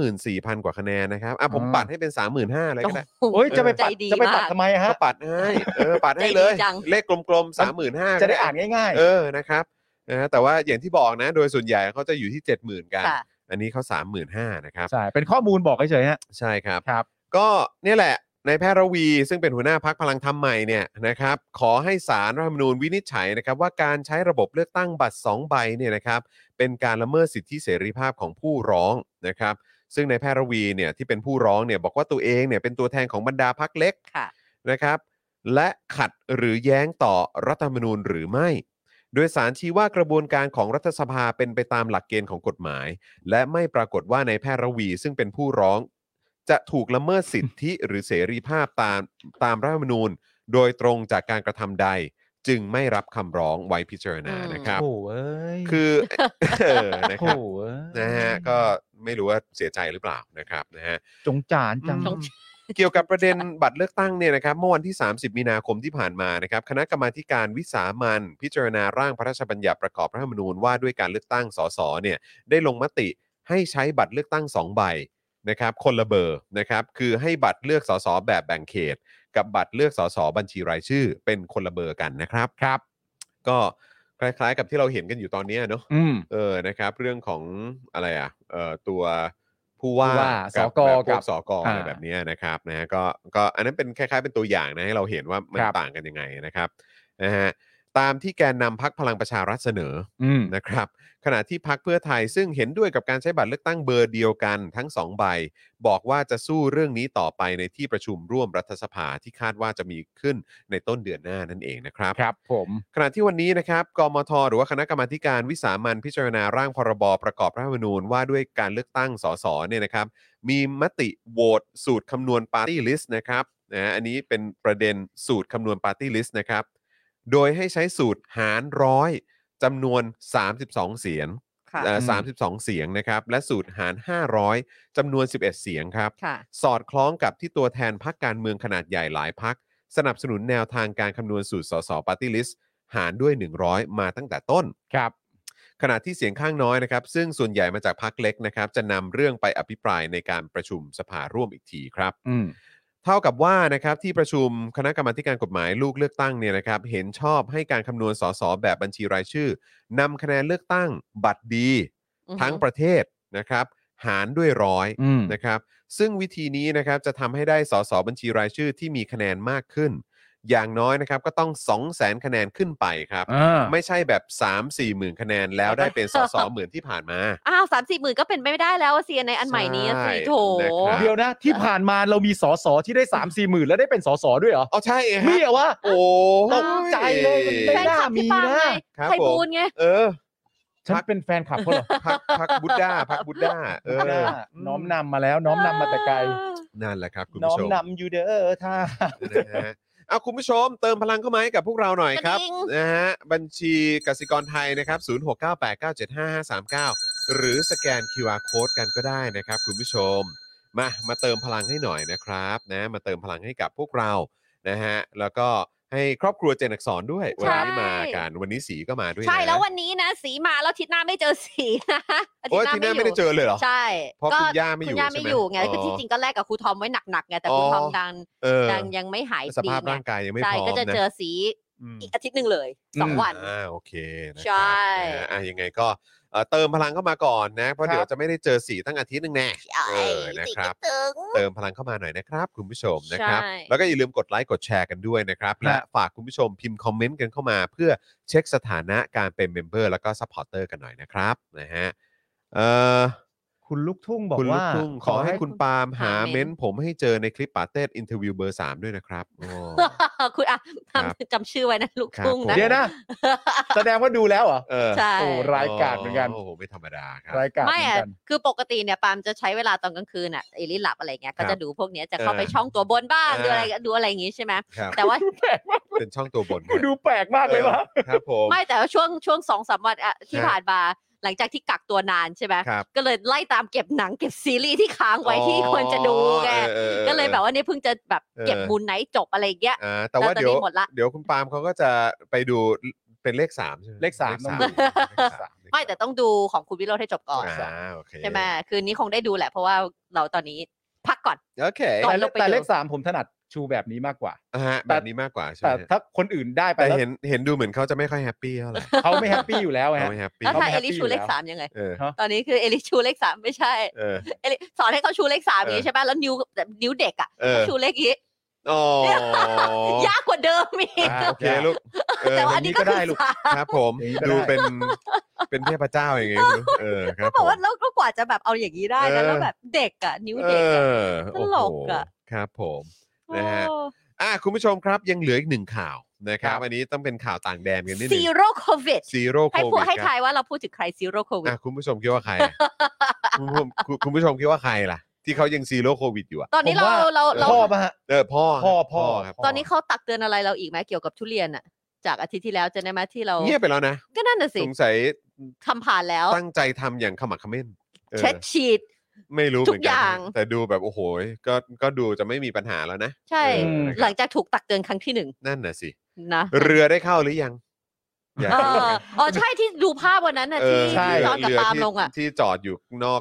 34,000 กว่าคะแนนนะครับอ่ะผม อ่า ปัดให้เป็น 35,000เลยก็ได้ โอ้โห โอ้ยจะไปปัด ใจดี จะไปปัด มาก ทำไมฮะ ก็ปัดให้เอ <laughs> อปัดให้เลย ใจดีจัง เลขกลมๆ 35,000 จะได้อ่านง่าย เออนะครับนะฮะแต่ว่าอย่างที่บอกนะ โดยส่วนใหญ่เขาจะอยู่ที่ 70,000 กัน ค่ะ อันนี้เขา35,000นะครับ ๆ ใช่ เป็นข้อมูลบอกเฉยๆฮะ ใช่ครับ ครับ ก็เนี่ยแหละนายแพทย์ระวีซึ่งเป็นหัวหน้าพักพลังธรรมใหม่เนี่ยนะครับขอให้สารรัฐธรรมนูญวินิจฉัยนะครับว่าการใช้ระบบเลือกตั้งบัตร 2 ใบเนี่ยนะครับเป็นการละเมิดสิทธิเสรีภาพของผู้ร้องนะครับซึ่งนายแพทย์ระวีเนี่ยที่เป็นผู้ร้องเนี่ยบอกว่าตัวเองเนี่ยเป็นตัวแทนของบรรดาพักเล็ก ค่ะ นะครับและขัดหรือแย้งต่อรัฐธรรมนูญหรือไม่ โดยสารชี้ว่ากระบวนการของรัฐสภาเป็นไปตามหลักเกณฑ์ของกฎหมาย และไม่ปรากฏว่าในายแพทย์ระวี ซึ่งเป็นผู้ร้อง จะถูกละเมิดสิทธิหรือเสรีภาพตามตามรัฐธรรมนูญ โดยตรงจากการกระทำใด จึงไม่รับคำร้องไว้พิจารณา อืม นะครับ โอ้เอ้ย คือ <laughs> เออนะ โอ้ ครับ เอ้ย นะฮะก็ไม่รู้ว่าเสียใจหรือเปล่านะครับนะฮะ จงจานจัง จง เกี่ยวกับประเด็นบัตรเลือกตั้งเนี่ยนะครับเมื่อวันที่ 30 มีนาคมที่ผ่านมานะครับคณะกรรมาธิการวิสามันพิจารณาร่างพระราชบัญญัติประกอบรัฐธรรมนูญว่าด้วยการเลือกตั้งสสเนี่ยได้ลงมติให้ใช้บัตรเลือกตั้ง 2 ใบนะครับคนละเบอร์นะครับคือให้บัตรเลือกสสแบบแบ่งเขต กับบัตรเลือกสสบัญชีรายชื่อ เป็นคนละเบอร์กันนะครับครับ ก็คล้ายๆกับที่เราเห็นกันอยู่ตอนเนี้ยเนาะ อืม เออ นะครับ เรื่องของอะไรอ่ะ เอ่อ ตัวผู้ว่า ผู้ว่าสก แบบพว กับ สกอะไร อ่า แบบเนี้ยนะครับ นะฮะ ก็ ก็ อันนั้นเป็นคล้ายๆ เป็นตัวอย่างนะ ให้เราเห็นว่ามัน ครับ ต่างกันยังไงนะครับ นะฮะ ตามที่แกนนำพักพลังประชารัฐเสนอ อืม นะครับ ขณะที่พักเพื่อไทยซึ่งเห็นด้วยกับการใช้บัตรเลือกตั้งเบอร์เดียวกันทั้ง 2 ใบ บอกว่าจะสู้เรื่องนี้ต่อไปในที่ประชุมร่วมรัฐสภาที่คาดว่าจะมีขึ้นในต้นเดือนหน้านั่นเองนะครับ ครับผม ขณะที่วันนี้นะครับ กมท หรือว่าคณะกรรมาธิการวิสามันพิจารณาร่างพรบประกอบรัฐธรรมนูญว่าด้วยการเลือกตั้งสสเนี่ยนะครับ มีมติโหวตสูตรคำนวณปาร์ตี้ลิสต์นะครับนะฮะอันนี้เป็นประเด็นสูตรคำนวณปาร์ตี้ลิสต์นะครับ โดยให้ใช้สูตรหารร้อยจำนวน 32 เสียง ค่ะ เอ่อ อื 32 เสียงนะครับ และสูตรหาร 500จำนวน 11 เสียงครับ ค่ะ สอดคล้องกับที่ตัวแทนพักการเมืองขนาดใหญ่หลายพัก สนับสนุนแนวทางการคำนวณสูตรสสปาร์ตี้ลิสต์หารด้วย 100 มาตั้งแต่ต้น ครับ ขณะที่เสียงข้างน้อยนะครับ ซึ่งส่วนใหญ่มาจากพักเล็กนะครับ จะนำเรื่องไปอภิปรายในการประชุมสภาร่วมอีกทีครับ อืม เท่ากับว่านะครับที่ประชุมคณะกรรมาธิการกฎหมายลูกเลือกตั้งเนี่ยนะครับเห็นชอบให้การคำนวณสสแบบบัญชีรายชื่อนำคะแนนเลือกตั้งบัตรดี อือฮึ ทั้งประเทศนะครับหารด้วยร้อย อืม นะครับซึ่งวิธีนี้นะครับจะทำให้ได้สสบัญชีรายชื่อที่มีคะแนนมากขึ้น อย่างน้อยนะครับก็ต้อง 2 0 0 0 0 0 คะแนนขึ้นไปครับ อ่า ไม่ใช่แบบ 3 4 0 0 0 0 คะแนนแล้วได้เป็นสสเหมือนที่ผ่านมา อ้าวสามสี่หมื่นก็เป็นไม่ได้แล้วอะสิในอันใหม่นี้อะสิ ใช่ โถ นะครับ เดียวนะ ที่ผ่านมาเรามีสอสอที่ได้สามสี่หมื่นแล้วได้เป็นสอสอด้วยเหรอ เอาใช่ฮะ มีเหรอวะ โอ้ย ตกใจเลยมันไม่ แฟนคลับพี่ปาล์มไง ครับผม ไพบูลย์ไง เออ ฉันเป็นแฟนคลับเขาเหรอ พักพักบุดด้าพักบุดด้าเออ น้อมนำมาแล้วน้อมนำมาแต่ไกล นั่นแหละครับคุณ น้อ ผู้ ม ชม นำอยู่เด้อท่า นะฮะเอาคุณผู้ชมเติมพลังเข้ามาให้กับพวกเราหน่อยครับ กระดิ่ง นะฮะบัญชีกสิกรไทยนะครับ 0698975539 หรือสแกน QR Code กันก็ได้นะครับคุณผู้ชม มามาเติมพลังให้หน่อยนะครับนะมาเติมพลังให้กับพวกเรานะฮะแล้วก็ให้ครอบครัวเจนอักสอนด้วยวันนี้มากันวันนี้สีก็มาด้วยนะ ใช่แล้ววันนี้นะ สีมาแล้วอาทิตย์หน้าไม่เจอสีนะ <laughs> โอ้ยทีหน้าไม่ได้เจอเลยเหรอ ใช่ เพราะ ก็ คุณย่าไม่อยู่ คุณย่าไม่อยู่ไง ใช่ไหม ก็ที่จริงก็แลกกับครูทอมไว้หนักๆไงแต่ อ๋อ ครูทอมดัง เออ ดังยังไม่หาย ส ดี ภาพ ไง ร่างกายยังไม่พ ใช่ ร้อม ก็จะเจ นะ อสี ม อีกอาทิตย์หนึ่งเลยสองวัน อ่าโอเคนะครับ ใช่ นะฮะอ่ะยังไงก็เอ่อเติมพลังเข้ามาก่อนนะ เพราะ ครับ เดี๋ยวจะไม่ได้เจอสีตั้งอาทิตย์หนึงแน่ ใช่ เออนะ สี ครับ ก็ตึง เติมพลังเข้ามาหน่อยนะครับ คุณผู้ชมนะครับ ใช่ แล้วก็อย่าลืมกดไลค์กดแชร์กันด้วยนะครับ และฝากคุณผู้ชมพิมพ์คอมเมนต์กันเข้ามา เพื่อเช็คสถานะการเป็นเมมเบอร์แล้วก็ซัพพอร์เตอร์กันหน่อยนะครับนะฮะเอ่อ คุณลูกทุ่งบอก คุณลู ว่า กทุ่งขอให้คุณปาล์มหา หาเม้ เม้น น ท์ผมให้เจอในคลิปปาเต้อินเทอร์วิวเบอร์สามด้วยนะครับโอ้ คุณอ่ะท ครับ ำจำชื่อไว้นะลูก ครับ ทุ่งนะ เดี๋ยวนะ แสดงว่าดูแล้วเหรอ เออ ใช่ โอ้รายการเหมือนกัน โอ้โหไม่ธรรมดาครับ รายการเหมือนไม่อะ กัน คือปกติเนี่ยปาล์มจะใช้เวลาตอนกลางคืนอ่ะเอลิหลับอะไรเงี้ยก็ ครับ จะดูพวกเนี้ยจะเข้าไป เออ ช่องตัวบนบ้าง อ่า ดูอะไรดูอะไรอย่างงี้ใช่ไหม ครับ แต่ว่า <laughs> เป็นช่องตัวบน คุณดูแปลกมากเลย เออ วะ ครับผม ไม่แต่ว่าช่วงช่วงสองสามวันอะที่ ฮะ ผ่านมาหลังจากที่กักตัวนานใช่ไหม ครับ ก็เลยไล่ตามเก็บหนังเก็บซีรีส์ที่ค้างไว้ที่ควรจะดูไง อ๋อออออ ก็เลยแบบว่าเนี่ยเพิ่งจะแบบเก็บ เออ มูลไหนท์จบอะไรอย่างเงี้ย อ่าแต่ว่า แล้วตอนนี้ เดี๋ยว หมดละ เดี๋ยวคุณปาล์มเขาก็จะไปดู เป็นเลขสามใช่ไหม เลขสาม เลขสาม น้องหนู เลขสา ไม่แต่ต้องดูของคุณวิโรจน์ให้จบก่อน อ่าโอเค ใช่ไหมคืนนี้คงได้ดูแหละ เพราะว่าเราตอนนี้พักก่อน โอเค ก่ แต่ อน เล ล ข งไป แต่ ดู เลขสามผมถนัดชูแบบนี้มากกว่า อ่าฮะ แต่ แบบนี้มากกว่าใช่ไห แต่ ม ถ้าคนอื่นได้ไป แต่ แล้ว เห็นเห็นดูเหมือนเขาจะไม่ค่อยแฮปปี้เท่าไหร่ เขาไม่แฮปปี้อยู่แล้ว เขา ฮะ ไม่แฮปปี้ แล้วถ้า ไม่ เอ แฮปปี้ ลิชูเลข อยู่แล้ว สามยังไง เออ ตอนนี้คือเอลิชูเลขสามไม่ใช่ เออ เอลิสอนให้เขาชูเลขสามอย่าง เออนี้ใช่ไหมแล้วนิ้วแบบนิ้วเด็กอ่ะ เออ ชูเลขนี้ อ๋อ <laughs> ยากกว่าเดิมอีก อ่า โอเคลูกเออ แต่ว่าอันนี้ก็ อย่างนี้ก็ได้ ได้ ลู ลู ก ก ครับผม อย่างนี้ก็ได้ ดูเป็นเป็นเทพเจ้าอย่างเงี้ยเออครั ก็ บ บอกว่า ผม แล้วก็กว่าจะแบบเอาอย่างนี้ได้ เอ นะ อ แล้วแบบเด็กอ่ะ นิ้ว เอ เด็กอะ อ ตลกอะ โโหครับผม โอ้ นะฮะ อ่ะคุณผู้ชมครับยังเหลืออีกหนึ่งข่าวนะครับ ครับ อันนี้ต้องเป็นข่าวต่างแดนกันนิดนึง zero covid ซีโร่ ให้ โค พู วิ ด ด ให้ ค ทา รับ ยว่าเราพูดถึงใคร zero covid อ่ะคุณผู้ชมคิดว่าใครอะคุณผู้ชมคุณคุณผู้ชมคิดว่าใครล่ะ ที่เขายังซีโร่โควิดอยู่อะ ตอนนี้ ผม เรา ว่า เราเรา พ่อป่ะฮะ เออพ่อ พ่อพ่อ ครับ ตอนนี้เขาตักเตือนอะไรเราอีกไหมเกี่ยวกับทุเรียนอ่ะ จากอาทิตย์ที่แล้วจะได้ไหมที่เรา เงียบไปแล้วนะ ก็นั่นน่ะ ส สิ งสัย ทำผ่านแล้ว ตั้งใจทำอย่างขมักเขม้นออ เช็ดฉีด ไม่รู้ ทุ เหมืกอนกั อย่าง แต่ดูแบบโอ้โหก็ก็ดูจะไม่มีปัญหาแล้วนะ ใช่ เออนะค ห รับ ลังจากถูกตักเตือนครั้งที่หนึ่ง นั่นน่ะสิ นะ เรือได้เข้าหรือยังอยาก เอ รู้เหมือน อ กัน อ๋อใช่ที่ดูภาพวันนั้นน่ะ เอ ที่ อ ใช่ ที่จอนกับปาล์มลงอ่ะ ที่จอดอยู่นอก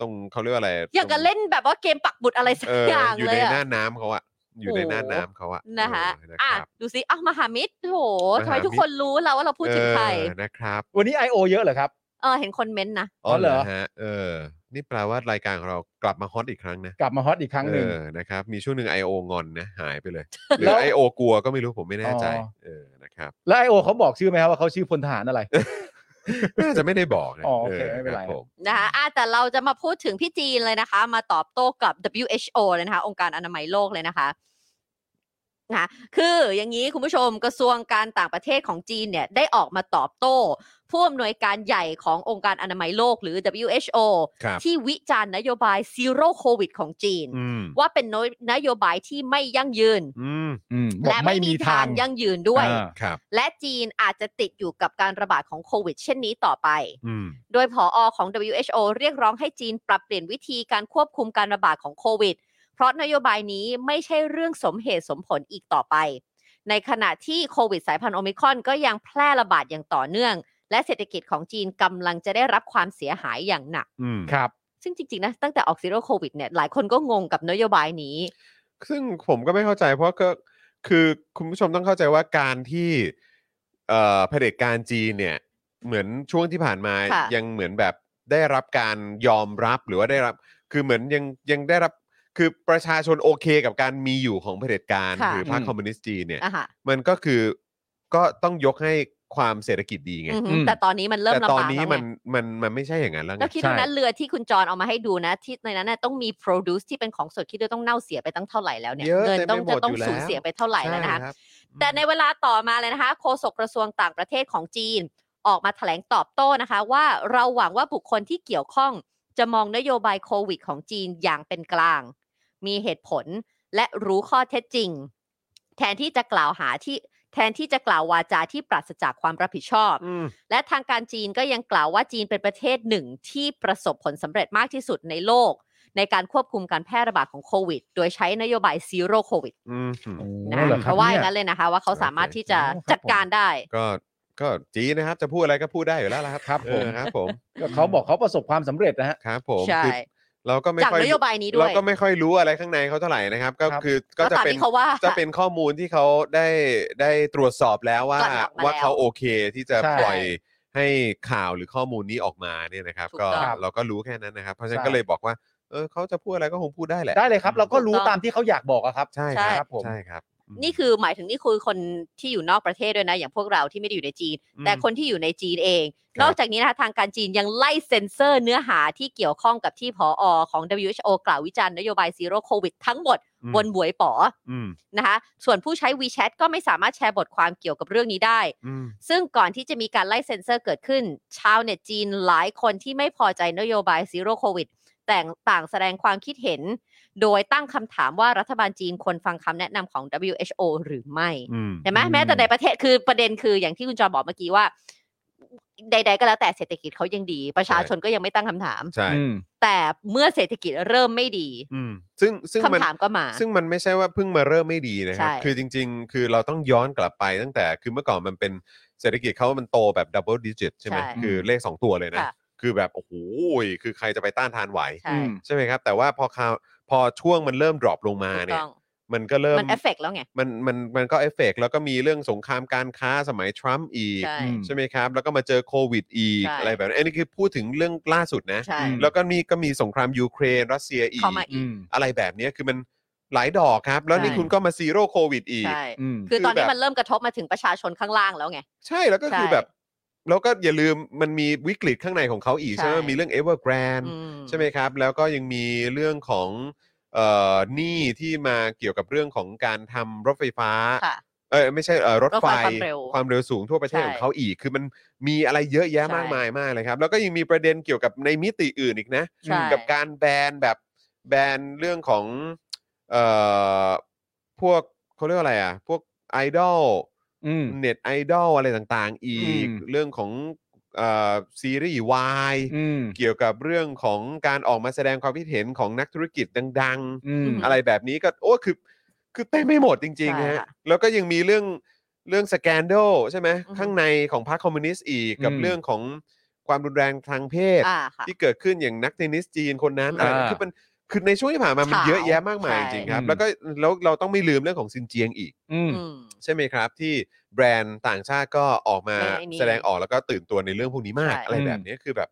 ตรงเขาเรียกว่าอะไร อย่างกับเล่นแบบว่าเกมปักบุตรอะไรสัก เออ อ อย่าง อยู่ เล ใน ย หน้า อ่ะ น้ำเขาอะอยู่ โอ้ ในหน้าน้ำเขาอะ นะคะ เคอ่ะรับ ดูซิอ้าวมหามิตรโหทำมไมหามิตร ทุกคนรู้แล้วว่าเราพูดถึงใคร เออนะครับ วันนี้ I.O. เยอะเหรอครับ เออเห็นคนเม้นต์นะ อ๋อเหรอ ฮะเออ นี่แปลว่ารายการของเรากลับมาฮอตอีกครั้งนะ กลับมาฮอตอีกครั้งหนึ่ง เออนะครับมีช่วงหนึ่ง I.O. งอนนะหายไปเลยหรื แล้ อ ว I.O. กลัวก็ไม่รู้ผมไม่แน่ใจ อ๋อ เออนะครับ แล้ว I.O. เขาบอกชื่อไหมครับว่าเขาชื่อพลทหารอะไร น่าจะไม่ได้บอกนะ อ๋อโอเคไม่เป็นไร คบผม นะคะอ่ะแต่เราจะมาพูดถึงพี่จีนเลยนะคะ มาตอบโต้กับ WHO เลยนะคะ องค์การอนามัยโลกเลยนะคะนะคะคืออย่างนี้คุณผู้ชมกระทรวงการต่างประเทศของจีนเนี่ย ได้ออกมาตอบโต้ ผู้อำนวยการใหญ่ขององค์การอนามัยโลกหรือ WHO ครับ ที่วิจารณ์นโยบายซีโร่โควิดของจีน อืม ว่าเป็นนโยนโยบายที่ไม่ยั่งยืน อืม อืมบอก และ ไม่ ไม่ มี มี ทา ทาง งยั่งยืนด้วย อ่า ครับ และจีนอาจจะติดอยู่กับการระบาดของโควิด เช่นนี้ต่อไป อืม โดยผออของ WHO เรียกร้องให้จีนปรับเปลี่ยนวิธีการควบคุมการระบาดของโควิด เพราะนโยบายนี้ไม่ใช่เรื่องสมเหตุสมผลอีกต่อไป ในขณะที่โควิดสายพันธุ์โอมิครอนก็ยังแพร่ระบาดอย่างต่อเนื่อง และเศรษฐกิจของจีนกำลังจะได้รับความเสียหายอย่างหนัก อืม ครับ ซึ่งจริง ๆ นะ ตั้งแต่ออกซีโร่โควิดเนี่ยหลายคนก็งงกับนโยบายนี้ ซึ่งผมก็ไม่เข้าใจ เพราะก็คือคุณผู้ชมต้องเข้าใจว่าการที่ เอ่อเผด็จการจีนเนี่ย เหมือนช่วงที่ผ่านมา ค่ะ ยังเหมือนแบบได้รับการยอมรับหรือว่าได้รับ คือเหมือนยังยังได้รับ คือประชาชนโอเคกับการมีอยู่ของเผด็จการหรือพรรคคอมมิวนิสต์จีนเนี่ย อะฮะ มันก็คือก็ต้องยกให้ความเศรษฐกิจดีไง อือหือ อืม แต่ตอนนี้มันเริ่ม แต่ ลำบาก ตอน แล้ว นี้ ไง มันมันมันไม่ใช่อย่างนั้นแล้วไง แล้วคิดดู ใช่ นะเรือที่คุณจรเอามาให้ดูนะ ที่ในนั้นน่ะต้องมี produce ที่เป็นของสดคิดดูต้องเน่าเสียไปตั้งเท่าไหร่แล้วเนี่ย เยอะ เงินต้อง เต็มไปหม จะ ด ต้อง อยู่แล้ว สูญเสียไปเท่าไหร่แล้วนะคะ ใช่รับ แต่ในเวลาต่อมาเลยนะคะโฆษกกระทรวงต่างประเทศของจีน ออกมาแถลงตอบโต้นะคะ ว่าเราหวังว่าบุคคลที่เกี่ยวข้องจะมองนโยบายโควิดของจีนอย่างเป็นกลาง มีเหตุผลและรู้ข้อเท็จจริง แทนที่จะกล่าวหาที่แทนที่จะกล่าววาจาที่ปราศจากความรับผิดชอบ อืม และทางการจีนก็ยังกล่าวว่าจีนเป็นประเทศหนึ่งที่ประสบผลสำเร็จมากที่สุดในโลก ในการควบคุมการแพร่ระบาดของโควิด โดยใช้นโยบายซีโร่โควิด อืม โอ้ นะ หรอครั เขา บ ว่าอ เนี่ ย่ายงนั้นเลยนะคะ ว่าเขาสามารถที่จะ โอเค จัดการได้ ก็ก็จีนนะครับ จะพูดอะไรก็พูดได้อยู่แล้วละครับ ครับผม เออครับผม ก็เขาบอกเขาประสบความสำเร็จนะฮะ ครับผม ใช่ คือเราก็ไม่ จาก ค่อย นโยบายนี้ด้ เรา วย ก็ไม่ค่อยรู้อะไรข้างในเขาเท่าไหร่นะครับ ก็ ครับ คือก็ ก็ จะ ตาม เป็น ที่เขาว่า จะเป็นข้อมูลที่เขาได้ได้ตรวจสอบแล้วว่า ตรวจสอบมาแล้ว ว่าเขาโอเคที่จะ ใช่ ปล่อยให้ข่าวหรือข้อมูลนี้ออกมาเนี่ยนะครับ ถูก ก็ ต้อง เราก็รู้แค่นั้นนะครับ เพราะฉะนั้ ใช่ นก็เลยบอกว่า เออเขาจะพูดอะไรก็คงพูดได้แหละ ได้เลยครับ เราก็รู้ ถูกต้อง ตามที่เขาอยากบอกอะครับ ใช่ ใช่ ครับ ผม ใช่ครับอืม นี่คือหมายถึงนี่คือคนที่อยู่นอกประเทศด้วยนะ อย่างพวกเราที่ไม่ได้อยู่ในจีน อืม แต่คนที่อยู่ในจีนเอง ครับ นอกจากนี้นะคะทางการจีนยังไล่เซ็นเซอร์เนื้อหาที่เกี่ยวข้องกับที่พออของ WHO กล่าววิจารณ์นโยบายซีโร่โควิดทั้งหมดบนบวยป๋อ อืม นะคะส่วนผู้ใช้ WeChat ก็ไม่สามารถแชร์บทความเกี่ยวกับเรื่องนี้ได้ อืม ซึ่งก่อนที่จะมีการไล่เซ็นเซอร์เกิดขึ้น ชาวเน็ตจีนหลายคนที่ไม่พอใจนโยบายซีโร่โควิดแต่งต่างแสดงความคิดเห็น โดยตั้งคำถามว่ารัฐบาลจีนควรฟังคำแนะนำของ WHO หรือไม่ อืม เห็นไหม อืม แม้แต่ในประเทศคือประเด็นคืออย่างที่คุณจอบอกเมื่อกี้ว่า ใด ๆ ก็แล้วแต่เศรษฐกิจเขายังดี ประชาชนก็ยังไม่ตั้งคำถาม ใช่ อืม แต่เมื่อเศรษฐกิจเริ่มไม่ดี อืมซึ่งซึ่งมัน คำถามก็มา ซึ่งมันไม่ใช่ว่าเพิ่งมาเริ่มไม่ดีนะครับ ใช่ คือจริง ๆ คือเราต้องย้อนกลับไปตั้งแต่ คือเมื่อก่อนมันเป็น เศรษฐกิจเขามันโตแบบดับเบิลดิจิตใช่ไหม ใช่ คือเลข 2 ตัวเลยนะ ค่ะ คือแบบ โอ้โหคือใครจะไปต้านทานไหว ใช่ อืม ใช่ไหมครับ แต่ว่าพอข่าวพอช่วงมันเริ่มดรอปลงมา ถูก เนี่ ต้ ย อง มันก็เริ่ม มันเอฟเฟกแล้วไง มันมันมันก็เอฟเฟกต์แล้วก็มีเรื่องสงครามการค้าสมัยทรัมป์อีก ใช่ อืม ใช่ไหมครับ แล้วก็มาเจอโควิดอีก ใช่ อะไรแบบนี้นอันนี้คือพูดถึงเรื่องล่าสุดนะ ใช่ อืม แล้วก็มีก็มีสงครามยูเครนรัสเซียอีก เข้ามาอีก อืม อะไรแบบนี้คือมันหลายดอกครับ แล้วนี่ ใช่ คุณก็มาซีโร่โควิดอีก ใช่ อืม คือตอน คื นี้ อแบบ มันเริ่มกระทบมาถึงประชาชนข้างล่างแล้วไง ใช่แล้วก็คือ ใช่ แบบแล้วก็อย่าลืมมันมีวิกฤตข้างในของเขาอีก ใช่ไหม ใช่ มีเรื่องเอเวอร์แกรน อืม ใช่ไหมครับ แล้วก็ยังมีเรื่องของเอ่อหนี้ที่มาเกี่ยวกับเรื่องของการทำรถไฟฟ้า ค่ะ เออไม่ใช่เอ่อรถ รถ ไฟ ไฟความเร็ว ความเร็วสูงทั่วประเทศ ใช่ ของเขาอีก คือมันมีอะไรเยอะแยะ ใช่ มากมายมากเลยครับ แล้วก็ยังมีประเด็นเกี่ยวกับในมิติอื่นอีกนะ ใช่ กับการแบนแบบแบนเรื่องของเอ่อพวกเขาเรียกว่าอะไรอ่ะ พวกไอดอล อืม เน็ตไอดอลอะไรต่างๆ อีก อืม เรื่องของเอ่อซีรีส์วาย อืม เกี่ยวกับเรื่องของการออกมาแสดงความคิดเห็นของนักธุรกิจดัง ๆ อืม อะไรแบบนี้ก็โอ้คือคือเต็มไม่หมดจริง ใช่ ๆฮะ ค่ะ แล้วก็ยังมีเรื่องเรื่องสแกนโดใช่ไหม อือฮึ ข้างในของพรรคคอมมิวนิสต์อีกกับ อืม เรื่องของความรุนแรงทางเพศ อ่าค่ะ ที่เกิดขึ้นอย่างนักเทนนิสจีนคนนั้น อ่า อะไรคือมันคือในช่วงที่ผ่านมามัน ข่าว เยอะแยะมากมาย ใช่ จริงๆครับ อืม แล้วก็แล้วเราต้องไม่ลืมเรื่องของซินเจียงอีก อืม อืม ใช่ไหมครับ ที่แบรนด์ต่างชาติก็ออกมา ไม่ไม่มี แสดงออกแล้วก็ตื่นตัวในเรื่องพวกนี้มาก ใช่ อะไร อืม แบบนี้คือแบบ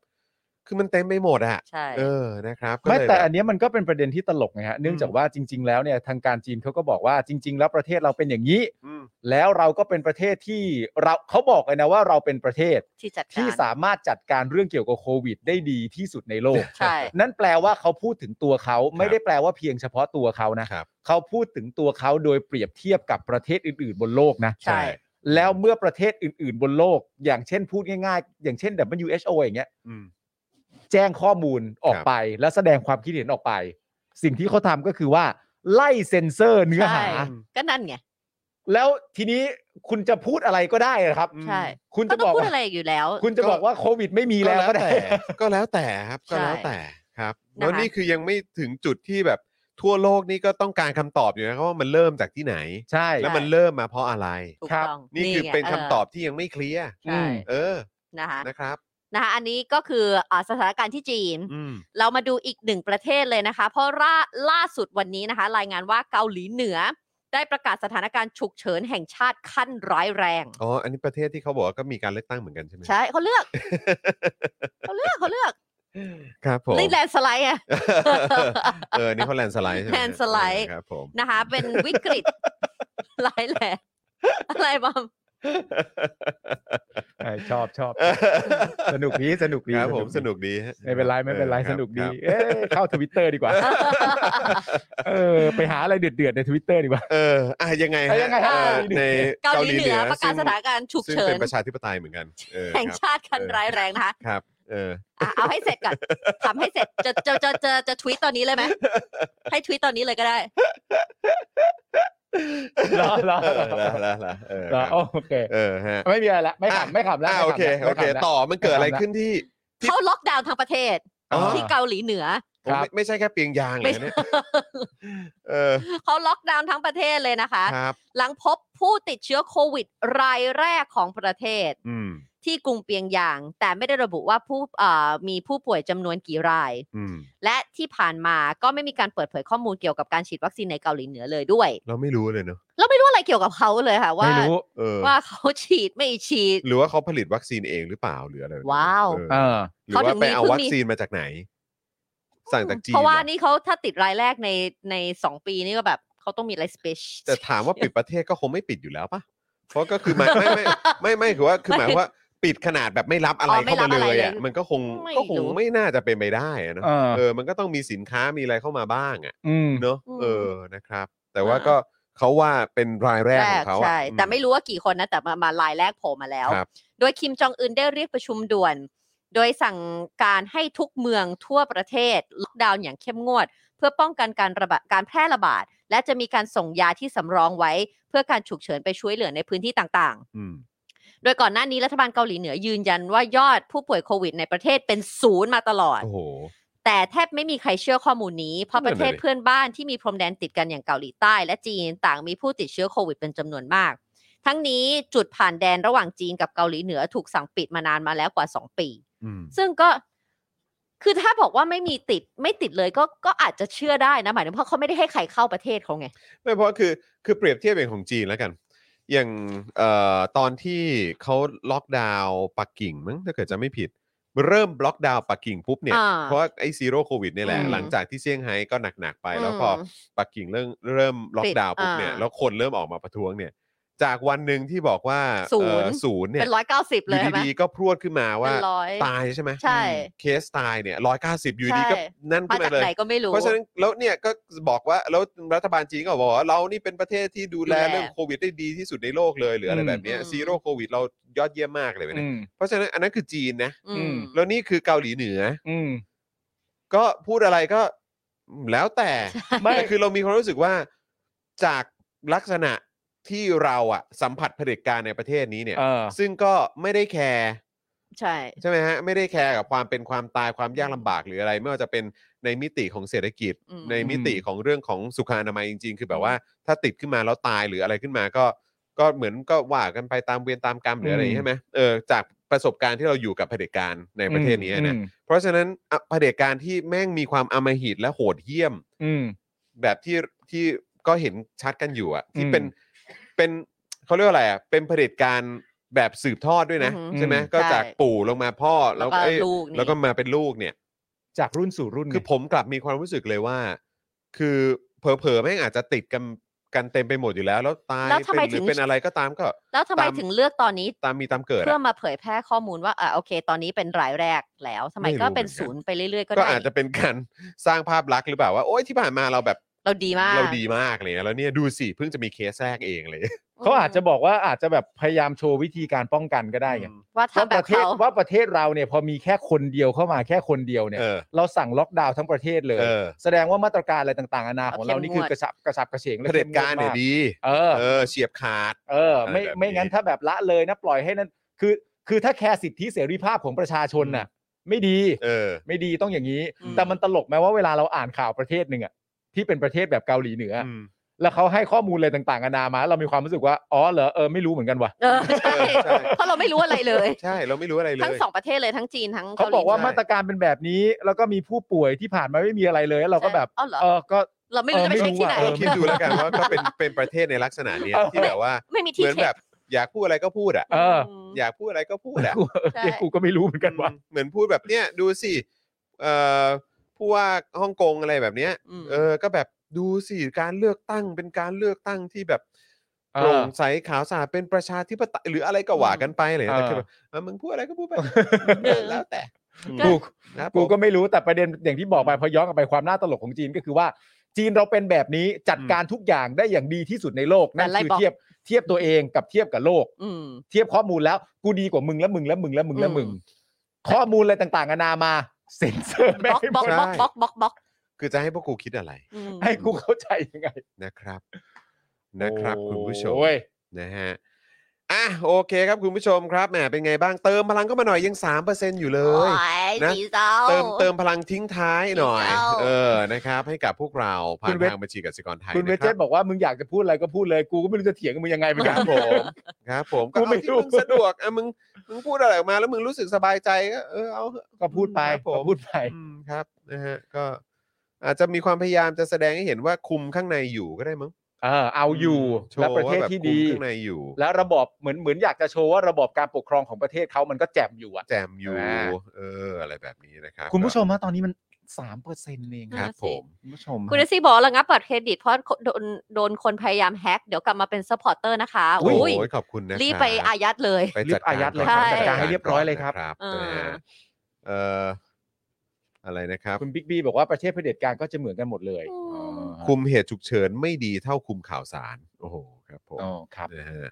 คือมันเต็มไปหมดอะ ใช่ เออนะครับก็ ไม่ เลย แต่ บบ อันเนี้ยมันก็เป็นประเด็นที่ตลกไงฮะเนื่องจากว่าจริง ๆ แล้วเนี่ยทางการจีนเขาก็บอกว่าจริง ๆ แล้วประเทศเราเป็นอย่างนี้ อืม แล้วเราก็เป็นประเทศที่เราเขาบอกเลยนะว่าเราเป็นประเทศ ที่จัดการ ที่สามารถจัดการเรื่องเกี่ยวกับโควิด ได้ดีที่สุดในโลก <laughs> ใช่ นั่นแปลว่าเขาพูดถึงตัวเขาไม่ได้แปลว่าเพียงเฉพาะตัวเขานะครับ เขาพูดถึงตัวเขาโดยเปรียบเทียบกับประเทศอื่น ๆ บนโลกนะ ใช่ แล้วเมื่อประเทศอื่น ๆ บนโลก อย่างเช่นพูดง่ายๆ อย่างเช่น WHO อย่างเงี้ย อืม แจ้งข้อมูลออ ค ก รับ ไป แล้วแสดงความคิดเห็นออกไป สิ่งที่เขาทำก็คือว่า ไล่เซ็นเซอร์เนื้อหา ใช่ก็นั่นไง แล้วทีนี้คุณจะพูดอะไรก็ได้นะครับ ใช่ คุณ ก็ จะ ต้อบ ง อก พูด ว่า อะไรอยู่แล้ว คุณจะบอกว่าโควิดไม่มีแล้วก็ได้ ก็แล้วแต่ครับก็แล้วแต่ครับแล้ว นะคะ นี่คือยังไม่ถึงจุดที่แบบทั่วโลกนี่ก็ต้องการคำตอบอยู่นะครับว่ามันเริ่มจากที่ไหน ใช่ แล้วมันเริ่มมาเพราะอะไร ถูก ครับ ต้อง นี่คือเป็น ไง คำตอบที่ยังไม่เคลียร์ เออใช่ เออ นะคะ นะครับ นะคะอันนี้ก็คืออ่าสถานการณ์ที่จีน อืม เรามาดูอีกหนึ่งประเทศเลยนะคะ เพราะล่าล่าสุดวันนี้นะคะ รายงานว่าเกาหลีเหนือ ได้ประกาศสถานการณ์ฉุกเฉินแห่งชาติขั้นร้ายแรง อ๋อ อันนี้ประเทศที่เขาบอกว่าก็มีการเลือกตั้งเหมือนกันใช่ไหม ใช่เขาเลือก เขาเลือกเขาเลือก ครับผม นี่แลนด์สไลด์อะ เออ นี่เขาแลนด์สไลด์ใช่ไหม แลนด์สไลด์ เออครับผม นะคะ เป็นวิก <laughs> ฤตร้ายแรงอะไรบ้าง ใช่ชอบชอบ สนุกดีสนุกดี ครับผมสนุกดีฮะ ไม่เป็นไรไม่เป็นไร ออค ส บ นุกคดีรับ เอ้ยเข้าทวิตเตอร์ดีกว่า เออไปหาอะไรเดือดๆในทวิตเตอร์ดีกว่า เอออ่ะยังไงฮะ เออยังไงฮะ เออใน <laughs> เกาหลีเหนือประกาศ ซึ่ ส ง ถานการณ์ฉุก ซึ่ง เฉิ เป็น นประชาธิปไตยเหมือนกันเออ แห่ง ครับ ชาติขั้นร้ายแรงนะคะ ครับเออ อ่ะเอาให้เสร็จก่อนทำให้เสร็จจะจะจะจะจะทวีตตอนนี้เลยไหมให้ทวีตตอนนี้เลยก็ได้ เหรอเหรอ เออละละละเออครับ โอเค เออฮะ ไม่มีอะไรละไม่ อ่ะ ขำไม่ขำแล้ว อ่า ไม่ โอ ขำ เค แล้ว โอเค ไม่ขำแล้ว ต่อมันเกิดอะไร ไม่ทำละ ขึ้นที่ ที่ เขาล็อกดาวน์ทั้งประเทศ อ๋อ ที่เกาหลีเหนือ ผม ครับ ไม่ไม่ใช่แค่เปียงยางเล ไม่ ย ใช่ <laughs> เนี่ยเออ เขาล็อกดาวน์ทั้งประเทศเลยนะคะ ครับ หลังพบผู้ติดเชื้อโควิด รายแรกของประเทศ อืม ที่กรุงเปียงยาง แต่ไม่ได้ระบุว่าผู้เอ่อมีผู้ป่วยจำนวนกี่ราย อืม และที่ผ่านมาก็ไม่มีการเปิดเผยข้อมูลเกี่ยวกับการฉีดวัคซีนในเกาหลีเหนือเลยด้วย เราไม่รู้เลยเนอะ เราไม่รู้อะไรเกี่ยวกับเขาเลยค่ะว่า ไม่รู้ เออ ว่าเขาฉีดไม่ฉีด หรือว่าเขาผลิตวัคซีนเองหรือเปล่าหรืออะไรแบบนี้ ว้าว เออ เออ หรือว่าไปเอา เขาถึวังมีคซีนมาจากไหน สั่งจากจีน เพราะว่า เหอ นี่เขาถ้าติดรายแรกในในสองปีนี่ก็แบบเขาต้องมีอะไรสเปเชียล แต่ถามว่าปิดประเทศก็คงไม่ปิดอยู่แล้วปะเพราะก็คือหมายไม่ไม่ไม่ไม่คือว่าคือหมายว่าปิดขนาดแบบไม่รับอะไร อ๋อไม่ เข้า รั มา บ เล อะไร ย เลย อ่ะมันก็คง ไม่ ก็คง รู้ ไม่น่าจะเป็นไปได้อะเนอะ เออ เออ มันก็ต้องมีสินค้ามีอะไรเข้ามาบ้างอ่ะ อืม เนอะ อืม เออ นะครับ แต่ว่าก็เขาว่าเป็นรายแรกของเขาอะ ใช่ อื แต่ไม่รู้ว่ากี่คนนะ แต่มามารายแรกโผล่มาแล้ว ครับ โดยคิมจองอึนได้เรียกประชุมด่วน โดยสั่งการให้ทุกเมืองทั่วประเทศล็อกดาวน์อย่างเข้มงวด เพื่อป้องกันการระบาดการแพร่ระบาด และจะมีการส่งยาที่สำรองไว้ เพื่อการฉุกเฉินไปช่วยเหลือในพื้นที่ต่าง อืม ๆ โดยก่อนหน้านี้รัฐบาลเกาหลีเหนือยืนยันว่ายอดผู้ป่วยโควิดในประเทศเป็นศูนย์มาตลอด โอ้โห แต่แทบไม่มีใครเชื่อข้อมูลนี้ เพราะประเทศ นั่นน่ะดิ เพื่อนบ้านที่มีพรมแดนติดกันอย่างเกาหลีใต้และจีนต่างมีผู้ติดเชื้อโควิดเป็นจำนวนมาก ท ทั้งนี้จุดผ่านแดนระหว่างจีนกับเกาหลีเหนือถูกสั่งปิดมานานมาแล้วกว่าสองปี อืม ซึ่งก็คือถ้าบอกว่าไม่มีติดไม่ติดเลยก็ก็อาจจะเชื่อได้นะหมายถึงเพราะเขาไม่ได้ให้ใครเข้าประเทศเขาไง ไม่เพราะคือคือเปรียบเทียบอย่างของจีนแล้วกัน อย่างเอ่อตอนที่เขาล็อกดาวน์ปักกิ่งมั้งถ้าเกิดจะไม่ผิด เริ่มล็อกดาวน์ปักกิ่งปุ๊บเนี่ย อ่า เพราะว่าไอ้ซีโร่โควิดเนี่ยแหละ อืม หลังจากที่เซี่ยงไฮ้ก็หนักๆไป อืม แล้วพอปักกิ่งเริ่มเริ่มล็อกดาวน์ปุ๊บเนี่ย อ่า แล้วคนเริ่มออกมาประท้วงเนี่ย จากวันหนึ่งที่บอกว่า ศูนย์ เอ่อศูนย์เนี่ย เป็นร้อยเก้าสิบ อ เลย ยู่ ใช่ไหม ดีๆก็พรวดขึ้นมาว่า เป็นร้อย ตายใช่ไหม ใช่ เคสตายเนี่ยร้อยเก้าสิบอยู่ดีก็ ใช่ นั่น มา ขึ้น จาก มาเลย ไหนก็ไม่รู้ เพราะฉะนั้นแล้วเนี่ยก็บอกว่าแล้วรัฐบาลจีนก็บอกว่าเรานี่เป็นประเทศที่ดูแล ดูแล เรื่องโควิดได้ดีที่สุดในโลกเลยหรืออะไรแบบเนี้ อืม ซีโร่โควิดเรายอดเยี่ยมมากเลยเว้ย อื นะ ม เพราะฉะนั้นอันนั้นคือจีนนะ อื อื ม ม แล้วนี่คือเกาหลีเหนือ อืม ก็พูดอะไรก็แล้วแต่ ไม่ แต่คือเรามีความรู้สึกว่าจากลักษณะที่เราอะสัมผัสเผด็จการในประเทศนี้เนี่ย เออ ซึ่งก็ไม่ได้แคร์ ใช่ ใช่ไหมฮะไม่ได้แคร์กับความเป็นความตายความยากลำบากหรืออะไร ไม่ว่าจะเป็นในมิติของเศรษฐกิจ อืม ในมิติของเรื่องของสุขอนามัยจริง ๆ คือแบบว่าถ้าติดขึ้นมาแล้วตายหรืออะไรขึ้นมาก็ก็เหมือนก็ว่ากันไปตามเวรตามกรรมหรืออะไรอย่างนี้ใช่อืมไหมเออจากประสบการณ์ที่เราอยู่กับเผด็จการในประเทศนี้นะเพราะฉะนั้นอ่ะเผด็จการที่แม่งมีความอำมหิตและโหดเหี้ยม อืม แบบที่ที่ก็เห็นชัดกันอยู่อะที่ อืม เป็นเป็นเขาเรียกว่าอะไรอะเป็นเผด็จการแบบสืบทอดด้วยนะ อือหือ ใช่ไหม ใช่ ก็จากปู่ลงมาพ่อแล้แล้ว วก็ เอ้ย ลูกนี่ แล้วก็มาเป็นลูกเนี่ย จากรุ่นสู่รุ่น คือผมกลับมีความรู้สึกเลยว่า คือเผลอๆแม่งอาจจะติดกันกันเต็มไปหมดอยู่แล้ว แล้วตาย แล้วทำไม เป็นหรื ถึ อง เป็นอะไรก็ตามก็ แล้วทำไม ตาม ถึงเลือกตอนนี้ ตามมีตามเกิด เพื่อ อะ มาเผยแพร่ข้อมูลว่าอ่าโอเค ตอนนี้เป็นรายแรกแล้วทำไม ไม่รู้ ก็เป็น เหมือนกัน ศูนย์ไปเรื่อยๆ ก็ ก็ ได้ อาจจะเป็นการ <laughs> สร้างภาพลักษณ์หรือเปล่าว่าโอ๊ยที่ผ่านมาเราแบบ เราดีมาก เราดีมากอะไรเลยแล้วเนี่ยดูสิเพิ่งจะมีเคสแทรกเองเลย เขาอาจจะบอกว่าอาจจะแบบพยายามโชว์วิธีการป้องกันก็ได้ไง ว่า ว่า ทำแบ ป บ ระเทศ เขา ว่าประเทศเราเนี่ยพอมีแค่คนเดียวเข้ามาแค่คนเดียวเนี่ย เออ เราสั่งล็อกดาวน์ทั้งประเทศเลย เออ แสดงว่ามาตรการอะไรต่างๆนานาของเรานี่คือกระชับกระชับกระเฉง เผ และ ด็จการเนี่ย ข้มวม ดี เออ เออเฉียบขาด เออไม่ อะไรแบบนี้ ไม่งั้นถ้าแบบละเลยนะปล่อยให้นั่นคือ คือถ้าแคร์สิทธิเสรีภาพของประชาชนน่ะ ไม่ดี เออ ไม่ดีต้องอย่างนี้ อืม แต่มันตลกไหมว่าเวลาเราอ่านข่าวประเทศหนึ่งอ่ะที่เป็นประเทศแบบเกาหลีเหนือ อ อ่ะแล้วเขาให้ข้อมูลอะไรต่างๆนานามาแล้วเรามีความรู้สึกว่าอ๋อเหรอเออไม่รู้เหมือนกันว่ะ เออใช่ เออใช่ เพราะเราไม่รู้อะไรเลย ใช่เราไม่รู้อะไรเลย ทั้งสองประเทศเลยทั้งจีนทั้ง เขาบอกว่า เหนื มาตรการเป็นแบบนี้ แล้วก็มีผู้ป่วยที่ผ่านมาไม่มีอะไรเลยแล้วเราก็แบบ ใช่เอ้าเหรอ เออก็ เราไม่รู้จะไปเช็คที่ไหน เออ เรา ไม่ คิดดูรู้ะแล้วกันว่าก็เป็นเป็นประเทศในลักษณะเนี้ย เออ ที่แบบว่า ไม่มี เห ที่ มือน เช็ แบ ค บอยากพูดอะไรก็พูดอ่ะ เออ ม อยากพูดอะไรก็พูดอ่ะ กูเออ ใช่ เนี่ยกูก็ไม่รู้เหมือนกันว่ะ เหมือนพูดแบบเนี้ยดูสิเอ่อผู้ว่าฮ่องกงอะไรแบบเนี้ย ม เออก็แบบดูสิการเลือกตั้งเป็นการเลือกตั้งที่แบบ เออ โปร่งใสขาวสะอาดเป็นประชาธิปไตยหรืออะไรก็ว่ากันไปอะไรอย่างเลยแต่ เออ คือแบบเออมึงพูดอะไรก็พูดไป เออ แล้วแต่ กู นะครับ กูก็ไม่รู้แต่ประเด็นอย่างที่บอกไปพอย้อนกลับไปความน่าตลกของจีนก็คือว่า จีนเราเป็นแบบนี้จัดการทุกอย่างได้อย่างดีที่สุดในโลกนั่น แต่ไล่ คือ บอก เทียบเทียบตัวเองกับเทียบกับโลก อืม เทียบข้อมูลแล้ว กูดีกว่ามึงและมึงและมึงและมึงและมึง อืม ข้อมูลอะไรต่างๆนานามาเซ็นเซอร์ บ ไม่ ล็อก ให้ห บ ม ล็อก ด บล็อกบล็อกบล็อกบล็อก คือจะให้พวกกูคิดอะไร อืม ให้กูเข้าใจยังไง นะครับ นะครับคุณผู้ชม โอ้ย นะฮะอ่ะโอเคครับคุณผู้ชมครับแหมเป็นไงบ้างเติมพลังก็มาหน่อยยัง 3%อยู่เลย โอ้ย นะ สีเศร้า เติมเติมพลังทิ้งท้ายหน่อย เจ้า เออนะครับ ให้กับพวกเราผ่า คุ น ณเวท ทางบัญชีกสิกรไทย คุณเว นะ จ ค เจ รับ ตบอกว่ามึงอยากจะพูดอะไรก็พูดเลยกูก็ไม่รู้จะเถียงกับมึงยังไงเหมือน ค กั รั น บผมครับ ผมก็ กู เอา ไม่ ที่ รู้ มึงสะดวกอ่ะมึงมึงพูดอะไรออกมาแล้วมึงรู้สึกสบายใจก็เออเอาเถอะ ก็พูดไป ครับผม ก็พูดไป อืมครับนะฮะก็อาจจะมีความพยายามจะแสดงให้เห็นว่าคุมข้างในอยู่ก็ได้มั้ง เออเอาอยู่ โช และ ว์ ประเทศ ว่าแบบ ที่ คุม ดี ข้างในอยู่ และระบอบเหมือนเหมือนอยากจะโชว์ว่าระบอบการปกครองของประเทศเขามันก็แจ่มอยู่อะ แจมอยู่ อ่า เอออะไรแบบนี้นะครับ คุณผู้ชมฮะตอนนี้มันสามเปอร์เซ็นต์เองคนนั่น่ะ รับ สิ ผม คุณผู้ชม คุณเดซี่บอกว่าระงับบัตรเครดิตเพราะโดนโดนคนพยายามแฮ็กเดี๋ยวกลับมาเป็นซัพพอร์เตอร์นะคะ โอ้ อุ้ย ยขอบคุณนะค รีบไปอายัดเลย ไปจัด รีบอายัดเลย ก่น ใช่ จัด ให้เรียบร้อยเลยครับ นะครับ เออ นะฮะเอ่ออะไรนะครับ คุณบิ๊กบี้บอกว่าประเทศเผด็จการก็จะเหมือนกันหมดเลย อืม คุมเหตุฉุกเฉินไม่ดีเท่าคุมข่าวสาร โอ้โหครับผม อ๋อครับ นะฮะ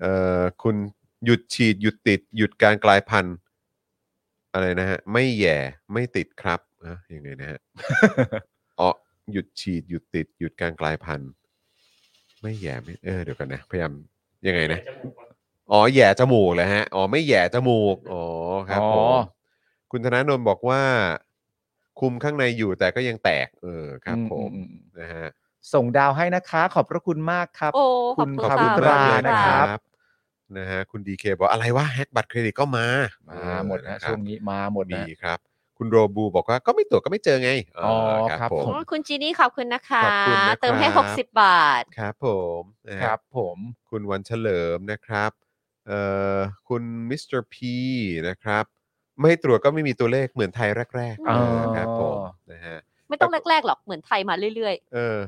เอ่อคุณหยุดฉีดหยุดติด หยุดการกลายพันธุ์อะไรนะฮะ ไม่แย่ไม่ติดครับนะยังไง <laughs> นะฮะ อ๋อหยุดฉีดหยุดติด หยุดการกลายพันธุ์ ไม่แย่ไม่เออเดี๋ยวกันนะ พยายามยังไงนะ อ๋อแหย่จมูกเลยฮะ อ๋อไม่แหย่จมูก อ๋อครับผ อ๋อ มคุณธนาโนนบอกว่า คุมข้างในอยู่แต่ก็ยังแตก เออครับผม อืมอืมอืม นะฮะ ส่งดาวให้นะคะ ขอบพระคุณมากครับ โอ้ข คุ อบ ณ คุณ ขอบ ค่ะ คุณมากเลย ณ นะค ขอ รั ณ บนะฮะคุณดีเคบอกอะไรวะแฮกบัตรเครดิตก็มา มาหมดนะ เออครั ช่ บ วงนี้มาหมด ดี นะ ครับ คุณโรบูบอกว่าก็ไม่ตรวจก็ไม่เจอไงเ อครับ โอ้ ผม คุณจีนี่ขอบคุณนะคะ ขอบคุณนะครับ เติมให้หกสิบบาท ครับผมนะฮะ ครับผม คุณวันเฉลิมนะครับ เอ่อ คุณมิสเตอร์พีนะครับ ไม่ตรวจก็ไม่มีตัวเลขเหมือนไทยแรกๆ อ๋อ เออครับผมนะฮะ ไม่ต้องแรกๆหรอกเหมือนไทยมาเรื่อย เออ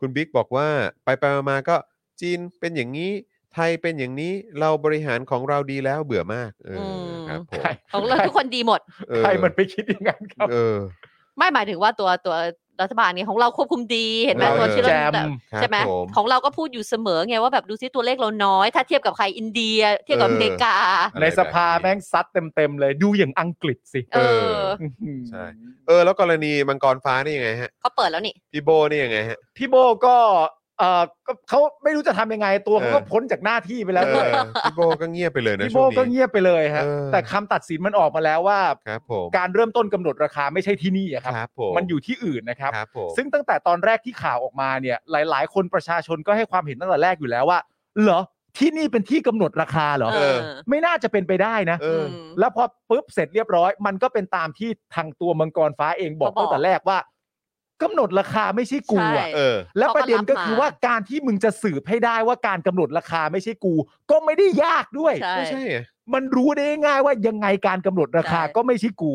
คุณบิ๊กบอกว่าไปไปมามาก็จีนเป็นอย่างนี้ ไทยเป็นอย่างนี้ เราบริหารของเราดีแล้วเบื่อมาก เอออครับผม ๆของเราทุกคนดีหมด เออ ใครมันไปคิดอย่างนั้นครับ เออ ไม่หมายถึงว่าตัวตัวรัฐบาลนี้ของเราควบคุมดีเห็นไหม เออ ตัวที่เรา แจม แบบ ครับ ใช่ไหม ผม ของเราก็พูดอยู่เสมอไงว่าแบบดูซิตัวเลขเราน้อย ถ้าเทียบกับใครอินเดีย เทียบกับ เออ อเมริกา ในสภาแม่งซัดเต็มๆเลยดูอย่างอังกฤษสิ เอ เอ อ อ ใช่ เออ แล้วกรณีมังกรฟ้านี่ยังไงฮะ เขาเปิดแล้วนี่ พี่โบนี่ยังไงฮะ พี่โบก็เออก็เขาไม่รู้จะทำยังไงตัวเขาก็ เออ พ้นจากหน้าที่ไปแล้วด้วย เออพี่โบก็เงียบไปเลยนะ พี่โบ ช่วงนี้ ก็เงียบไปเลยฮะ เออ แต่คำตัดสินมันออกมาแล้วว่า ครับผม การเริ่มต้นกำหนดราคาไม่ใช่ที่นี่อะครับ ครับผม มันอยู่ที่อื่นนะครับ ครับผม ซึ่งตั้งแต่ตอนแรกที่ข่าวออกมาเนี่ย หลาย ๆ คนประชาชนก็ให้ความเห็นตั้งแต่แรกอยู่แล้วว่า เหรอที่นี่เป็นที่กำหนดราคาเหรอ เออ ไม่น่าจะเป็นไปได้นะ เออ ม แล้วพอปุ๊บเสร็จเรียบร้อย มันก็เป็นตามที่ทางตัวมังกรฟ้าเองบอก ก็บอก ตั้งแต่แรกว่ากำหนดราคาไม่ใช่กูอะ ใช่ เออ แล้วประเด็นก็คือ เขาก็รับมา ว่าการที่มึงจะสืบให้ได้ว่าการกำหนดราคาไม่ใช่กู ก็ไม่ได้ยากด้วย ใช่ ไม่ใช่อะ มันรู้ได้ง่ายว่ายังไงการกำหนดราคา ใช่ ก็ไม่ใช่กู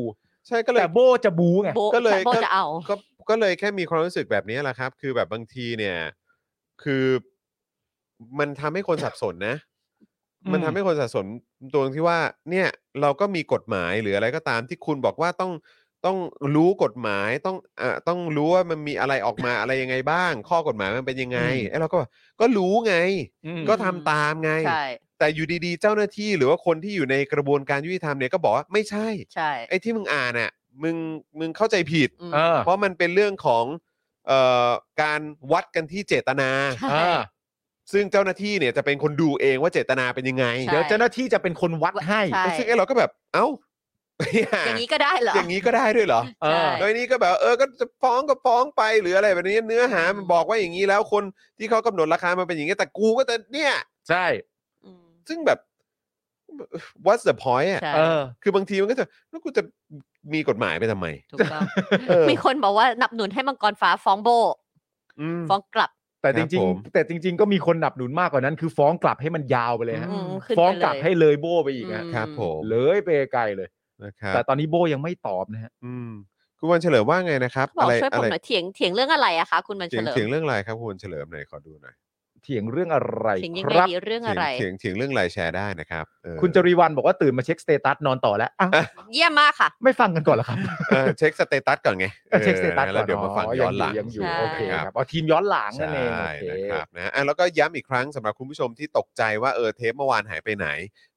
ใช่ก็เลย แต่โบจะบูไง โบ ก็เลย โบจะเอา ก็ก็เลยแค่มีความรู้สึกแบบนี้แหละครับ คือแบบบางทีเนี่ย คือมันทำให้คนสับสนนะ อืม มันทำให้คนสับสนตรงที่ว่า เนี่ย เราก็มีกฎหมายหรืออะไรก็ตามที่คุณบอกว่าต้องต้องรู้กฎหมายต้องอ่าต้องรู้ว่ามันมีอะไรออกมา อะไรยังไงบ้าง ข้อกฎหมายมันเป็นยังไงไอ้เราก็แบบก็รู้ไง อืม ก็ทำตามไง ใช่ แต่อยู่ดีๆ เจ้าหน้าที่หรือว่าคนที่อยู่ในกระบวนการยุติธรรมเนี่ยก็บอกว่าไม่ใช่ ใช่ ไอ้ที่มึงอ่านอ่ะมึงมึงเข้าใจผิด ม เออ เพราะมันเป็นเรื่องของเอ่อการวัดกันที่เจตนา ใช่ อ่า ซึ่งเจ้าหน้าที่เนี่ยจะเป็นคนดูเองว่าเจตนาเป็นยังไง ใช่ เดี๋ยวเจ้าหน้าที่จะเป็นคนวัดให้ ใช่ ซึ่งไอ้เราก็แบบเอ้า <laughs> อย่างนี้ก็ได้เหรอ อ อ ย่างนี้ก็ได้ด้วยเหรอ เออ แล้วไอ้นี่ก็แบบเออก็จะฟ้องก็ฟ้องไปหรืออะไรแบบนี้เนื้อหามันบอกว่าอย่างนี้แล้วคนที่เขากำหนดราคามันเป็นอย่างนี้แต่กูก็จะเนี่ย ใช่ อืม ซึ่งแบบ what's the point อ่ะ ใช่ เออ คือบางทีมันก็จะแล้วกูจะมีกฎหมายไปทำไม ถูกต้อง เออ มีคนบอกว่าหนับหนุนให้มังกรฟ้าฟ้องโบ อืม ฟ้องกลับ แต่ ค จ รับ ริง ผม ๆ แต่จริง ๆ ก็มีคนหนับหนุนมากกว่านั้น คือฟ้องกลับให้มันยาวไปเลยฮะ อืมขึ้นไป ฟ้องกลับ เลย ให้เลยโบไปอีกฮะ อื ครับผม เลยไปไกลเลย นะครับ แต่ตอนนี้โบยังไม่ตอบนะฮะ อืมคุณวันเฉลิมว่าไงนะครับ บอก ไร ช่วยผม ไร หน่อยเถียงเถียงเรื่องอะไรอะคะคุณมัน เถี เฉ ยง ลิม เถียงเรื่องอะไรครับคุณวันเฉลิมหน่อยขอดูหน่อย เถียงเรื่องอะไร เถียงยัง ค ไง รับ ดีเรื่องอะไร เถียงเถียงเรื่องอะไรแชร์ได้นะครับเออ คุณจรีวันบอกว่าตื่นมาเช็คสเตตัสนอนต่อแล้ว <laughs> อ่ะ เยี่ยมมากค่ะ ไม่ฟังกันก่อนเหรอครับ เออเช็คสเตตัสก่อนไง เช็คสเตตัส ออนะ ก่ แล้ อ วน เดี๋ยวมาฟังย้อนหลัง ยังอยู่ ใช่ โอเค นะ ครับเอาทีมย้อนหลัง ใช่ นั่นเองโอเค นะครับนะอ่ะแล้วก็ย้ำอีกครั้งสำหรับคุณผู้ชมที่ตกใจว่าเออเทปเมื่อวานหายไปไหน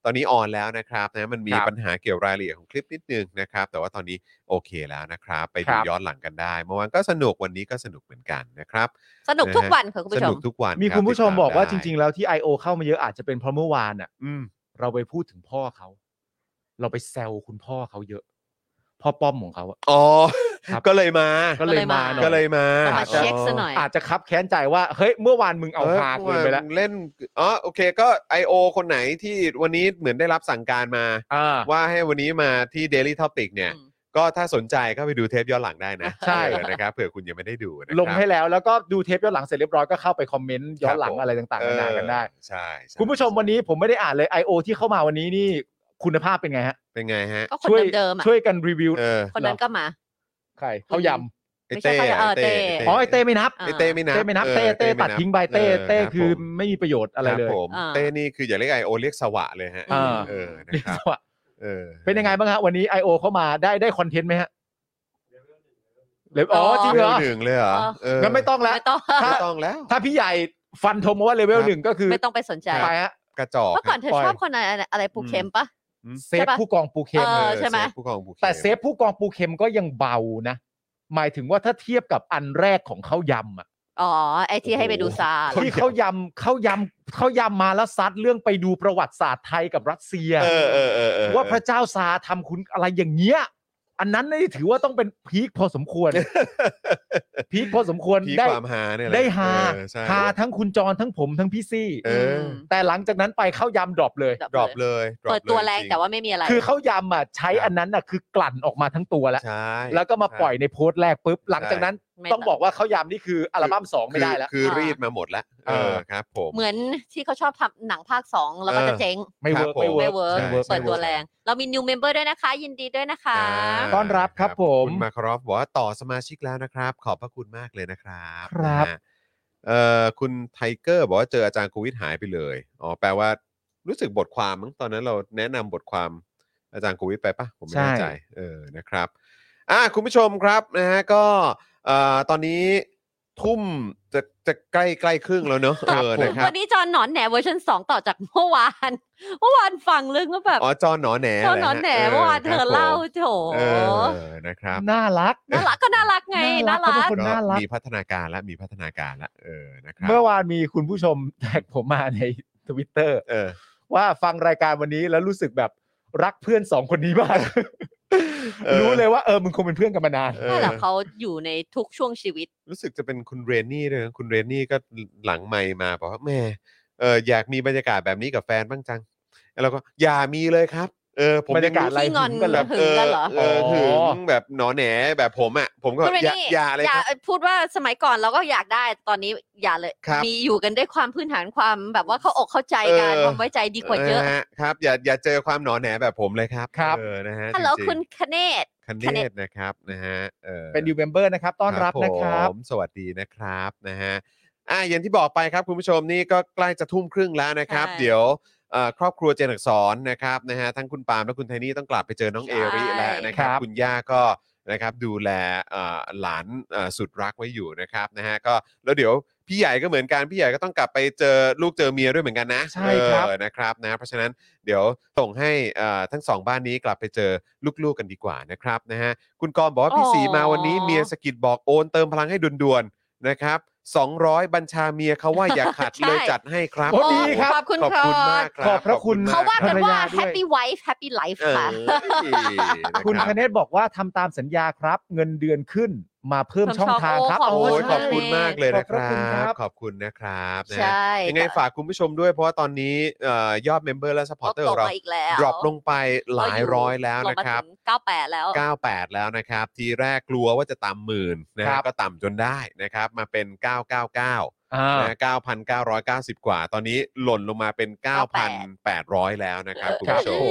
ตอนนี้ออนแล้วนะครับนะมันมีปัญหาเกี่ยวรายละเอียดของคลิปนิดนึงนะครับ แต่ว่าตอนนี้โอเคแล้วนะครับ ไปดูย้อนหลังกันได้เมื่อวานก็สนุกวันนี้ก็สนุกเหมือนกันนะครับ สนุกทุก นะฮะ วันค่ะคุณ ส ผู้ช นุ ม กทุกวัน มีคุณผู้ชมบอกว่าจริง ๆ ๆ แล้วที่ I.O. เข้ามาเยอะอาจจะเป็นเพราะเมื่อวานอ่ะ อืม เราไปพูดถึงพ่อเขา เราไปแซวคุณพ่อเขาเยอะ พ่อป้อมของเขาอะ อ๋อ ครับ ก็เลยมา ก็เลยมา ก็เลยมา ต้องมาเช็คซะหน่อย อาจจะคับแค้นใจว่า เฮ้ย เมื่อวานมึงเอาฮาเกินไปแล้ว เล่น อ๋อ โอเค ก็ I.O. คนไหนที่วันนี้เหมือนได้รับสั่งการมา อ่า ว่าให้วันนี้มาที่ Daily Topic เนี่ย อืม ก็ถ้าสนใจก็ไปดูเทปย้อนหลังได้นะ ใช่ เออนะครับเผื่อคุณยังไม่ได้ดูนะครับ ลงให้แล้วแล้วก็ดูเทปย้อนหลังเสร็จเรียบร้อยก็เข้าไปคอมเมนต์ย้อนหลังอะไรต่างๆนานากันได้ เออใช่ใช่ คุณผู้ชมวันนี้ผมไม่ได้อ่านเลย I.O. ที่เข้ามาวันนี้นี่คุณภาพเป็นไงฮะ เป็นไงฮะ ก็คน ช่วย เดิมๆอ่ะ ช่วยกันรีวิว เออ คนนั้นก็มา ใครเขายำ ไอ ไม่ใช่ เต้ เขาจะเออ ไเต้ เต้ ไ อ๋อไอเต้ไม่นับ อ่า ไอเต้ไม่นับ เต้ไม่นับ ออ เต้เต้ ไม่ ตัด นับ ทิ้งไปเต้ ออ เต้ รับ คือ ผม ไม่มีประโยชน์อะไรเล ค ย บผม อ่า เต้นี่คืออย่าเรียก I.O. เรียกสวะเลยฮะ อ่า เออนะครับ เออ เป็นยังไงบ้างฮะวันนี้ I.O. เข้ามาได้ได้คอนเทนต์ไหมฮะเลเวลอ๋อจริง เล เหร เวล อ หนึ่งเลยเหรอเออ งั้นไม่ต้องแล้ว ไม่ต้อง ถ้า ไม่ต้องแล้ว ถ้าพี่ใหญ่ฟันธงมาว่าเลเวล ครับ หนึ่งก็คือ ไม่ต้องไปสนใจ ไปฮะ กระจอก เมื่อก่อนเธอ ปล่อย ชอบคนอะไรอะไรปูเข็มปะ เซฟผู้กองปูเข็ม เอ เอ อ อ ใช่ไหม เซฟผู้กองผู้ข็ม แต่เซฟผู้กองปูเข็มก็ยังเบานะ หมายถึงว่าถ้าเทียบกับอันแรกของข้าวยำอะ อ๋อ ไอที่ให้ไปดูซาร์ ที่ข้าวยำข้าวยำข้าวยำมาแล้วซัดเรื่องไปดูประวัติศาสตร์ไทยกับรัสเซีย เออเออเออเออ ว่าพระเจ้าซาร์ทำคุณอะไรอย่างเงี้ย อันนั้นนี่ถือว่าต้องเป็นพีคพอสมคว <laughs> ร พีคพอสมควร พีค ได้ ความหาเนี่ยแหละ ได้ฮา เออใช่ ฮาทั้งคุณจรทั้งผมทั้งพี่ซี่ เออ แต่หลังจากนั้นไปเข้ายำดรอปเลย ดรอป ดรอปเลย เปิดตัวแรง จๆ แต่ว่าไม่มีอะไร คือเข้ายำอ่ะใช้อันนั้นอ่ะคือกลั่นออกมาทั้งตัวแล้ว ใช่ แล้วก็มาปล่อยในโพสต์แรกปุ๊บหลัง ใช่ จากนั้น ไม่ ต้อง ต่าง บอกว่าเข้ายำนี่คืออัลบั้มสองไม่ได้แล้ว คือคือรีดมาหมดแล้วเอ เอ อ อ ครับผม เหมือนที่เขาชอบทำหนังภาคสองแล้วก็ เออ จะเจ๊ง ไม่ ครับ เวิผร์กม ไม่ ไม่ เวิ เวิ ร์ ร์ ก ก ใช่ เปิดตัวแรง เรามี new member ด้วยนะคะ ยินดีด้วยนะคะ อ่า ต้อนรับครับผม คุณมาคารอฟบอกว่าต่อสมาชิกแล้วนะครับ ขอบพระคุณมากเลยนะครับ ครับ นะฮะเอ่อคุณไทเกอร์บอกว่าเจออาจารย์โควิดหายไปเลยอ๋อแปลว่ารู้สึกบทความมั้งตอนนั้นเราแนะนำบทความอาจารย์โควิดไปปะผมไม่แน่ใจเออนะครับอ่ะคุณผู้ชมครับนะฮะก็เอ่อตอนนี้ทุ่มจะจะใกล้ใกล้ครึ่งแล้วเนอะเออ ผม นะครับ วันนี้จอห์นหนอนแหนเวอร์ชันสองต่อจากเมื่อวาน <laughs> เมื่อวานฟังลึกแล้วแบบ อ๋อจอหนอแหน จอห์นหนอนแหนเมื่อวานเธอเล่า ครับ โถ ผมเออนะครับ น่ารัก น่ารักก็น่ารักไงน่ารัก คนน่ารัก มีพัฒนาการและมีพัฒนาการและเออนะครับ เมื่อวานมีคุณผู้ชมแท็กผมมาในทวิตเตอร์ เออ ว่าฟังรายการวันนี้แล้วรู้สึกแบบรักเพื่อนสองคนนี้มาก รู้เลยว่าเออมึงคงเป็นเพื่อนกันมานาน เอ นั่ อน แหละเขาอยู่ในทุกช่วงชีวิต รู้สึกจะเป็นคุณเรนนี่ด้วยนะคุณเรนนี่ก็หลังไมค์มาบอกว่าแหม่เอออยากมีบรรยากาศแบบนี้กับแฟนบ้างจังแล้วเราก็อย่ามีเลยครับ เออผม บรรยากาศอะไร ที่งอน หึงกันเหรอ หึ เอง อ กันเหรอ เออ อ๋อ หึงแบบหนอแหนแบบผมอ่ะผมก็ คุณเรน อย่า นี่ อย่าเลย อย่า ครับ พูดว่าสมัยก่อนเราก็อยากได้ตอนนี้อย่าเลย ครับ มีอยู่กันด้วยความพื้นฐานความแบบว่าเข้าอกเข้าใจกันความไว้ใจดีกว่าเยอะ นฮครับ อย่าอย่าเจอความหนอแหนแบบผมเลยครับ ครับ เออนะฮะ ฮัลโหล จริงๆ คุณคเนศ คันเนตนะครับนะฮะออ เป็นดิวเมมเบอร์นะครับ ต้อนรับนะครับ ผมสวัสดีนะครับนะฮะอ่ะอย่างที่บอกไปครับคุณผู้ชมนี่ก็ใกล้จะทุ่มครึ่งแล้วนะครับ ใช่ เดี๋ยวเอ่อครอบครัวเจนอักสอนนะครับนะฮะทั้งคุณปาล์มและคุณไทนี่ต้องกลับไปเจอน้อง ใช่ เอริแล้วนะครับ ครับ คุณย่าก็นะครับดูแลเอ่อหลานเอ่อสุดรักไว้อยู่นะครับนะฮะก็แล้วเดี๋ยวพี่ใหญ่ก็เหมือนกันพี่ใหญ่ก็ต้องกลับไปเจอลูกเจอเมียด้วยเหมือนกันนะ ใช่ครับ เออนะครับนะเพราะฉะนั้นเดี๋ยวส่งให้เอ่อทั้งสองบ้านนี้กลับไปเจอลูกๆกันดีกว่านะครับนะฮะคุณกรณ์บอกว่าพี่สีมาวันนี้ อ๋อ เมีย สะกิดบอกโอนเติมพลังให้ด่วนๆนะครับ 200 บัญชาเมียเขาว่าอย่าขัด ใช่ เลยจัดให้ครับ โอ้ดีครับ ขอบคุณ ขอบคุณมากครั ขอบพระคุณ เขาว่ากันภรรว่ายาด้วย happy wife happy life เออ ค่ะ คุณ นะ ค รั เนศบอกว่าทำตามสัญญาครับ เงินเดือนขึ้นมาเพิ่ม เพิ่ม ช่องทางครับ ช่อง โอ้ย ใช่ ขอบคุณมากเลยนะค ขอบพะคุณ รับ ขอบคุณนะครับนะฮะ ใช่ ยังไงฝากคุณผู้ชมด้วยเพราะว่าตอนนี้เอ่อยอดเมมเบอร์และสปอร์เตอร์ ต ข ก องเรา มาอีกแล้ว ดรอปลงไปหลายร้อยแล้ว ลง นะ มา ครับ ถึงเก้าแปดแล้ว 98 แล้วนะครับ ทีแรกกลัวว่าจะต่ำหมื่นนะฮะก็ต่ำจนได้นะครับ มาเป็น 999 อ่า นะ9,990 กว่า ตอนนี้หล่นลงมาเป็น 9,800 แล้วนะครับคุณผู้ชม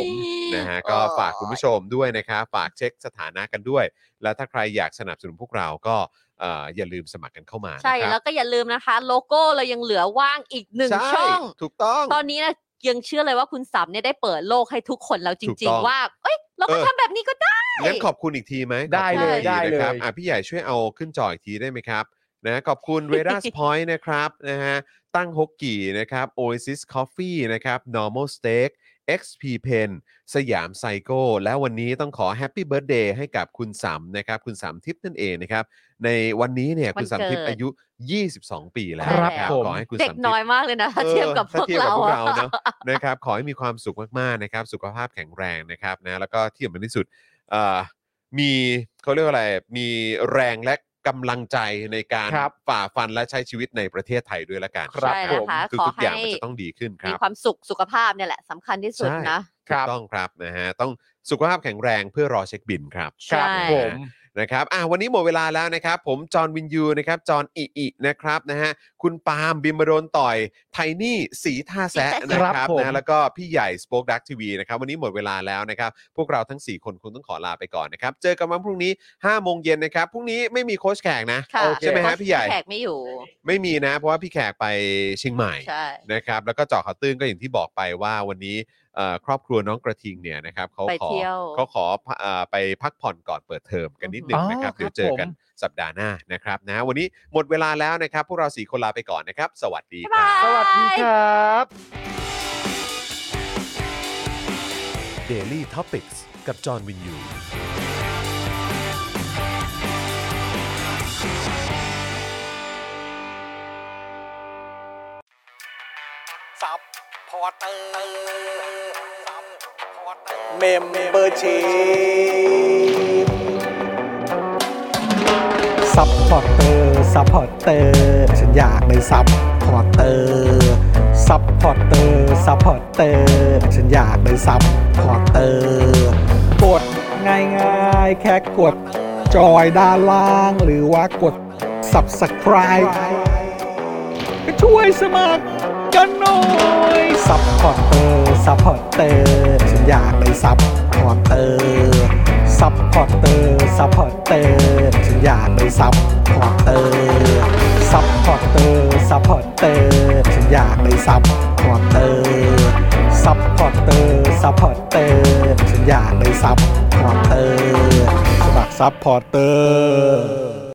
นะฮะ ก็ฝากคุณผู้ชมด้วยนะครับ ฝากเช็คสถานะกันด้วย และถ้าใครอยากสนับสนุนพวกเราก็เอ่ออย่าลืมสมัครกันเข้ามา ใช่ นะครับ แล้วก็อย่าลืมนะคะ โลโก้เรายังเหลือว่างอีกหนึ่ง ใ ช่อง ถูกต้อง ตอนนี้นะยังเชื่อเลยว่าคุณสัมเนี่ยได้เปิดโลกให้ทุกคนแล้วจ ถูก ริ ต้ ง อง ๆ ว่า เอ้ย เราก็ เออ ทำแบบนี้ก็ได้ งั้นขอบคุณอีกทีไหม ได้ขอเลยบคุณอีกที ได้เลย นะครับอ่ะพี่ใหญ่ช่วยเอาขึ้นจออีกทีได้ไหมครับนะขอบ <laughs> คุณ r a d a r s Point นะครับนะฮะตั้งฮกกี่นะครับ Oasis Coffee นะครับ Normal Steak XP Pen สยามไซโก้และวันนี้ต้องขอ Happy Birthday ให้กับคุณสำนะครับ คุณสำทิพย์นั่นเองนะครับ ในวันนี้เนี่ยคุณสำทิพย์ วันเกิด อายุ 22 ปีแล้ว ครับ นะ ผม ขอให้คุณ เด็ก สำทิพ น้อย ย์ มากเลยนะถ้าเทียบกับ ออถ้ พวก ทียบ เราอะ เรา <laughs> เนอะ นะครับขอให้มีความสุขมากๆนะครับ สุขภาพแข็งแรงนะครับนะแล้วก็ที่สำคัญที่สุดเอ่อมีเขาเรียกว่าอะไร มีแรงและกำลังใจในการ ครับ ฝ่าฟันและใช้ชีวิตในประเทศไทยด้วยละกัน ครับใช่ นะคะ ผมคือ ขอ ทุกอย่าง ให้ มันจะต้องดีขึ้นค มี รับ ความสุขสุขภาพเนี่ยแหละสำคัญที่สุด ใช่ นะถูครั ก บ ต้องครับนะฮะต้องสุขภาพแข็งแรงเพื่อรอเช็คบินครับ ใช่ ครับผม นะครับ อ่ะวันนี้หมดเวลาแล้วนะครับ ผม จอห์นวินยู นะครับ จอห์นอิอินะครับ นะฮะ คุณปาล์มบิมบโดนต่อย ไทนี่ สีท่าแซะนะค ครั รับบ ผม นะ แล้วก็พี่ใหญ่สป็อคดักทีวีนะครับ วันนี้หมดเวลาแล้วนะครับ พวกเราทั้ง 4 คนคงต้องขอลาไปก่อนนะครับ เจอกันวันพรุ่งนี้5โมงเย็นนะครับ พรุ่งนี้ไม่มีโค้ชแขกนะ ค่ะ ใช่ไหมฮะพี่ใหญ่ แขกไม่อยู่ ไม่มีนะ เพราะว่าพี่แขกไปเชียงใหม่ ใช่ นะครับ แล้วก็เจาะข่าวตื้นก็อย่างที่บอกไปว่าวันนี้เอ่อครอบครัวน้องกระทิงเนี่ยนะครับเขา ไป ขอ เที่ยว เขาขอเอ่อไปพักผ่อนก่อนเปิดเทอมกันนิดหนึ่ง อ๋อ นะครับ ครับ เดี๋ยวเจอกัน ผม สัปดาห์หน้านะครับนะวันนี้หมดเวลาแล้วนะครับ พวกเราสี่คนลาไปก่อนนะครับ สวัสดีครับบ๊ายบาย สวัสดีครับ Daily Topics กับจอห์นวินยู ซับพอร์เตอร์ซับพอร์เตอร์ เมมเบอร์ชีพ พอร์เตอร์ซัพพอร์เตอร์ฉันอยากได้ซัพพอร์เตอร์ซัพพอร์เตอร์ซัพพอร์เตอร์ฉันอยากได้ซัพพอร์เตอร์กดง่ายๆ แค่กดจอยด้านล่าง หรือว่ากด subscribe ก็ช่วยสมัครกันหน่อยซัพพอร์เตอร์ซัพพอร์เตอร์ฉันอยากได้ซัพพอร์เตอร์ซัพพอร์เตอร์ซัพพอร์เตอร์ฉันอยากได้ซัพพอร์เตอร์ซัพพอร์เตอร์ซัพพอร์เตอร์ฉันอยากได้ซัพพอร์เตอร์ซัพพอร์เตอร์ซัพพอร์เตอร์ฉันอยากได้ซัพพอร์เตอร์สมัครซัพพอร์เตอร์